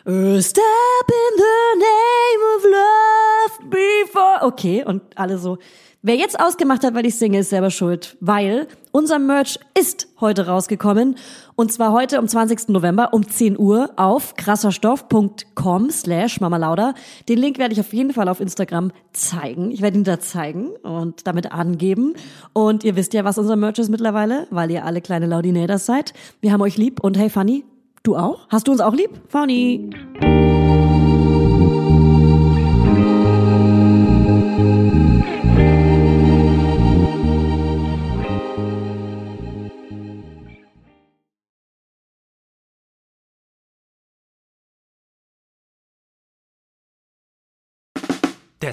[SPEAKER 1] A step in the name of love before. Okay, und alle so. Wer jetzt ausgemacht hat, weil ich singe, ist selber schuld, weil unser Merch ist heute rausgekommen. Und zwar heute am 20. November um 10 Uhr auf krasserstoff.com slash mamalauda. Den Link werde ich auf jeden Fall auf Instagram zeigen. Ich werde ihn da zeigen und damit angeben. Und ihr wisst ja, was unser Merch ist mittlerweile, weil ihr alle kleine Laudinators seid. Wir haben euch lieb und hey Fanny, Du auch? Hast du uns auch lieb? Fauni.
[SPEAKER 7] Der